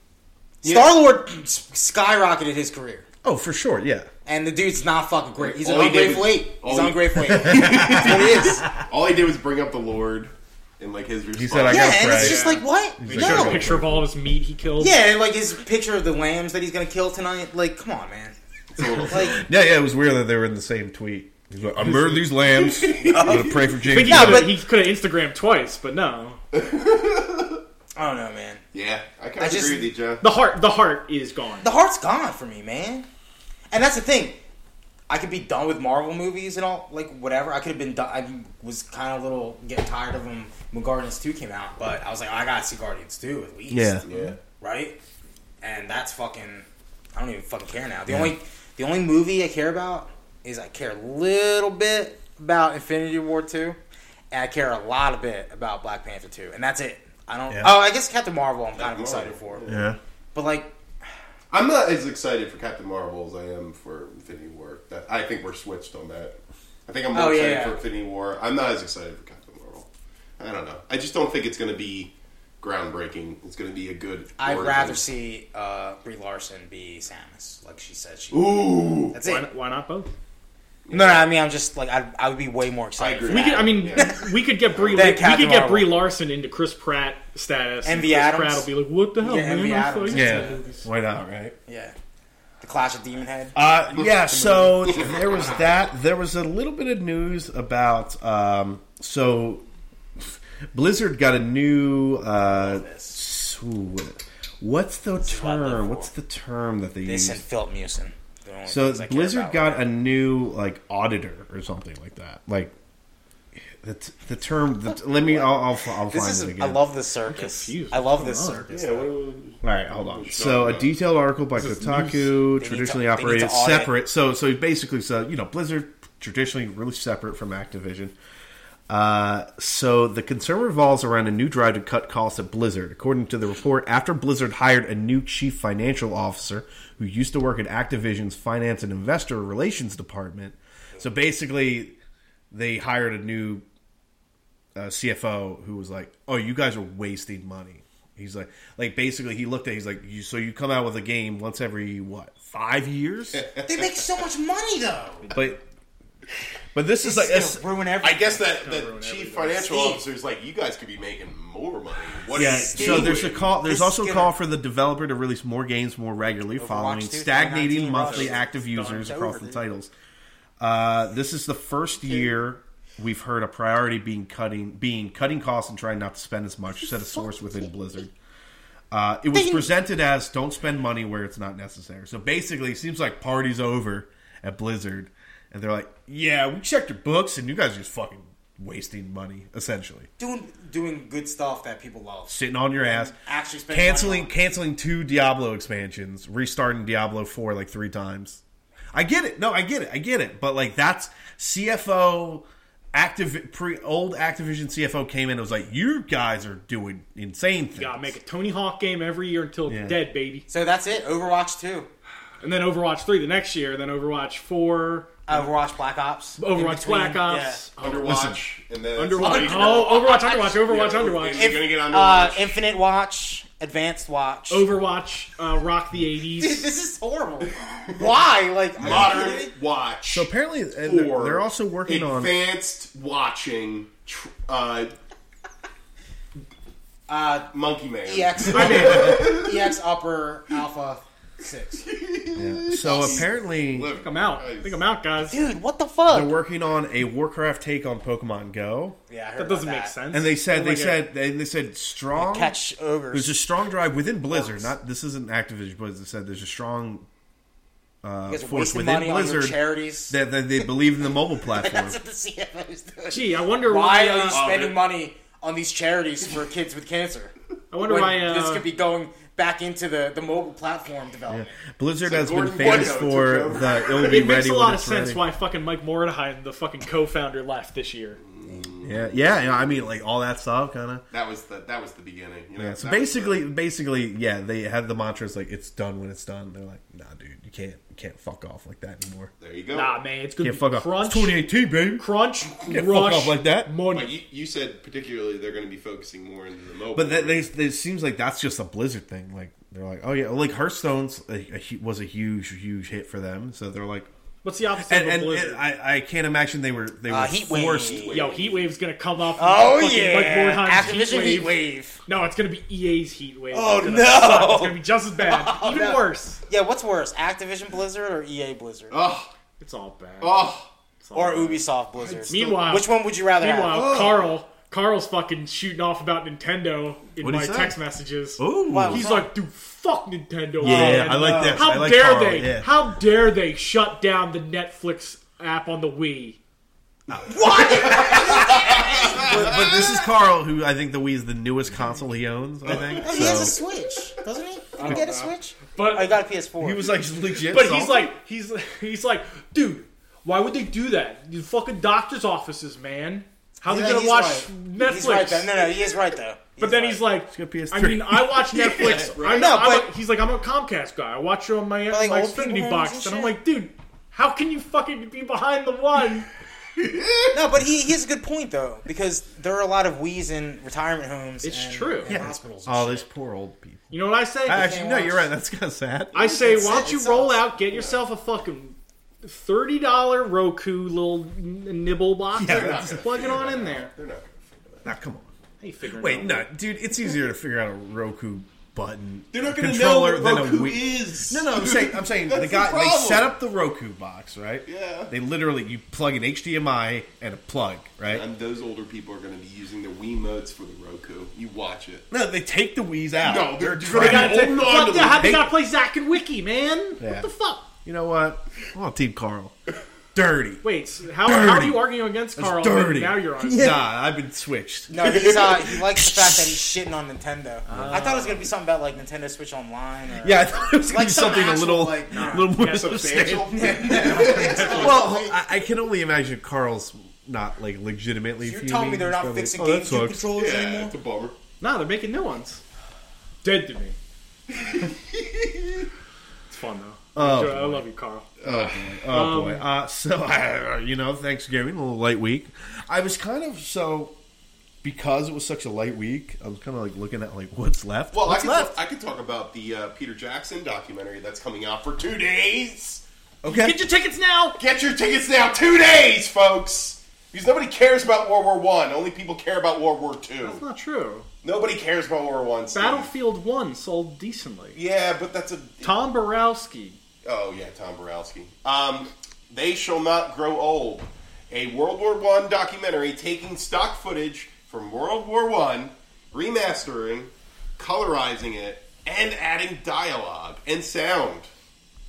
S1: Star Lord skyrocketed his career.
S2: Oh, for sure, yeah.
S1: And the dude's not fucking great. He's
S3: All
S1: an
S3: he did
S1: ungrateful
S3: was-
S1: ape.
S3: all
S1: He's
S3: he-
S1: ungrateful ape. That's what it is.
S3: all he did was bring up the Lord, and like his response.
S2: said, I
S1: Yeah,
S2: got
S1: and
S2: Brad.
S1: it's just like what?
S2: He's like,
S4: showed a
S1: No.
S2: "Sure."
S4: picture of all of his meat he killed.
S1: Oh. Yeah, and like his picture of the lambs that he's gonna kill tonight. Like, come on, man.
S3: It's a little-
S1: Like,
S2: Yeah, yeah, it was weird that they were in the same tweet. He's like, I murder these lambs. I'm gonna pray for
S4: I think
S2: James.
S4: he
S1: No,
S4: coulda-
S1: but-
S4: he could have Instagrammed twice, but no.
S1: I don't know, man.
S3: yeah, I kind
S1: I
S3: of
S1: just-
S3: agree with you, Joe.
S4: The heart, the heart is gone.
S1: The heart's gone for me, man. And that's the thing. I could be done with Marvel movies and all, like whatever. I could have been. Done. I was kind of a little getting tired of them when Guardians Two came out, but I was like, "Oh, I gotta see Guardians Two at least.
S2: Yeah.
S3: Yeah,
S1: right? And that's fucking. I don't even fucking care now. The only the only movie I care about is I care a little bit about Infinity War two, and I care a lot a bit about Black Panther two, and that's it. I don't.
S2: Yeah.
S1: Oh, I guess Captain Marvel. I'm kind of
S3: Captain
S1: excited for,
S3: Marvel.
S2: Yeah.
S1: but like,
S3: I'm not as excited for Captain Marvel as I am for Infinity War. That, I think we're switched on that. I think I'm more
S1: Oh,
S3: excited
S1: yeah.
S3: for Infinity War. I'm not as excited for Captain Marvel. I don't know. I just don't think it's going to be groundbreaking. It's going to be a good.
S1: I'd
S3: origin.
S1: rather see uh, Brie Larson be Samus, like she said she.
S3: Ooh,
S1: That's
S4: Why,
S1: it.
S4: not- why not both?
S1: No, no, I mean, I'm just like I. I would be way more excited.
S3: I agree.
S1: for
S4: We could, I mean,
S3: Yeah.
S4: we could get Brie.
S1: Then
S4: we could
S1: Captain
S4: get Brie
S1: Marvel.
S4: Larson into Chris Pratt status.
S1: Envy
S4: Chris
S1: Adams.
S4: Pratt will be like, "What the hell,
S1: Yeah,
S4: man?
S1: Envy
S4: I'm
S1: Adams.
S4: so
S2: Yeah.
S4: excited."
S2: Why not, right?
S1: that. Yeah, the Clash of Demon Head.
S2: Uh, yeah, so there was that. There was a little bit of news about. Um, so Blizzard got a new. Uh, s- ooh, what's the
S1: what I live for.
S2: term? What's the term that they
S1: This
S2: use?
S1: and Philip Mewson. The only
S2: So
S1: things I care
S2: Blizzard
S1: about.
S2: got a new like auditor or something like that. Like the t- the term. The t- let me. I'll I'll, I'll
S1: This
S2: find
S1: is.
S2: it again.
S1: I love this circus.
S4: confused.
S1: I love this
S4: What's going
S1: circus.
S3: Yeah, what do we-
S2: All right, hold on. So, a detailed article by Kotaku,
S1: to-
S2: traditionally
S1: they need to
S2: operated
S1: audit.
S2: separate. So, so basically, so you know, Blizzard traditionally really separate from Activision. Uh, so the concern revolves around a new drive to cut costs at Blizzard. According to the report, after Blizzard hired a new chief financial officer who used to work at Activision's finance and investor relations department, so basically they hired a new uh, CFO who was like, "Oh, you guys are wasting money." He's like, like basically, he looked at, he's like, you, "So you come out with a game once every what five years?"
S1: They make so much money though.
S2: but but this is like,
S1: It's
S2: it's,
S1: gonna ruin
S3: I
S1: everything.
S3: guess that
S4: Kinda
S3: the
S4: ruin
S3: chief
S4: everything.
S3: financial
S1: Steve.
S3: officer is like, you guys could be making more money. What
S2: yeah.
S3: is
S2: So there's a
S3: doing?
S2: call. There's
S1: This
S2: also
S1: is
S2: a
S1: gonna-
S2: call for the developer to release more games more regularly, following
S1: 2,
S2: stagnating
S1: 2019
S2: monthly
S1: rush.
S2: active users
S1: It's
S2: across
S1: over,
S2: the
S1: dude.
S2: titles. Uh, this is the first year. We've heard a priority being cutting, being cutting costs and trying not to spend as much," said a source within Blizzard. Uh, it was
S1: Ding.
S2: presented as "Don't spend money where it's not necessary." So basically, it seems like party's over at Blizzard, and they're like, "Yeah, we checked your books, and you guys are just fucking wasting money, essentially,
S1: doing doing good stuff that people love.
S2: sitting on your ass."
S1: Actually, spending
S2: canceling
S1: money
S2: canceling two Diablo expansions, restarting Diablo four like three times. I get it. No, I get it. I get it. But like that's CFO active pre old Activision CFO came in and was like, "You guys are doing insane things."
S4: Gotta make a Tony Hawk game every year until
S2: Yeah.
S4: dead, baby.
S1: on- So that's it. Overwatch two.
S4: And then Overwatch three the next year. Then Overwatch four.
S1: Overwatch Black Ops.
S4: Overwatch Black Ops.
S3: Underwatch and then
S4: Underwatch. Oh, Overwatch, Underwatch, Overwatch,
S3: Yeah,
S4: Underwatch.
S3: You're gonna get
S1: Yeah.
S3: on
S1: Uh,
S3: Overwatch.
S1: Infinite Watch, Advanced Watch.
S4: Overwatch, uh, Rock the 80s.
S1: Dude, this is horrible. Why? Like I-
S3: modern watch.
S2: So apparently, uh, they're,
S3: for
S2: they're also working on.
S3: advanced watching. Tr- uh,
S1: Uh,
S3: Monkey Man.
S1: EX, EX E Upper Alpha Six.
S2: yeah. So apparently,
S3: Look,
S4: I'm out. I think I'm out, guys.
S1: Dude, what the
S2: they're
S1: fuck?
S2: working on a Warcraft take on Pokemon Go,
S1: Yeah, I heard
S4: That
S1: about
S4: doesn't make
S1: that.
S4: sense.
S2: and they
S4: Oh
S2: said
S4: my
S2: they
S4: God.
S2: said they, they said strong
S1: Catch
S2: There's
S1: ogres.
S2: a strong drive within Blizzard. Not this isn't Activision, but as I said, there's a strong uh,
S1: You guys are
S2: force
S1: wasting
S2: within
S1: money on your
S2: Blizzard
S1: charities.
S2: that, that they believe in the mobile platform.
S1: That's what the CFO's doing.
S4: Gee, I wonder why.
S1: why are you
S4: uh,
S1: spending
S3: it-
S1: money on these charities for kids with cancer?
S4: I wonder
S1: When
S4: why. Uh,
S1: this could be going back into the, the mobile platform development.
S2: Blizzard has been
S3: Gordon
S2: famous
S3: Wano
S2: for
S3: took over.
S2: the it'll be
S4: it makes
S2: ready
S4: a
S2: when
S4: lot of
S2: it's
S4: sense
S2: ready.
S4: why fucking Mike Mordenheim, the fucking co-founder, left this year.
S2: Yeah, yeah, yeah. I mean, like all that stuff, kind of.
S3: That was the that was the beginning. You know,
S2: Yeah. So
S3: That was
S2: basically, basically, yeah, they had the mantras like "It's done when it's done." They're like, "Nah, dude, you can't, you can't fuck off like that anymore.
S3: the- there you go.
S4: Nah, man, it's good.
S2: Can't fuck off.
S4: crunch,
S2: It's 2018, baby.
S4: crunch,
S2: Can't fuck
S4: rush,
S2: off like that.
S3: But
S4: money.
S3: you, you said particularly they're going to be focusing more into the mobile.
S2: But that, they, it seems like that's just a Blizzard thing. Like they're like, "Oh yeah," like Hearthstone's a, a, hu- was a huge, huge hit for them. So they're like,
S4: What's the opposite
S2: and,
S4: of a
S2: and,
S4: blizzard?
S2: and I, I can't imagine they were they were
S1: Uh, heat wave.
S2: forced.
S4: Yo, Heatwave's gonna come up.
S1: Oh
S4: fucking
S1: yeah,
S4: Mike Morhaim's
S1: Activision Heat Wave.
S4: No, it's gonna be EA's Heat Wave.
S1: Oh,
S4: It's gonna
S1: no.
S4: suck. It's gonna be just as bad,
S2: Oh,
S4: even worse.
S1: Yeah, what's worse, Activision Blizzard or EA Blizzard
S3: oh,
S4: It's all bad.
S3: oh,
S4: It's all
S1: or
S4: bad.
S1: Ubisoft Blizzard?
S4: Meanwhile-
S1: which one would you rather
S4: Meanwhile,
S1: have?
S2: Oh.
S4: Carl, Carl's fucking shooting off about Nintendo in
S2: What'd
S4: my
S2: he say?
S4: text messages.
S2: Ooh,
S1: Wow.
S4: He's like, dude, fuck Nintendo.
S2: yeah,
S4: man.
S2: I like that.
S4: How
S2: I like
S4: dare
S2: Carl,
S4: they?
S2: yeah.
S4: How dare they shut down the Netflix app on the Wii?
S2: but, but this is Carl, who I think the Wii is the newest console he owns. I think.
S1: Oh, He has a
S2: So-
S1: Switch, doesn't he? Did he get a Switch?
S4: But
S1: I Oh, got a PS4.
S2: he was like legit,
S4: But he's
S2: salty.
S4: like, he's he's like, dude, why would they do that? You fucking doctors' offices, man. How they
S1: Yeah,
S4: gonna
S1: he's
S4: watch
S1: right.
S4: Netflix?
S1: He's right though. No, no, he is right though.
S4: but then he's like,
S2: got PS3.
S4: I mean, I watch Netflix. I'm,
S1: No,
S4: I'm a-
S1: but-
S4: he's like, I'm a Comcast guy. I watch it on my,
S1: like,
S4: my
S1: old people
S4: Xfinity
S1: homes
S4: box,
S1: and
S4: and, I'm
S1: shit.
S4: like, dude, how can you fucking be behind the one?
S1: no, but he, he has a good point though because there are a lot of Wii's in retirement homes.
S4: It's
S1: and,
S4: true.
S1: and
S4: Yeah.
S1: hospitals. And
S2: oh,
S1: shit.
S2: these poor old people.
S4: You know what I say?
S2: Actually, no,
S1: watch-
S2: you're right. That's kind of sad.
S4: I say,
S1: It's-
S4: why don't you
S1: it
S4: roll
S1: sucks.
S4: out, get yourself a fucking thirty dollar Roku little n- nibble box,
S2: Yeah,
S4: and
S2: that's-
S4: plug it on in there.
S3: they're not.
S2: Now, come on.
S4: Hey, figure it
S2: Wait,
S4: out.
S2: no, dude, it's easier to figure out a Roku button
S3: They're not going to know
S2: controller
S3: what
S2: than a
S3: Roku
S2: Wii.
S3: is.
S2: No, no, I'm saying, I'm saying the
S3: That's
S2: guy.
S3: the
S2: they
S3: problem.
S2: set up the Roku box, right?
S3: Yeah.
S2: They literally you plug an HDMI and a plug, right?
S3: And those older people are going to be using their Wii modes for the Roku. You watch it.
S2: no, they take the Wii's out.
S3: No, they're
S4: They
S2: trying.
S4: gotta
S3: Hold
S4: take,
S3: on
S4: what
S3: to
S4: the
S3: the
S4: hell? They
S2: bait.
S4: gotta play Zack and Wiki, man.
S2: Yeah.
S4: What the fuck?
S2: you know what? I'm on Team Carl. Dirty.
S4: Wait, s- how, how are
S2: Dirty.
S4: you arguing against Carl?
S2: It's dirty.
S4: Now you're on.
S2: Nah, I've been switched.
S1: No, he's, uh, he likes the fact that he's shitting on Nintendo. I thought it was gonna be something about like Nintendo Switch Online. Or,
S2: Yeah, I thought it was gonna
S1: Like
S2: be
S1: some
S2: something
S1: actual,
S2: a little,
S1: like, nah.
S2: little more
S4: Yeah,
S2: substantial.
S3: Substantial.
S2: Well, I, I can only imagine Carl's not like legitimately.
S1: You're
S2: fuming.
S1: telling me they're
S2: He's
S1: not
S2: probably
S1: fixing
S2: like,
S1: GameCube
S2: oh, that sucks.
S1: controllers
S3: yeah,
S1: anymore?
S3: it's a bummer.
S4: No, they're making new ones. Dead to me. it's fun though.
S2: Oh,
S4: Joe, I love you, Carl.
S2: Oh boy. Uh, so uh, you know, Thanksgiving, a little light week. I was kind of so because it was such a light week. I was kind of like looking at like what's left.
S3: Well, I
S2: what's
S3: can,
S2: left?
S3: I can talk about the uh, Peter Jackson documentary that's coming out for two days.
S2: okay.
S4: Get your tickets now.
S3: Get your tickets now, two days, folks. Because nobody cares about World War One. Only people care about World War
S4: That's
S3: Two.
S4: not true.
S3: Nobody cares about World War One. Steve.
S4: Battlefield One sold decently.
S3: Yeah, but that's a.
S4: Tom Borowski.
S3: Oh yeah, Tom Borowski. Um, they shall not grow old. A World War One documentary taking stock footage from World War One, remastering, colorizing it, and adding dialogue and sound.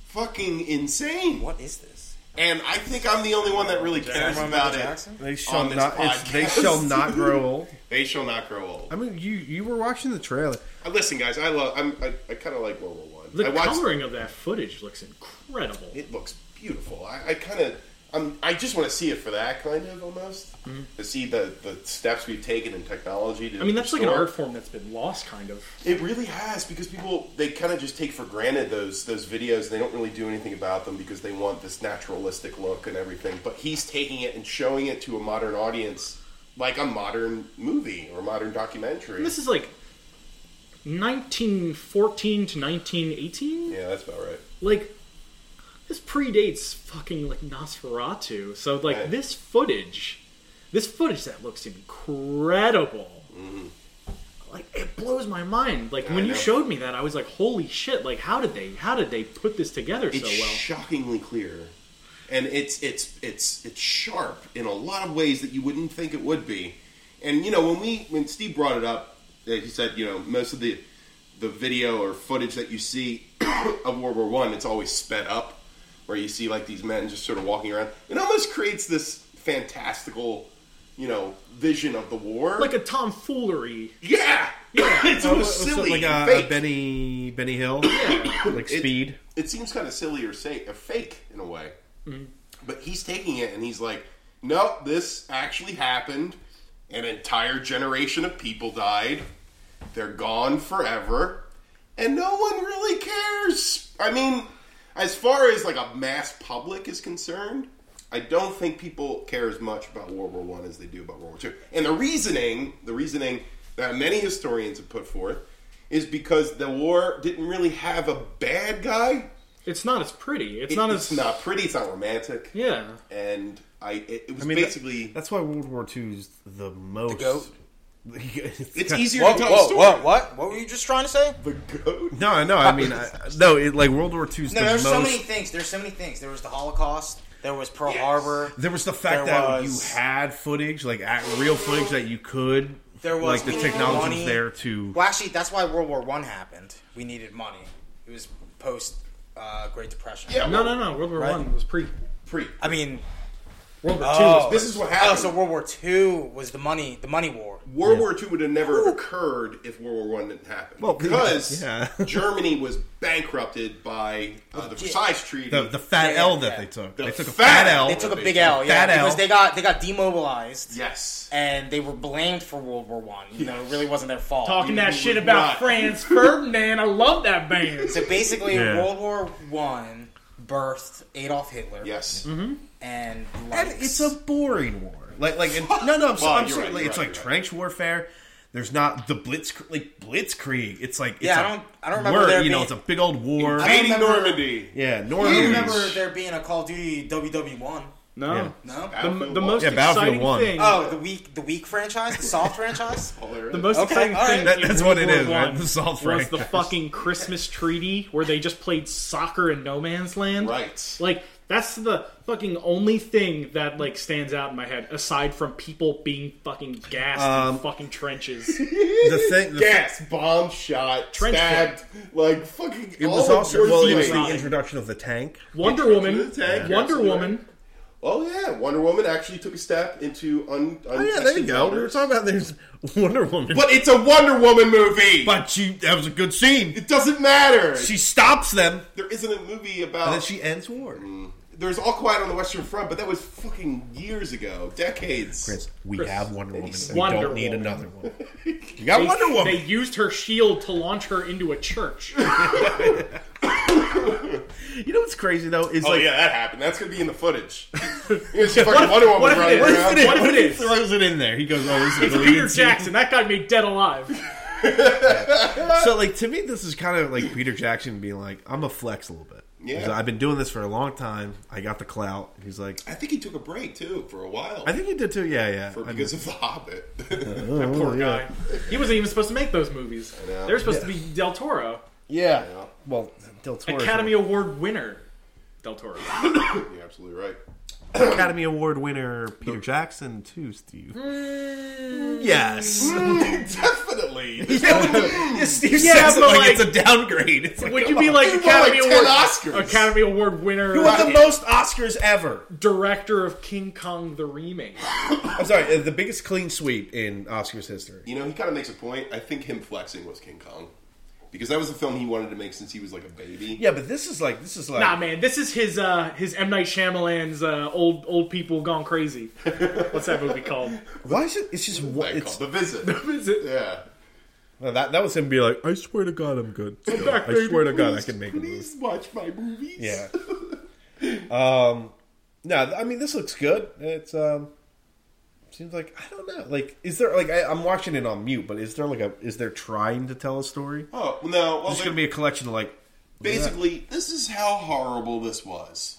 S3: Fucking insane.
S1: What is this?
S3: And I think I'm the only one that really cares
S1: Michael
S3: about it.
S1: Jackson?
S2: They shall
S3: on this
S2: not. It's, they
S3: podcast.
S2: shall not grow old.
S3: They shall not grow old.
S2: I mean, you you were watching the trailer.
S3: Uh, Listen, guys, I love. I'm, I, I kind of like World War One.
S4: The
S3: I watched.
S4: coloring of that footage looks incredible.
S3: It looks beautiful. I, I kind of. I'm, I just want to see it for that kind of almost to see the, the steps we've taken in technology. To
S4: Mm-hmm. I mean, that's like an
S3: restore-
S4: art form that's been lost, kind of.
S3: It really has because people they kind of just take for granted those those videos. and They don't really do anything about them because they want this naturalistic look and everything. But he's taking it and showing it to a modern audience, like a modern movie or modern documentary.
S4: This is like 1914 to 1918.
S3: yeah, that's about right.
S4: Like this predates fucking like Nosferatu. So like
S3: Right.
S4: this footage, this footage that looks incredible.
S3: Mm-hmm.
S4: Like it blows my mind. Like when
S3: I
S4: you
S3: know.
S4: showed me that, I was like, "Holy shit! Like how did they how did they put this together so
S3: it's
S4: well?"
S3: shockingly clear and it's it's it's it's sharp in a lot of ways that you wouldn't think it would be and you know when we when steve brought it up uh, he said you know most of the the video or footage that you see of world war one it's always sped up where you see like these men just sort of walking around it almost creates this fantastical you know vision of the war
S4: like a tomfoolery.
S3: yeah yeah it's
S2: Oh,
S3: almost
S2: so
S3: silly
S2: like
S3: and
S2: a,
S3: fake.
S2: Benny Benny Hill, like
S3: It-
S2: Speed.
S3: it seems kind of silly or, say, or fake in a way. But he's taking it and he's like, "No, this actually happened. An entire generation of people died. They're gone forever. And no one really cares. I mean, as far as like a mass public is concerned, I don't think people care as much about World War One as they do about World War Two. And the reasoning, the reasoning that many historians have put forth, is because the war didn't really have a bad guy.
S4: It's not as pretty. It's
S3: It-
S4: not
S3: it's
S4: as
S3: not pretty. It's not romantic.
S4: yeah.
S3: And I, it, it was
S2: mean, that-
S3: basically
S2: That's why World War II is the most.
S1: goat?
S3: it's easier
S1: Whoa,
S3: to tell a
S1: whoa,
S3: story.
S1: whoa, what? What were you just trying to say?
S3: The goat.
S2: No, no, I mean, I, no, it, like World War II is
S1: No,
S2: the
S1: there's
S2: most.
S1: so many things. There's so many things. There was the Holocaust. There was Pearl Harbor.
S2: There was the
S1: There
S2: fact that
S1: was-
S2: you had footage, like at, real footage that you could.
S1: There was
S2: like the
S1: people
S2: technology
S1: money.
S2: was there to.
S1: Well, actually, that's why World War One happened. We needed money. It was post uh, Great Depression.
S3: Yeah,
S4: No, no, no. World War
S1: Right.
S4: One was pre.
S3: Pre.
S1: I mean,
S4: World War Two
S1: oh,
S4: was.
S3: This is what
S1: oh,
S3: happened.
S1: so World War Two was the money, the money war.
S3: World War II would have never occurred if World War One didn't happen.
S2: Well,
S3: because
S2: yeah.
S3: Germany was bankrupted by uh, the Versailles Treaty.
S2: The, the fat
S1: Yeah,
S2: L
S1: yeah,
S2: that
S1: yeah.
S2: they took.
S3: The
S2: they took a
S3: fat-
S2: fat L.
S1: They
S3: Oh,
S1: took a
S3: they
S1: big
S3: took
S1: L, yeah,
S2: that
S1: because
S2: L.
S1: they got they got demobilized.
S3: yes.
S1: And they were blamed for World War One. You know, it really wasn't their fault.
S4: Talking that
S3: You
S4: shit
S3: would
S4: about
S3: not.
S4: Franz Ferdinand. I love that band.
S1: So basically,
S2: Yeah.
S1: World War One birthed Adolf Hitler.
S3: Yes.
S2: Mm-hmm.
S1: and
S2: And
S1: like,
S2: it's a boring war. Like, like, and, no, no, I'm, so,
S3: Well,
S2: I'm
S3: you're
S2: sorry.
S3: right,
S2: like,
S3: you're
S2: it's
S3: right,
S2: like
S3: you're right.
S2: trench warfare. There's not the blitz, like blitzkrieg. It's like it's
S1: Yeah,
S2: a
S1: I don't- I don't remember
S2: war,
S1: there
S2: you know,
S1: being-
S2: it's a big old war.
S1: I-
S3: Invading
S1: remember-
S3: Normandy.
S2: Yeah,
S1: I
S2: Normandy.
S1: don't remember there being a Call of Duty WW one.
S4: No.
S2: Yeah.
S1: No.
S4: The,
S3: Battlefield
S4: the
S3: One.
S4: most
S2: Yeah, Battlefield
S4: exciting
S2: One.
S4: thing.
S1: Oh, the weak, the weak franchise, the soft franchise.
S3: All there
S4: The
S3: is.
S4: most
S1: Okay,
S4: exciting
S1: all right.
S4: thing
S2: That-
S4: in
S2: that's
S4: World
S2: what it
S4: War
S2: is, right?
S4: One
S2: The Salt
S4: was the
S2: Frankers.
S4: fucking Christmas treaty where they just played soccer in no man's land.
S3: Right.
S4: Like that's the fucking only thing that like stands out in my head aside from people being fucking gassed in fucking trenches.
S2: The thing, the
S3: Gas, bomb shot,
S4: Trench
S3: stabbed, like fucking.
S2: It was
S3: all
S2: also well, it was
S4: feelings.
S2: the introduction of the tank.
S4: Wonder
S3: Yeah,
S4: Woman,
S3: yeah.
S4: Wonder Woman,
S3: Oh yeah, Wonder Woman actually took a step into un.
S2: Oh yeah, there you go. We were talking about there's Wonder Woman,
S3: But it's a Wonder Woman movie.
S2: but she that was a good scene.
S3: it doesn't matter.
S2: She stops them,
S3: there isn't a movie
S2: and
S4: Oh.
S3: about.
S2: then she ends war.
S3: There's All Quiet on the Western Front, but that was fucking years ago, decades.
S2: Chris, we have Wonder Woman. We
S4: Wonder
S2: don't need
S4: Woman.
S2: another one. You got
S4: They-
S2: Wonder Woman.
S4: They used her shield to launch her into a church.
S2: you know what's crazy though is
S3: Oh
S2: like
S3: yeah, that happened. That's gonna be in the footage. It's just fucking Wonder Woman
S4: what if it
S3: running
S4: is?
S2: What if
S3: around.
S2: it is?
S4: What if
S2: What
S4: it
S2: if
S4: is?
S2: he throws it in there? He goes, "Oh, this is
S4: It's
S2: deleted
S4: Peter
S2: scene."
S4: Jackson. That guy made Dead Alive.
S2: So, like to me, this is kind of like Peter Jackson being like, "I'm a flex a little bit. 'Cause
S3: Yeah.
S2: I've been doing this for a long time. I got the clout." He's like,
S3: I think he took a break too for a while
S2: "I think he did too. Yeah, yeah.
S3: for,
S2: I mean,
S3: because of The Hobbit.
S2: oh,
S4: Poor
S2: yeah.
S4: guy. He wasn't even supposed to make those movies.
S3: know.
S4: They were supposed to be Del Toro,
S2: Yeah. Well, Del Toro.
S4: Academy Award winner. Del Toro.
S3: You're absolutely right.
S2: Academy Award winner Peter Jackson too, Steve.
S4: Mm.
S2: Yes.
S3: Definitely. There's
S2: Steve
S4: Yeah,
S2: says it
S4: but,
S2: like,
S4: like-
S2: it's a downgrade. It's like,
S4: Would you be like
S3: He won,
S4: Academy
S3: like, 10
S4: Award
S3: Oscars.
S4: Academy Award winner,
S2: you want the most Oscars ever.
S4: director of King Kong the remake?
S2: I'm sorry, uh, the biggest clean sweep in Oscars history.
S3: You know, he kind of makes a point. I think him flexing was King Kong because that was the film he wanted to make since he was like a baby.
S2: Yeah, but this is like this is like
S4: Nah, man, this is his uh, his M Night Shyamalan's uh, old old people gone crazy. What's that movie called?
S2: why is it? It's just one.
S3: Like, called
S2: It's,
S3: The Visit.
S4: Is it?
S3: yeah.
S2: no, that that was him being like, I swear to God, I'm good. Still.
S4: back,
S2: I
S4: baby,
S2: swear to Oh God, I
S3: Please-
S2: can make this.
S3: Please watch my movies.
S2: Yeah. um. No, th- Um, I mean this looks good. It's um. Seems like I don't know. Like, is there like I, I'm watching it on mute, but is there like a is there trying to tell a story?
S3: Oh no. Well,
S2: It's gonna be a collection of like.
S3: basically this is how horrible this was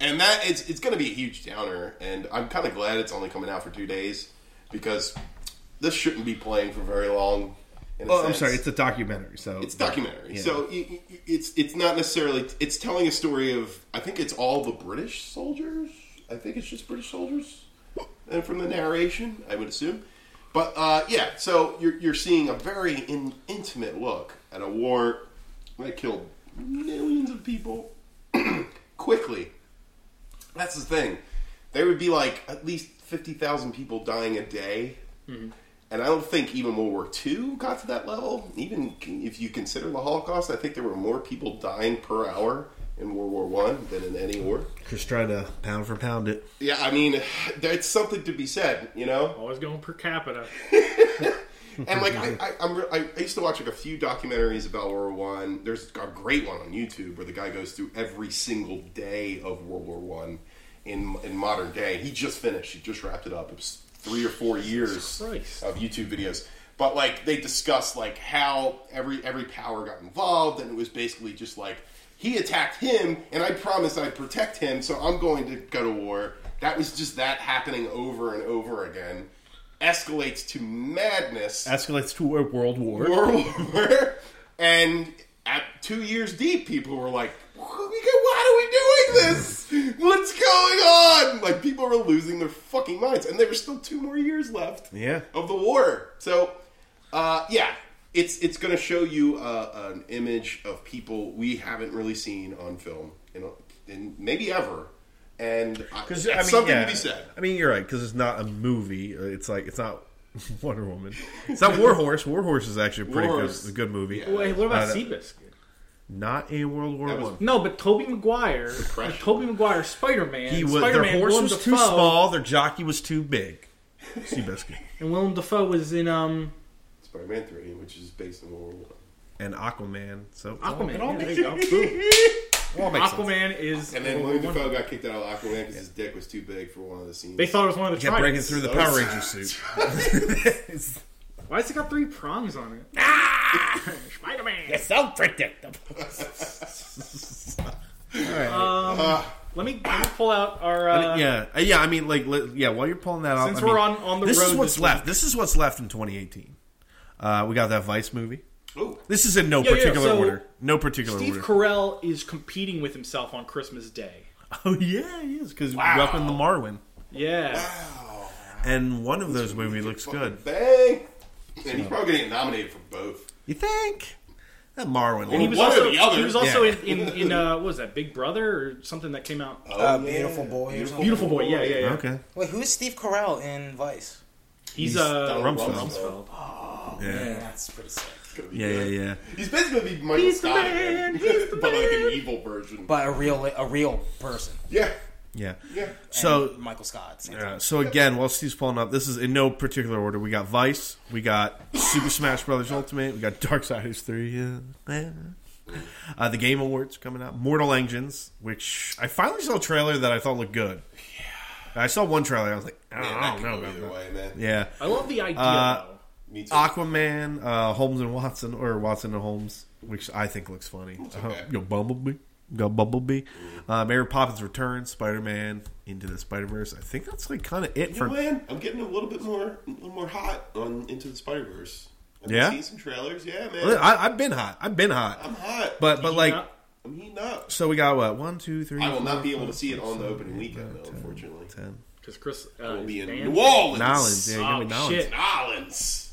S3: and that it's, it's going to be a huge downer and i'm kind of glad it's only coming out for two days because this shouldn't be playing for very long in a
S2: Oh, I'm
S3: sense.
S2: sorry. It's a documentary. So
S3: it's documentary
S2: Yeah.
S3: so y y- it's it's not necessarily it's telling a story of i think it's all the british soldiers i think it's just british soldiers and from the narration i would assume but uh, yeah so you're, you're seeing a very in, intimate look at a war that killed millions of people quickly that's the thing there would be like at least 50000 people dying a day and I don't think even World War II got to that level. Even if you consider the Holocaust, I think there were more people dying per hour in World War One than in any war.
S2: Just trying to pound for pound it.
S3: Yeah, I mean, that's something to be said, you know.
S4: Always going per capita.
S3: And like I, I, I'm, re- I I used to watch like a few documentaries about World War One. There's a great one on YouTube where the guy goes through every single day of World War One in in modern day. He just finished. He just wrapped it up. It was three or four years
S4: Christ.
S3: of YouTube videos. But like they discuss like how every every power got involved, and it was basically just like he attacked him, and I promised I'd protect him, so I'm going to go to war. That was just that happening over and over again. Escalates to madness.
S2: Escalates to a world war.
S3: World War, and at two years deep, people were like, "Why are we doing this? What's going on?" Like people were losing their fucking minds, and there were still two more years left
S2: Yeah.
S3: of the war. So, uh, yeah, it's it's going to show you uh, an image of people we haven't really seen on film, you know, and maybe ever. And I,
S2: Because
S3: it's
S2: I mean,
S3: something
S2: yeah.
S3: to be said.
S2: I mean, you're right. Because it's not a movie. Uh, It's like it's not Wonder Woman. It's not War Horse. War Horse is actually a pretty
S3: War
S2: good,
S3: Horse.
S2: a good movie.
S4: Wait, what about
S2: Uh,
S4: Seabiscuit?
S2: Not in World War
S3: That was-
S2: One.
S4: No, but Toby Maguire, and Toby Maguire, Spider Man,
S2: He was,
S4: Spider
S2: their
S4: Man,
S2: horse
S4: Willem
S2: was
S4: Dafoe,
S2: too small. Their jockey was too big. Seabiscuit
S4: and Willem Dafoe was in um
S3: Spider-Man Three, which is based on World War One.
S2: and Aquaman. So oh,
S4: Aquaman.
S2: It all
S4: Yeah,
S2: makes
S4: there you go. Boom. Aquaman is.
S3: And then
S4: World
S3: Willem
S4: War
S3: Dafoe got kicked out of Aquaman because his dick was too big for one of the scenes.
S4: They thought it was one of the
S2: Yeah, breaking
S4: tridents.
S2: through the
S3: Those-
S2: Power Ranger suit.
S4: Why has it got three prongs on it?
S3: Ah!
S4: Spider Man.
S1: so predictable.
S4: Let me let me pull out our. Uh,
S2: yeah, Uh, yeah. I mean, like, li- yeah. While you're pulling that off,
S4: Since
S2: I mean,
S4: we're on- on the
S2: this is
S4: road
S2: what's
S4: this
S2: left. This is what's left in 2018. Uh, we got that Vice movie.
S3: Ooh.
S2: This is in no
S4: Yeah, yeah,
S2: particular
S4: so-
S2: order. No particular
S4: Steve
S2: order.
S4: Carell is competing with himself on Christmas Day.
S2: oh yeah, he is because Welcome to Marwin.
S4: Yeah.
S2: And one of those movies looks good.
S3: Bang! And he's probably gonna get nominated for both.
S2: You think that Marwin?
S4: He
S2: He
S4: was
S3: One or
S4: also,
S3: the other.
S4: He was also
S2: Yeah.
S4: in, in, in uh, what was that, Big Brother or something that came out?
S1: Uh,
S3: Oh,
S1: beautiful boy. or something.
S4: Beautiful Boy, yeah, yeah, yeah.
S2: okay.
S1: Wait, who is Steve Carell in Vice?
S4: He's,
S2: He's
S4: uh,
S2: Donald
S3: Rumsfeld.
S4: Rumsfeld.
S1: Man, that's pretty sick.
S2: Yeah, yeah, yeah.
S3: He's basically gonna be Michael
S4: He's the
S3: Scott, again,
S4: man, he's the
S3: but like
S4: man.
S3: an evil version.
S1: But a real a real person.
S3: yeah,
S2: Yeah.
S3: yeah.
S2: So
S1: Michael Scott. same
S2: yeah, so again, while Steve's pulling up, this is in no particular order. We got Vice, we got Super Smash Brothers Ultimate, we got Darksiders Three, yeah, yeah. uh, the Game Awards coming up, Mortal Engines, which I finally saw a trailer that I thought looked good. I saw one trailer, I was like, I don't,
S3: Man,
S2: I
S3: that
S2: don't
S3: could
S2: know
S3: go
S2: about
S3: either
S2: that.
S3: way, man.
S2: Yeah,
S4: I love the idea,
S2: Uh,
S4: though.
S3: Me too.
S2: Aquaman, uh, Holmes and Watson, or Watson and Holmes, which I think looks funny.
S3: okay. Mm.
S2: Uh, yo, Bumblebee. Got Bumblebee. Uh, Mary Poppins Returns, Spider Man, Into the Spider Verse. I think that's like kind of it
S3: You know,
S2: for.
S3: man, I'm getting a little bit more, a little more hot on Into the Spider Verse. I've
S2: Yeah?
S3: seen some trailers. Yeah, man,
S2: I, I've been hot. I've been hot.
S3: I'm hot,
S2: But but like
S4: Yeah.
S3: I'm heating up.
S2: so we got what one two three.
S3: I will not
S2: four,
S3: be able to
S2: five,
S3: see it
S2: six,
S3: on the
S2: seven,
S3: opening
S2: eight,
S3: weekend,
S2: nine,
S3: though,
S2: ten,
S3: unfortunly.
S2: Ten.
S4: Because Chris uh,
S3: I'll be
S4: is
S3: in
S4: Dan.
S3: New Orleans.
S2: Nolens, yeah, you're gonna
S4: Oh,
S2: be Nolens.
S4: shit.
S3: Nolens.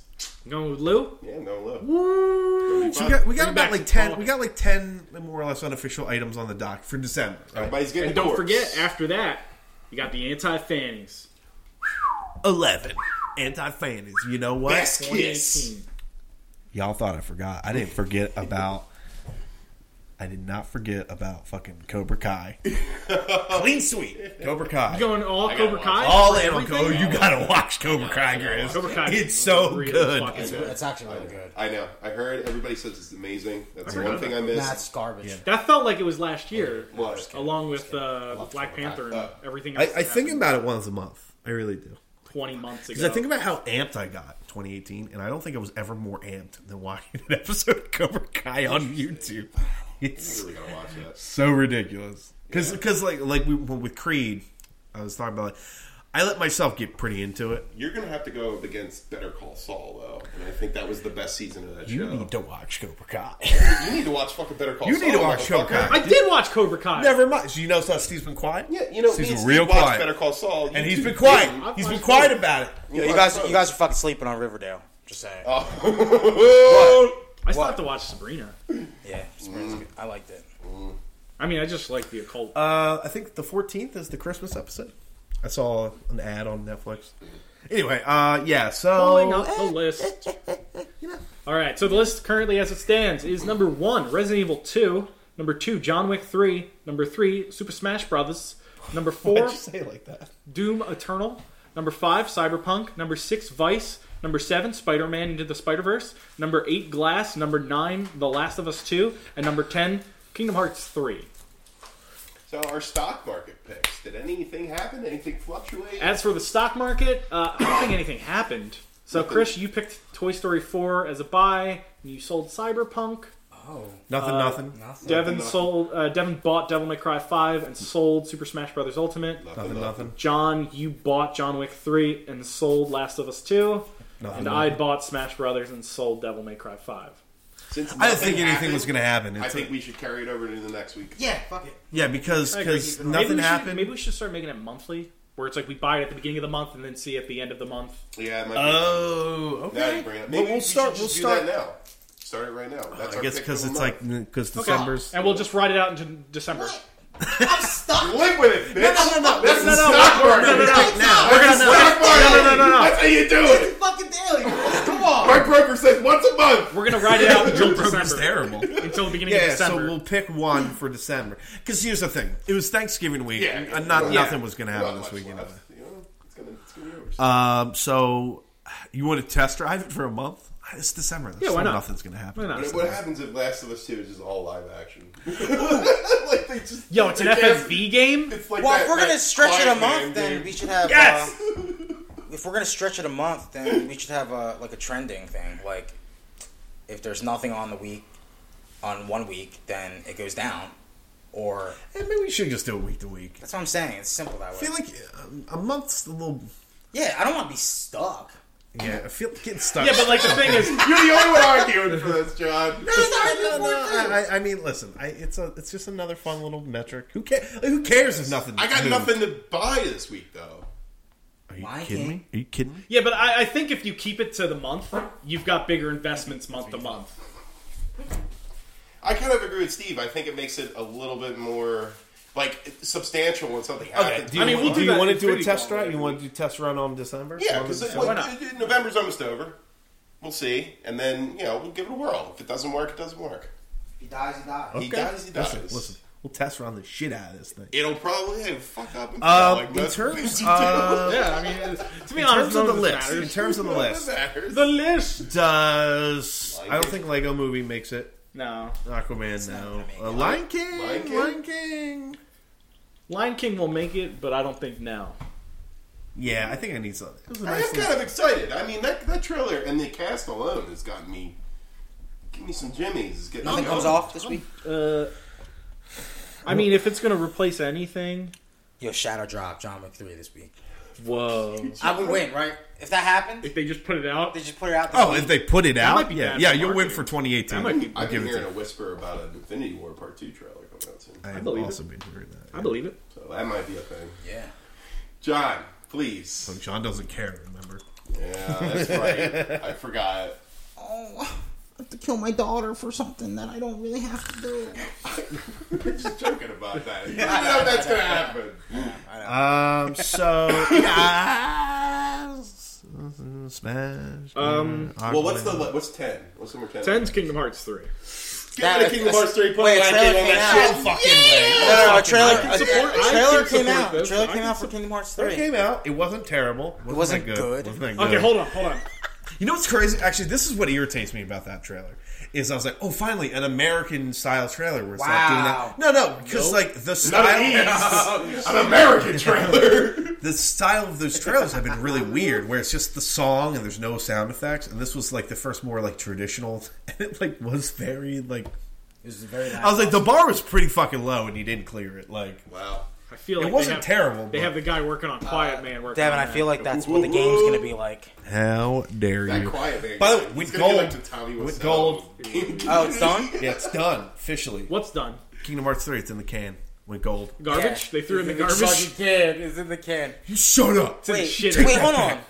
S4: Going with Lou?
S3: Yeah, I'm going low.
S2: So we got we got
S4: Bring it back
S2: about like
S4: to
S2: ten.
S4: Paul.
S2: We got like ten more or less unofficial items on the dock for December. right?
S3: Everybody's getting
S4: And don't
S3: corks.
S4: forget, after that, you got the anti fannies.
S2: Eleven anti fannies. You know what?
S3: Best kiss.
S2: Y'all thought I forgot. I didn't forget about. I did not forget about fucking Cobra Kai. Clean sweep. Cobra Kai.
S4: Going all
S3: gotta
S4: Cobra
S3: watch
S4: Kai?
S2: All
S4: for
S2: in on
S4: everything?
S2: Cobra. You gotta watch Cobra Kai, Grizz.
S4: Cobra Kai
S2: It's
S4: is
S2: so
S4: really
S2: good.
S4: fucking
S1: thing. It's actually really good.
S3: I know. I heard everybody says it's amazing. That's the
S4: heard
S3: one thing I missed.
S1: That's garbage.
S4: That felt like it was last year,
S3: What?
S4: along with uh, Black
S1: Cobra Kai.
S4: Panther and
S3: Uh,
S4: everything
S2: I,
S4: else.
S2: I
S4: that
S2: think
S4: happened
S2: about it once a month. I really do.
S4: 20 months ago.
S2: Because I think about how amped I got in 2018, and I don't think I was ever more amped than watching an episode of Cobra Kai on YouTube. It's
S3: really gotta watch that.
S2: so ridiculous. Because like like we with Creed, I was talking about. Like, I let myself get pretty into it.
S3: You're gonna have to go up against Better Call Saul though, and I think that was the best season of that
S2: You
S3: show.
S2: need to watch Cobra Kai.
S3: you need to watch fucking Better Call.
S2: You
S3: Saul,
S2: need to watch Cobra
S3: motherfucker.
S2: Kai.
S4: I did watch Cobra Kai.
S2: Never mind. So you know, so Steve's been quiet.
S3: Yeah, you know,
S2: Steve's
S3: me and Steve
S2: real
S3: watched
S2: quiet.
S3: Better Call Saul,
S2: and
S3: You
S2: he's
S3: two
S2: been
S3: didn't.
S2: quiet.
S4: I've
S2: He's been
S4: watched
S2: quiet
S4: Cobra.
S2: about it.
S1: You, know, you guys, you guys are fucking sleeping on Riverdale. Just saying.
S4: I still
S1: What?
S4: have to watch Sabrina.
S1: yeah, Spring's good. I liked it.
S4: I mean, I just like the occult.
S2: Uh, I think the 14th is the Christmas episode. I saw an ad on Netflix. Anyway, uh, yeah.
S4: Pulling
S2: So
S4: up the
S3: Oh,
S2: eh,
S4: list. All right, so the list currently as it stands is number one, Resident Evil 2. Number two, John Wick 3. Number three, Super Smash Brothers. Number four,
S2: say it like that?
S4: Doom Eternal. Number five, Cyberpunk. Number six, Vice. Number seven, Spider Man Into the Spider Verse. Number eight, Glass. Number nine, The Last of Us 2. And number 10, Kingdom Hearts 3.
S3: So our stock market picks. Did anything happen? Anything fluctuate?
S4: As for the stock market, uh, I don't think anything happened. So, Chris, you picked Toy Story 4 as a buy, and you sold Cyberpunk.
S1: Oh,
S2: Nothing,
S4: Uh,
S2: nothing.
S1: nothing.
S4: Devin
S3: Nothing.
S4: sold. Uh, Devin bought Devil May Cry 5 and sold Super Smash Bros. Ultimate.
S2: Nothing, nothing.
S4: John, you bought John Wick 3 and sold Last of Us 2.
S2: Nothing,
S4: and
S2: nothing.
S4: I bought Smash Brothers and sold Devil May Cry 5.
S3: Since
S2: I didn't think
S3: nothing
S2: anything
S3: happened,
S2: was going to happen. It's
S3: I
S2: a-
S3: think we should carry it over to the next week.
S1: Yeah, fuck it.
S2: yeah, because
S4: I agree.
S2: because
S1: Maybe
S4: maybe
S2: nothing
S4: we should-
S2: happened.
S4: Maybe we should start making it monthly, where it's like we buy it at the beginning of the month and then see at the end of the month.
S3: Yeah, it might be-
S2: Oh, okay.
S3: now you bring it up.
S2: But
S3: Maybe
S2: we'll start. We'll start.
S3: that now. Start it right now. That's
S2: I
S3: our
S2: guess
S3: pick
S2: because
S3: of
S2: it's
S3: the
S2: like
S3: month.
S2: because December's.
S4: And we'll just ride it out into December.
S1: What? I'm stuck.
S3: live with it, bitch.
S1: No, no, no, no. No,
S3: That's the
S4: no,
S3: stock
S4: we're-
S3: market.
S4: no, no, no.
S1: It's not.
S4: We're gonna-
S3: That's the stock
S4: we're gonna- no, no, no, no, no.
S3: market. That's how you do
S1: It's
S3: it.
S1: fucking daily. Come on.
S3: My broker says once a month.
S4: We're gonna ride it out until
S2: December's
S4: December.
S2: terrible.
S4: Until the beginning of
S2: Yeah, so
S4: December.
S2: we'll pick one for December. Because here's the thing: it was Thanksgiving week,
S3: Yeah,
S2: and not
S3: yeah.
S2: nothing was going to happen
S3: Not
S2: this
S3: much
S2: week. You know.
S3: left, you know? It's gonna it's gonna be yours.
S2: Um, so you want to test drive it for a month? It's December. There's
S4: Yeah, why
S2: still
S4: not?
S2: Nothing's going to happen.
S4: Why not?
S3: What- What happens if Last of Us Two is just all live action? like they just
S4: Yo, it's an
S3: they can't-
S4: FFV game?
S3: It's like
S1: Well,
S3: that,
S1: if we're gonna
S3: that
S1: stretch it a
S3: Spider-Man
S1: month, then
S3: game.
S1: we should have.
S4: Yes!
S1: Uh, if we're gonna stretch it a month, then we should have a like a trending thing. Like, if there's nothing on the week, on one week, then it goes down. Or
S2: Eh, maybe we should just do it week to week.
S1: that's what I'm saying. It's simple that
S2: I
S1: way.
S2: feel like um, a month's a little.
S1: Yeah, I don't want to be stuck.
S2: Yeah, I feel like getting stuck.
S4: Yeah, but like the thing is,
S3: You're the only one arguing for this, John.
S2: No, no, no, no, I, I- I mean, listen. I, it's a, it's just another fun little metric. Who cares? Who cares if nothing?
S3: I got
S2: moved?
S3: nothing to buy this week though.
S2: Are you
S1: My
S2: kidding
S1: game.
S2: me? Are you kidding me?
S4: yeah, but I, I think if you keep it to the month, you've got bigger investments month to month.
S3: I kind of agree with Steve. I think it makes it a little bit more like substantial when something happens.
S4: you- I mean, we'll do
S2: you
S4: that
S2: want to
S4: in
S2: do a
S4: Infinity
S2: test
S4: Gauntlet.
S2: drive? You want to do test run on December?
S3: yeah,
S2: On
S3: because
S2: December?
S4: why not?
S3: November's almost over. We'll see, and then you know we'll give it a whirl. If it doesn't work, it doesn't work.
S1: If he dies, he dies.
S3: He dies, he dies.
S2: Listen, listen. We'll test run the shit out of this thing.
S3: It'll probably hey, fuck up. And fail,
S2: Um,
S3: like
S2: in
S3: most things
S2: terms,
S3: you do.
S2: uh,
S4: Yeah, I mean, it's- to be
S2: in
S4: honest,
S2: terms
S4: none
S2: of the
S4: of this
S2: list, in
S4: matters.
S2: terms of the list,
S3: Matters.
S4: The list.
S2: does I
S3: Lion
S2: don't
S3: King.
S2: think Lego Movie makes it.
S4: No,
S2: Aquaman no.
S1: gonna make
S2: Uh,
S1: it.
S2: Lion King,
S3: Lion
S2: Lion
S3: King?
S2: King,
S4: Lion King will make it, but I don't think now.
S2: Yeah, I think I need something. It was a
S3: I
S2: nice
S3: am
S2: little-
S3: kind of excited. I mean, that that trailer and the cast alone has gotten me. Give me some jimmies. It's getting
S1: Nothing
S3: me
S1: comes
S3: going.
S1: off this week.
S4: Uh, I mean, if it's gonna replace anything,
S1: Yo, Shadow Drop, John Wick 3 this week.
S4: whoa!
S1: I would win, right? If that happened,
S4: If they just put it out,
S1: they just put it out this
S2: Oh,
S1: week.
S2: if they put it out,
S4: might be
S2: yeah,
S4: bad
S2: yeah,
S4: for
S2: you'll win
S4: marketing.
S2: for 2018.
S4: That might be-
S2: I'll
S3: I've been
S2: give it to
S3: hearing a
S2: you.
S3: whisper about an Infinity War Part Two trailer coming out soon,
S2: I've
S4: believe
S2: also been hearing that.
S4: I believe it.
S3: so that might be a thing.
S1: Yeah.
S3: John, please.
S2: So John doesn't care. Remember,
S3: Yeah, that's right. I forgot.
S5: oh, I have to kill my daughter for something that I don't really have to do.
S3: We're just joking about that. You know that's gonna happen.
S2: um, so smash.
S4: Um,
S3: Well, what's the le- what's ten? What's number ten?
S4: Ten's Kingdom Hearts three.
S3: Give me the
S1: That-
S3: Kingdom Hearts three. Put
S1: Wait,
S3: Lion
S1: trailer
S3: King on
S1: came
S3: that
S1: out.
S3: shit.
S1: Fucking
S3: yeah!
S1: No, no, a trailer,
S4: can
S1: a,
S4: support-
S1: a
S4: I
S1: trailer
S4: can
S1: came
S4: support
S1: out. A
S4: this.
S1: trailer
S4: I
S1: came
S4: can
S1: out for Kingdom Hearts 3.
S2: It came out. It wasn't terrible. It
S1: wasn't
S2: that
S1: good.
S2: Wasn't that
S4: Okay,
S2: good.
S4: hold on, hold on.
S2: You know what's crazy? Actually, this is what irritates me about that trailer. Is I was like, oh, finally, an American style trailer where it's
S1: Wow.
S2: not doing that. No, no, because like the
S4: E.
S2: style,
S3: An American trailer.
S2: the style of those trailers have been really weird. Where it's just the song and there's no sound effects. And this was like the first more like traditional, and it like was very like.
S1: It was very
S2: I was like, the bar was pretty fucking low, and he didn't clear it. Like,
S3: wow.
S4: I feel like
S2: it wasn't
S4: they have,
S2: terrible.
S4: They
S2: but
S4: have the guy working on Quiet Man working.
S1: Devin,
S4: on
S1: I
S4: that.
S1: feel like that's what the game's gonna be like.
S2: how dare
S3: That
S2: you?
S3: quiet man.
S2: By the way,
S3: It's
S2: with
S3: gonna be
S2: gold-
S3: like the Tommy
S2: with
S3: Wiseau
S2: gold-
S3: game.
S1: Oh, it's done?
S2: Yeah, it's done officially.
S4: what's done.
S2: Kingdom Hearts three, it's in the can. Went gold.
S4: Garbage. They threw in the
S1: It's
S4: garbage.
S1: fucking can. It's in the can.
S2: You shut up.
S4: It's in
S1: Wait,
S4: shit.
S2: Take
S1: wait,
S2: that
S1: hold on.
S2: back.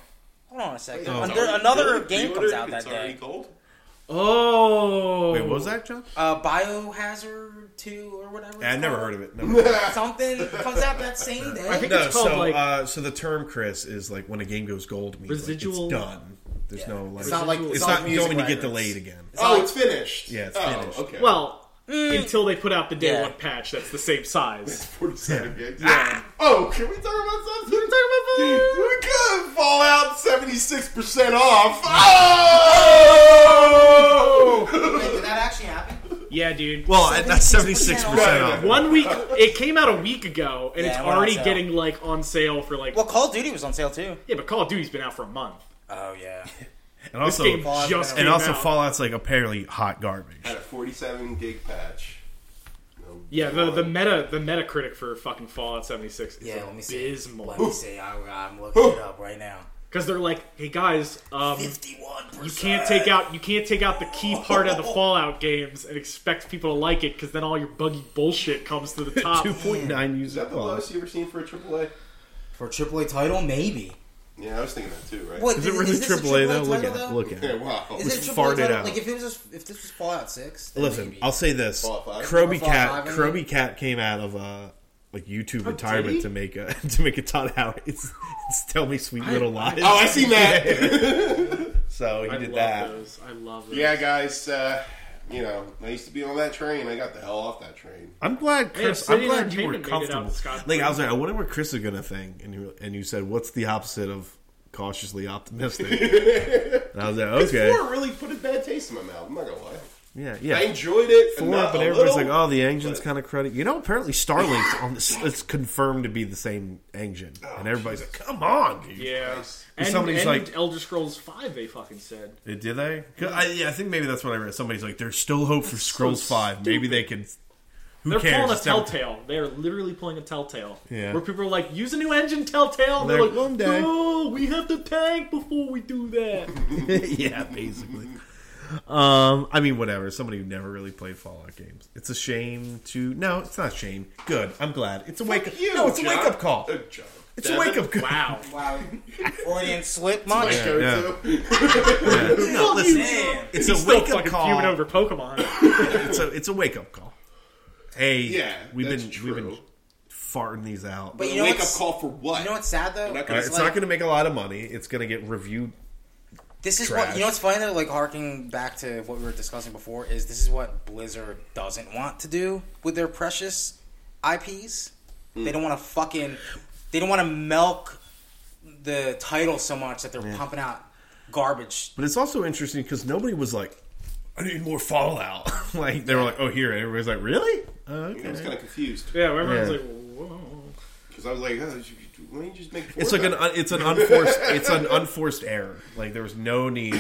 S1: Hold on a second.
S2: Oh.
S1: Under-
S3: Already
S1: another
S3: gold?
S1: game comes
S3: Pre-ordered?
S1: out that
S3: It's already
S1: day.
S3: gold?
S4: Oh,
S2: Wait, what was that, John?
S1: Uh, Biohazard 2 or whatever.
S2: Yeah, I
S1: it's
S2: never
S1: called.
S2: heard of it. Never.
S1: Something comes out that same day.
S4: I think
S2: no,
S4: it's called
S2: so
S4: like
S2: uh, so the term Chris is like when a game goes gold means like,
S4: Residual-
S2: it's done. There's no like
S1: it's not like
S2: it's not
S1: music
S2: going to get
S1: records.
S2: delayed again.
S3: Oh, it's finished.
S2: Yeah, it's
S3: oh,
S2: finished.
S3: Okay.
S4: Well, until they put out the day
S1: Mm. Yeah.
S4: one patch that's the same size.
S3: Forty-seven. Yeah. Oh, can we talk about something? Can we talk about We could Fallout seventy-six percent off. Oh!
S1: Wait, did that actually happen?
S4: Yeah, dude.
S2: Well, I- that's seventy six percent off.
S4: One week, it came out a week ago, and
S1: Yeah,
S4: it's
S1: it went on
S4: already
S1: sale.
S4: getting like on sale for like.
S1: Well, Call of Duty was on sale too.
S4: yeah, but Call of Duty's been out for a month.
S1: Oh yeah.
S2: And
S4: This
S2: also,
S4: game
S1: Fallout's
S4: just
S1: been
S2: and
S4: came
S2: also
S4: out.
S2: Fallout's like apparently hot garbage.
S3: Had a forty-seven gig patch. No
S4: Yeah, the, the
S3: one.
S4: meta the Metacritic for fucking Fallout 76 is
S1: Yeah, let me see. Let me
S4: abysmal.
S1: see. I, I'm looking it up right now.
S4: Because they're like, hey guys, um, you
S1: Fifty-one percent.
S4: can't take out you can't take out the key part of the Fallout games and expect people to like it because then all your buggy bullshit comes to the top.
S2: Two point nine
S3: Is
S2: user
S3: that the
S2: plus.
S3: lowest you ever seen for a AAA?
S1: for a AAA title, maybe.
S3: Yeah, I was thinking that too, right?
S1: What
S2: Is it really
S1: this a
S2: triple A though?
S1: AAA
S2: Look
S1: title,
S2: at it. Look at
S3: Yeah,
S2: it.
S3: wow.
S1: Is it a
S2: farted
S1: AAA title?
S2: out.
S1: Like if it was a, if this was Fallout Six. then
S2: Listen,
S1: maybe.
S2: I'll say this:
S3: Fallout five?
S2: Kroby
S1: Fallout
S2: Cat,
S1: five, I
S2: Kroby
S1: mean.
S2: Cat came out of uh, like YouTube
S4: he?
S2: retirement to make a to make a ton of hours. It's, it's tell me sweet little lies.
S3: Oh, I seen that.
S2: so he
S4: I
S2: did
S4: love
S2: that.
S4: those. I love those.
S3: yeah, guys. Uh, you know, I used to be on that train. I got the hell off that train.
S2: I'm glad, Chris. I'm
S4: Obsidian
S2: glad you were
S4: Entertainment made it out
S2: comfortable.
S4: scot-free.
S2: Like I was like, I wonder what Chris is gonna think, and you and you said, "What's the opposite of cautiously optimistic?" and I was like, "Okay,
S3: Four really put a bad taste in my mouth. I'm not gonna lie.
S2: yeah,
S3: I
S2: yeah."
S3: enjoyed it.
S2: Four,
S3: not
S2: but
S3: a
S2: everybody's
S3: little,
S2: like, "Oh, the engine's
S3: but-
S2: kind of cruddy." You know, apparently Starlink's on this. It's confirmed to be the same engine,
S3: Oh,
S2: and everybody's like, "Come on, dude!"
S4: Yeah.
S2: If
S4: And,
S2: somebody's
S4: and
S2: like-
S4: Elder Scrolls 5 they fucking said.
S2: Did, did they? 'Cause I, yeah, I think maybe that's what I read. Somebody's like, "There's still hope for Scrolls Five. Maybe they can." Who
S4: They're
S2: cares?
S4: pulling a
S2: It's never-
S4: Telltale. They are literally pulling a Telltale.
S2: Yeah.
S4: Where people are like, use a new engine, Telltale. And they're
S2: Like,
S4: like,
S2: one day.
S4: no, we have to tank before we do that.
S2: yeah, basically. Um, I mean, whatever. Somebody who never really played Fallout games. It's a shame to. No, it's not a shame. Good. I'm glad. It's a wake up.
S3: You,
S2: No, it's a
S3: John. Uh,
S2: wake up call.
S3: Good job.
S2: It's a wake up call.
S4: wow.
S1: Wow. Freudian slip, much.
S3: Like, go
S2: yeah.
S3: to-
S2: No, listen.
S1: Damn.
S2: It's
S4: He's
S2: a
S4: still
S2: wake up
S4: fucking
S2: call.
S4: fuming over Pokemon.
S2: It's a it's a wake up call. Hey,
S3: Yeah,
S2: we've been
S3: that's
S2: we've been
S3: true.
S2: farting these out.
S1: But you know
S3: wake up
S1: what's-
S3: call for what?
S1: You know what's sad though?
S3: Not
S2: Uh,
S3: gonna-
S2: it's
S1: It's like-
S2: not going to make a lot of money. It's going to get reviewed.
S1: This is
S2: Trash.
S1: what you know. What's funny though, like harking back to what we were discussing before, is this is what Blizzard doesn't want to do with their precious IPs. They don't want to fucking. They don't want to milk the title so much that they're pumping out garbage.
S2: But it's also interesting because nobody was like, "I need more Fallout." like they were like, "Oh, here." Everybody's like, "Really?" Uh,
S3: I was
S2: okay.
S3: kind of confused
S4: yeah, where everyone's
S2: Yeah.
S4: like, whoa.
S3: because I was like, oh, you- you- why don't you just make? Four
S2: It's like an
S3: then?
S2: un, it's an unforced it's an unforced error. Like there was no need.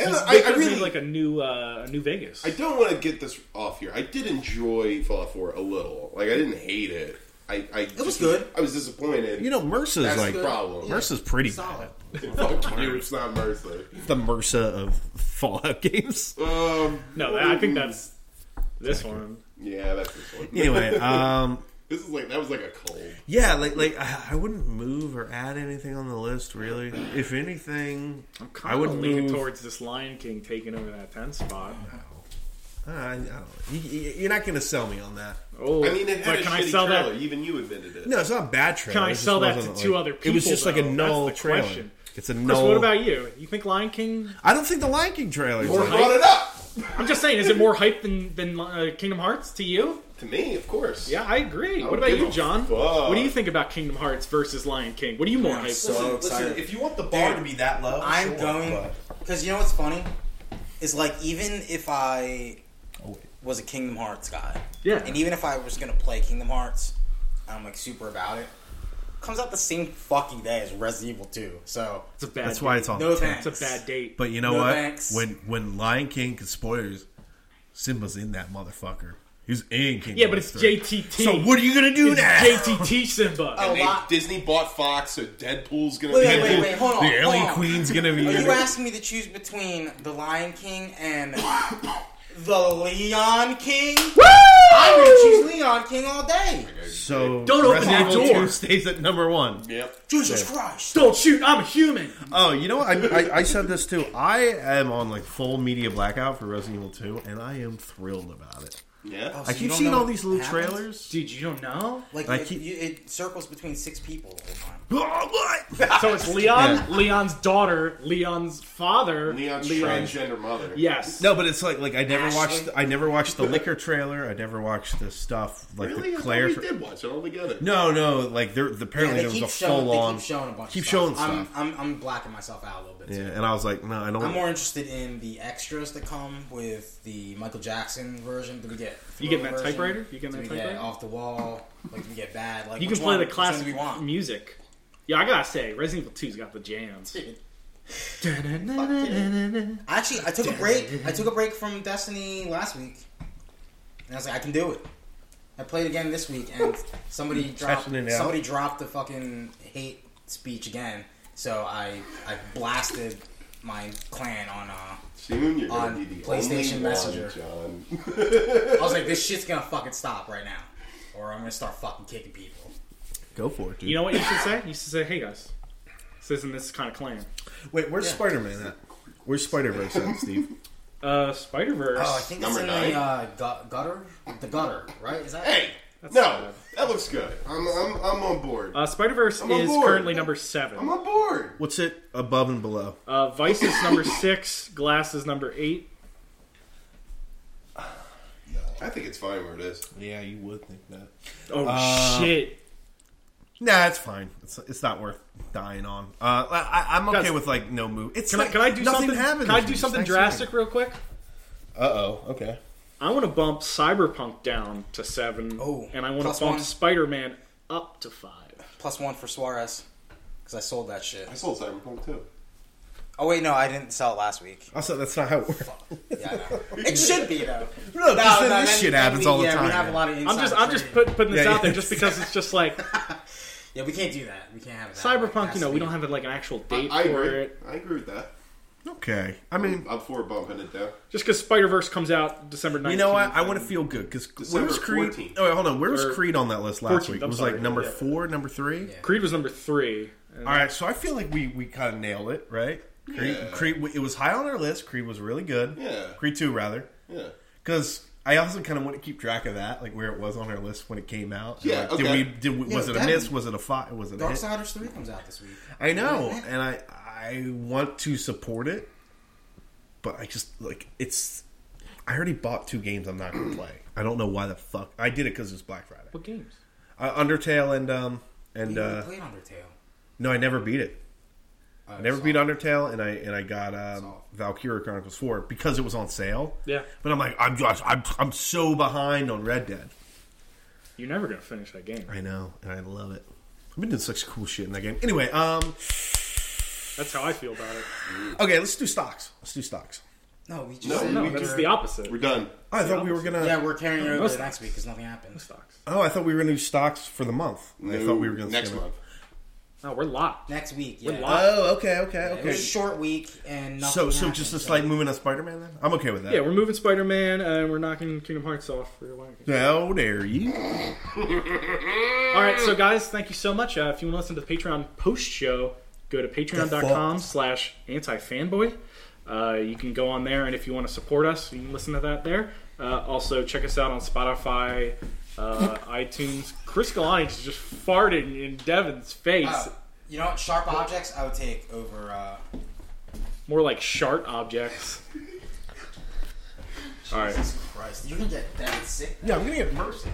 S3: And I,
S4: They
S3: I
S4: could
S3: really
S4: do like a new, uh, a new Vegas.
S3: I don't want to get this off here. I did enjoy Fallout 4 a little. Like I didn't hate it. I, I it
S1: was good.
S3: I was disappointed.
S2: You know, MRSA is
S3: That's
S2: like
S3: the problem.
S2: MRSA's pretty
S1: Solid.
S3: Fuck you, it's not Mercer.
S2: bad. The MRSA of Fallout games.
S3: Um,
S4: no, that- I think that's this one.
S3: yeah, that's this one.
S2: Anyway, um,
S3: this is like that was like a cold.
S2: yeah, like like I, I wouldn't move or add anything on the list really. If anything,
S4: I'm
S2: I
S4: kind
S2: would
S4: of leaning
S2: move-
S4: towards this Lion King taking over that 10 spot.
S2: uh, I, I don't know. You, you- you're not going to sell me on that.
S4: Oh,
S3: I mean, it had
S4: but
S3: a
S4: can
S3: shitty
S4: I sell
S3: trailer.
S4: that?
S3: Even you admitted it.
S2: No, it's not a bad trailer.
S4: Can I
S2: It just
S4: sell that
S2: wasn't,
S4: to two other
S2: It was
S4: people,
S2: just like a
S4: though?
S2: null
S4: That's the
S2: trailer.
S4: question.
S2: It's a
S4: Chris,
S2: null.
S4: what about you? You think Lion King?
S2: I don't think the Lion King trailer. is
S3: Or
S2: like-
S3: brought it up
S4: I'm just saying, is it more hype than than uh, Kingdom Hearts to you?
S3: to me, of course.
S4: Yeah, I agree. what
S3: don't
S4: about
S3: give
S4: you,
S3: a
S4: John?
S3: fuck.
S4: What do you think about Kingdom Hearts versus Lion King? What are you more hyped
S1: so
S4: for?
S1: excited.
S2: if you want the bar to be that low,
S1: I'm
S2: sure,
S1: going
S2: but-
S1: because you know what's funny is like even if I
S2: Oh, wait.
S1: was a Kingdom Hearts guy,
S4: Yeah.
S1: and even if I was gonna play Kingdom Hearts, and I'm like super about it. Comes out the same fucking day as Resident Evil 2, so
S4: It's a bad.
S2: That's why
S4: date.
S2: it's on.
S1: no
S2: the
S1: thanks.
S4: It's a bad date.
S2: But you know
S1: No
S2: what?
S1: thanks.
S2: When when Lion King 'cause spoilers, Simba's in that motherfucker. He's in King.
S4: yeah, but it's JTT.
S2: So what are you gonna do
S4: It's
S2: now?
S4: JTT Simba.
S1: Oh,
S3: They-
S1: lot.
S3: Disney bought Fox, so Deadpool's gonna
S1: Wait, wait,
S3: be.
S1: wait, wait, hold on.
S2: The
S1: hold
S2: alien
S1: on.
S2: queen's gonna be.
S1: Are
S2: in
S1: you
S2: it.
S1: asking me to choose between the Lion King and the Leon King? Woo! I'm gonna choose Leon King all day.
S2: So
S4: Don't open
S2: Resident
S4: that
S2: Evil
S4: door.
S2: 2 Stays at number one.
S3: Yep.
S1: Jesus Christ!
S4: Don't shoot. I'm a human.
S2: Oh, you know what? I, I, I said this too. I am on like full media blackout for Resident Evil Two, and I am thrilled about it.
S3: Yeah.
S2: I
S1: Oh, you
S2: keep
S1: don't
S2: seeing
S1: know
S2: all
S1: what
S2: these little
S1: happens?
S2: trailers.
S4: Dude, you don't know?
S1: Like
S2: I
S1: it,
S2: keep-
S1: you, it circles between six people the whole time.
S2: Oh, what?
S4: So it's Leon, Leon's daughter, Leon's father,
S3: Leon's transgender mother.
S4: Yes.
S2: No, but it's like like I never watched
S1: Ashley?
S2: I never watched the liquor trailer. I never watched the stuff like
S3: Really?
S2: the
S3: I thought
S2: Claire.
S3: we did watch it all together.
S2: No, no, like there the-
S1: Yeah,
S2: apparently
S1: they
S2: there was
S1: keep
S2: a
S1: showing.
S2: full
S1: They
S2: on
S1: keep showing a bunch.
S2: keep
S1: of
S2: showing
S1: stuff.
S2: stuff.
S1: I'm, I'm I'm blacking myself out a little bit.
S2: Yeah,
S1: Too.
S2: and I was like, no, I don't.
S1: I'm more interested in the extras that come with the Michael Jackson version. Do we get
S4: You getting that
S1: Thriller version?
S4: typewriter? You getting
S1: Do
S4: that
S1: we
S4: typewriter?
S1: Get off the wall. Like do we get bad. Like
S4: you can
S1: which
S4: play
S1: one-
S4: the
S1: which one do
S4: classic
S1: we want.
S4: music. Yeah, I gotta say, Resident Evil 2's got the jams.
S1: Dude, Actually, I took a break. I took a break from Destiny last week, and I was like, I can do it. I played again this week, and somebody dropped
S2: Testing it out.
S1: somebody dropped the fucking hate speech again. So I I blasted my clan on. Uh,
S3: Soon you're
S1: On
S3: gonna be the
S1: PlayStation
S3: only
S1: Messenger.
S3: One, John.
S1: I was like, this shit's gonna fucking stop right now, or I'm gonna start fucking kicking people.
S2: Go for it, dude.
S4: You know what you should say? You should say, hey guys, this isn't this kind of clan.
S2: Wait, where's Spider Man at? Where's Spider Verse at, Steve?
S4: Uh, Spider Verse.
S1: Oh, I think
S3: Number
S1: it's in
S3: nine.
S1: the uh, gu- gutter, the gutter, right? Is that
S3: Hey, no, that looks good. I'm, I'm, I'm on board.
S4: uh, Spider Verse
S3: I'm on
S4: is
S3: board.
S4: currently number
S3: I'm
S4: seven.
S3: on board.
S2: What's it above and below?
S4: Uh, Vice is number six. Glass is number eight.
S3: I think it's fine where it is.
S2: Yeah, you would think that.
S4: Oh
S2: Uh,
S4: shit!
S2: Nah, it's fine. It's, it's not worth dying on. Uh, I, I'm okay
S4: Guys,
S2: with like no move. It's
S4: Can I
S2: like,
S4: can I do
S2: nothing
S4: something?
S2: Happened
S4: Can I do something drastic real quick?
S2: Uh oh. Okay.
S4: I want to bump Cyberpunk down to seven,
S1: Oh,
S4: and I want
S1: plus
S4: to bump
S1: one.
S4: Spider Man up to five.
S1: plus one for Suarez? Because I sold that shit.
S3: I sold Cyberpunk too.
S1: Oh wait, no, I didn't sell it last week.
S2: Also, that's not how it works.
S1: Yeah, I know. it should be though.
S2: No, 'cause then this shit happens
S1: we,
S2: all the
S1: yeah,
S2: time,
S1: We have
S2: man.
S1: a lot of.
S4: I'm just
S1: insider
S4: I'm just
S1: trading.
S4: put, putting this
S2: Yeah,
S4: out there
S2: yeah.
S4: just because it's just like
S1: Yeah, we can't do that. We can't have it. that way. It
S4: Cyberpunk.
S1: has
S4: You know,
S1: to
S4: we
S1: be-
S4: don't have like an actual
S3: I,
S4: date
S3: I
S4: for
S3: agree.
S4: it.
S3: I agree with that.
S2: Okay. I mean,
S3: I'm for bumping it down.
S4: Just because Spider Verse comes out December 19th.
S2: you know what? I want to feel good because where was Creed?
S3: 14th.
S2: Oh, wait, hold on. Where was
S4: Or-
S2: Creed on that list last
S4: 14th,
S2: week? It
S4: I'm
S2: was
S4: sorry.
S2: like number
S4: Yeah.
S2: four, number three.
S4: Creed was number three. And
S2: All right, so I feel like we we kind of nailed it, right? Creed,
S3: Yeah.
S2: Creed, it was high on our list. Creed was really good.
S3: Yeah.
S2: Creed two rather,
S3: Yeah.
S2: because I also kind of want to keep track of that, like where it was on our list when it came out.
S3: Yeah,
S2: like,
S3: okay.
S2: Did we? Did we
S1: Yeah,
S2: was it a
S1: that-
S2: miss? Was it a fight? Was it a hit?
S1: Darksiders three comes out this week.
S2: I know, and I I want to support it, but I just like it's. I already bought two games I'm not gonna play. I don't know why the fuck I did it because it was Black Friday.
S4: What oh, games?
S2: Uh, Undertale and um and
S1: You
S2: uh,
S1: uh, played Undertale.
S2: no, I never beat it.
S1: Uh,
S2: I never beat Undertale, and I and I got um,
S1: Solid.
S2: Valkyria Chronicles Four because it was on sale.
S4: Yeah.
S2: but I'm like, I'm just, I'm, I'm so behind on Red Dead.
S4: You're never gonna finish that game.
S2: I know, and I love it. I've been doing such cool shit in that game. Anyway, um,
S4: That's how I feel about it.
S2: okay, let's do stocks. Let's do stocks.
S1: No, we just
S3: No,
S1: said
S3: no,
S1: we
S4: That's
S1: were-
S4: the opposite.
S3: We're done.
S2: Oh, I thought we were gonna.
S1: Yeah, we're carrying it over
S4: Most-
S1: to next week because nothing happened.
S4: Stocks.
S2: Oh, I thought we were gonna do stocks for the month. I thought we were gonna
S3: next
S2: skip it.
S3: month.
S4: No, we're locked.
S1: Next week,
S4: We're
S1: yeah.
S4: locked.
S2: Oh, okay, okay,
S1: It was a
S2: okay.
S1: short week and nothing
S2: So, so
S1: happened,
S2: just a slight movement on Spider Man. Then I'm okay with that.
S4: Yeah, we're moving Spider Man and we're knocking Kingdom Hearts off for a while.
S2: How dare you?
S4: All right, so guys, thank you so much. Uh, if you want to listen to the Patreon post show, go to patreon.com slash antifanboy. Uh, you can go on there, and if you want to support us, you can listen to that there. Uh, also, check us out on Spotify, uh, iTunes. Chris Galani just farted in Devin's face.
S1: Oh, you know what? Sharp objects I would take over. Uh,
S4: More like shart objects. All right.
S1: Christ, you can get that sick.
S2: Yeah, I'm gonna get mercy.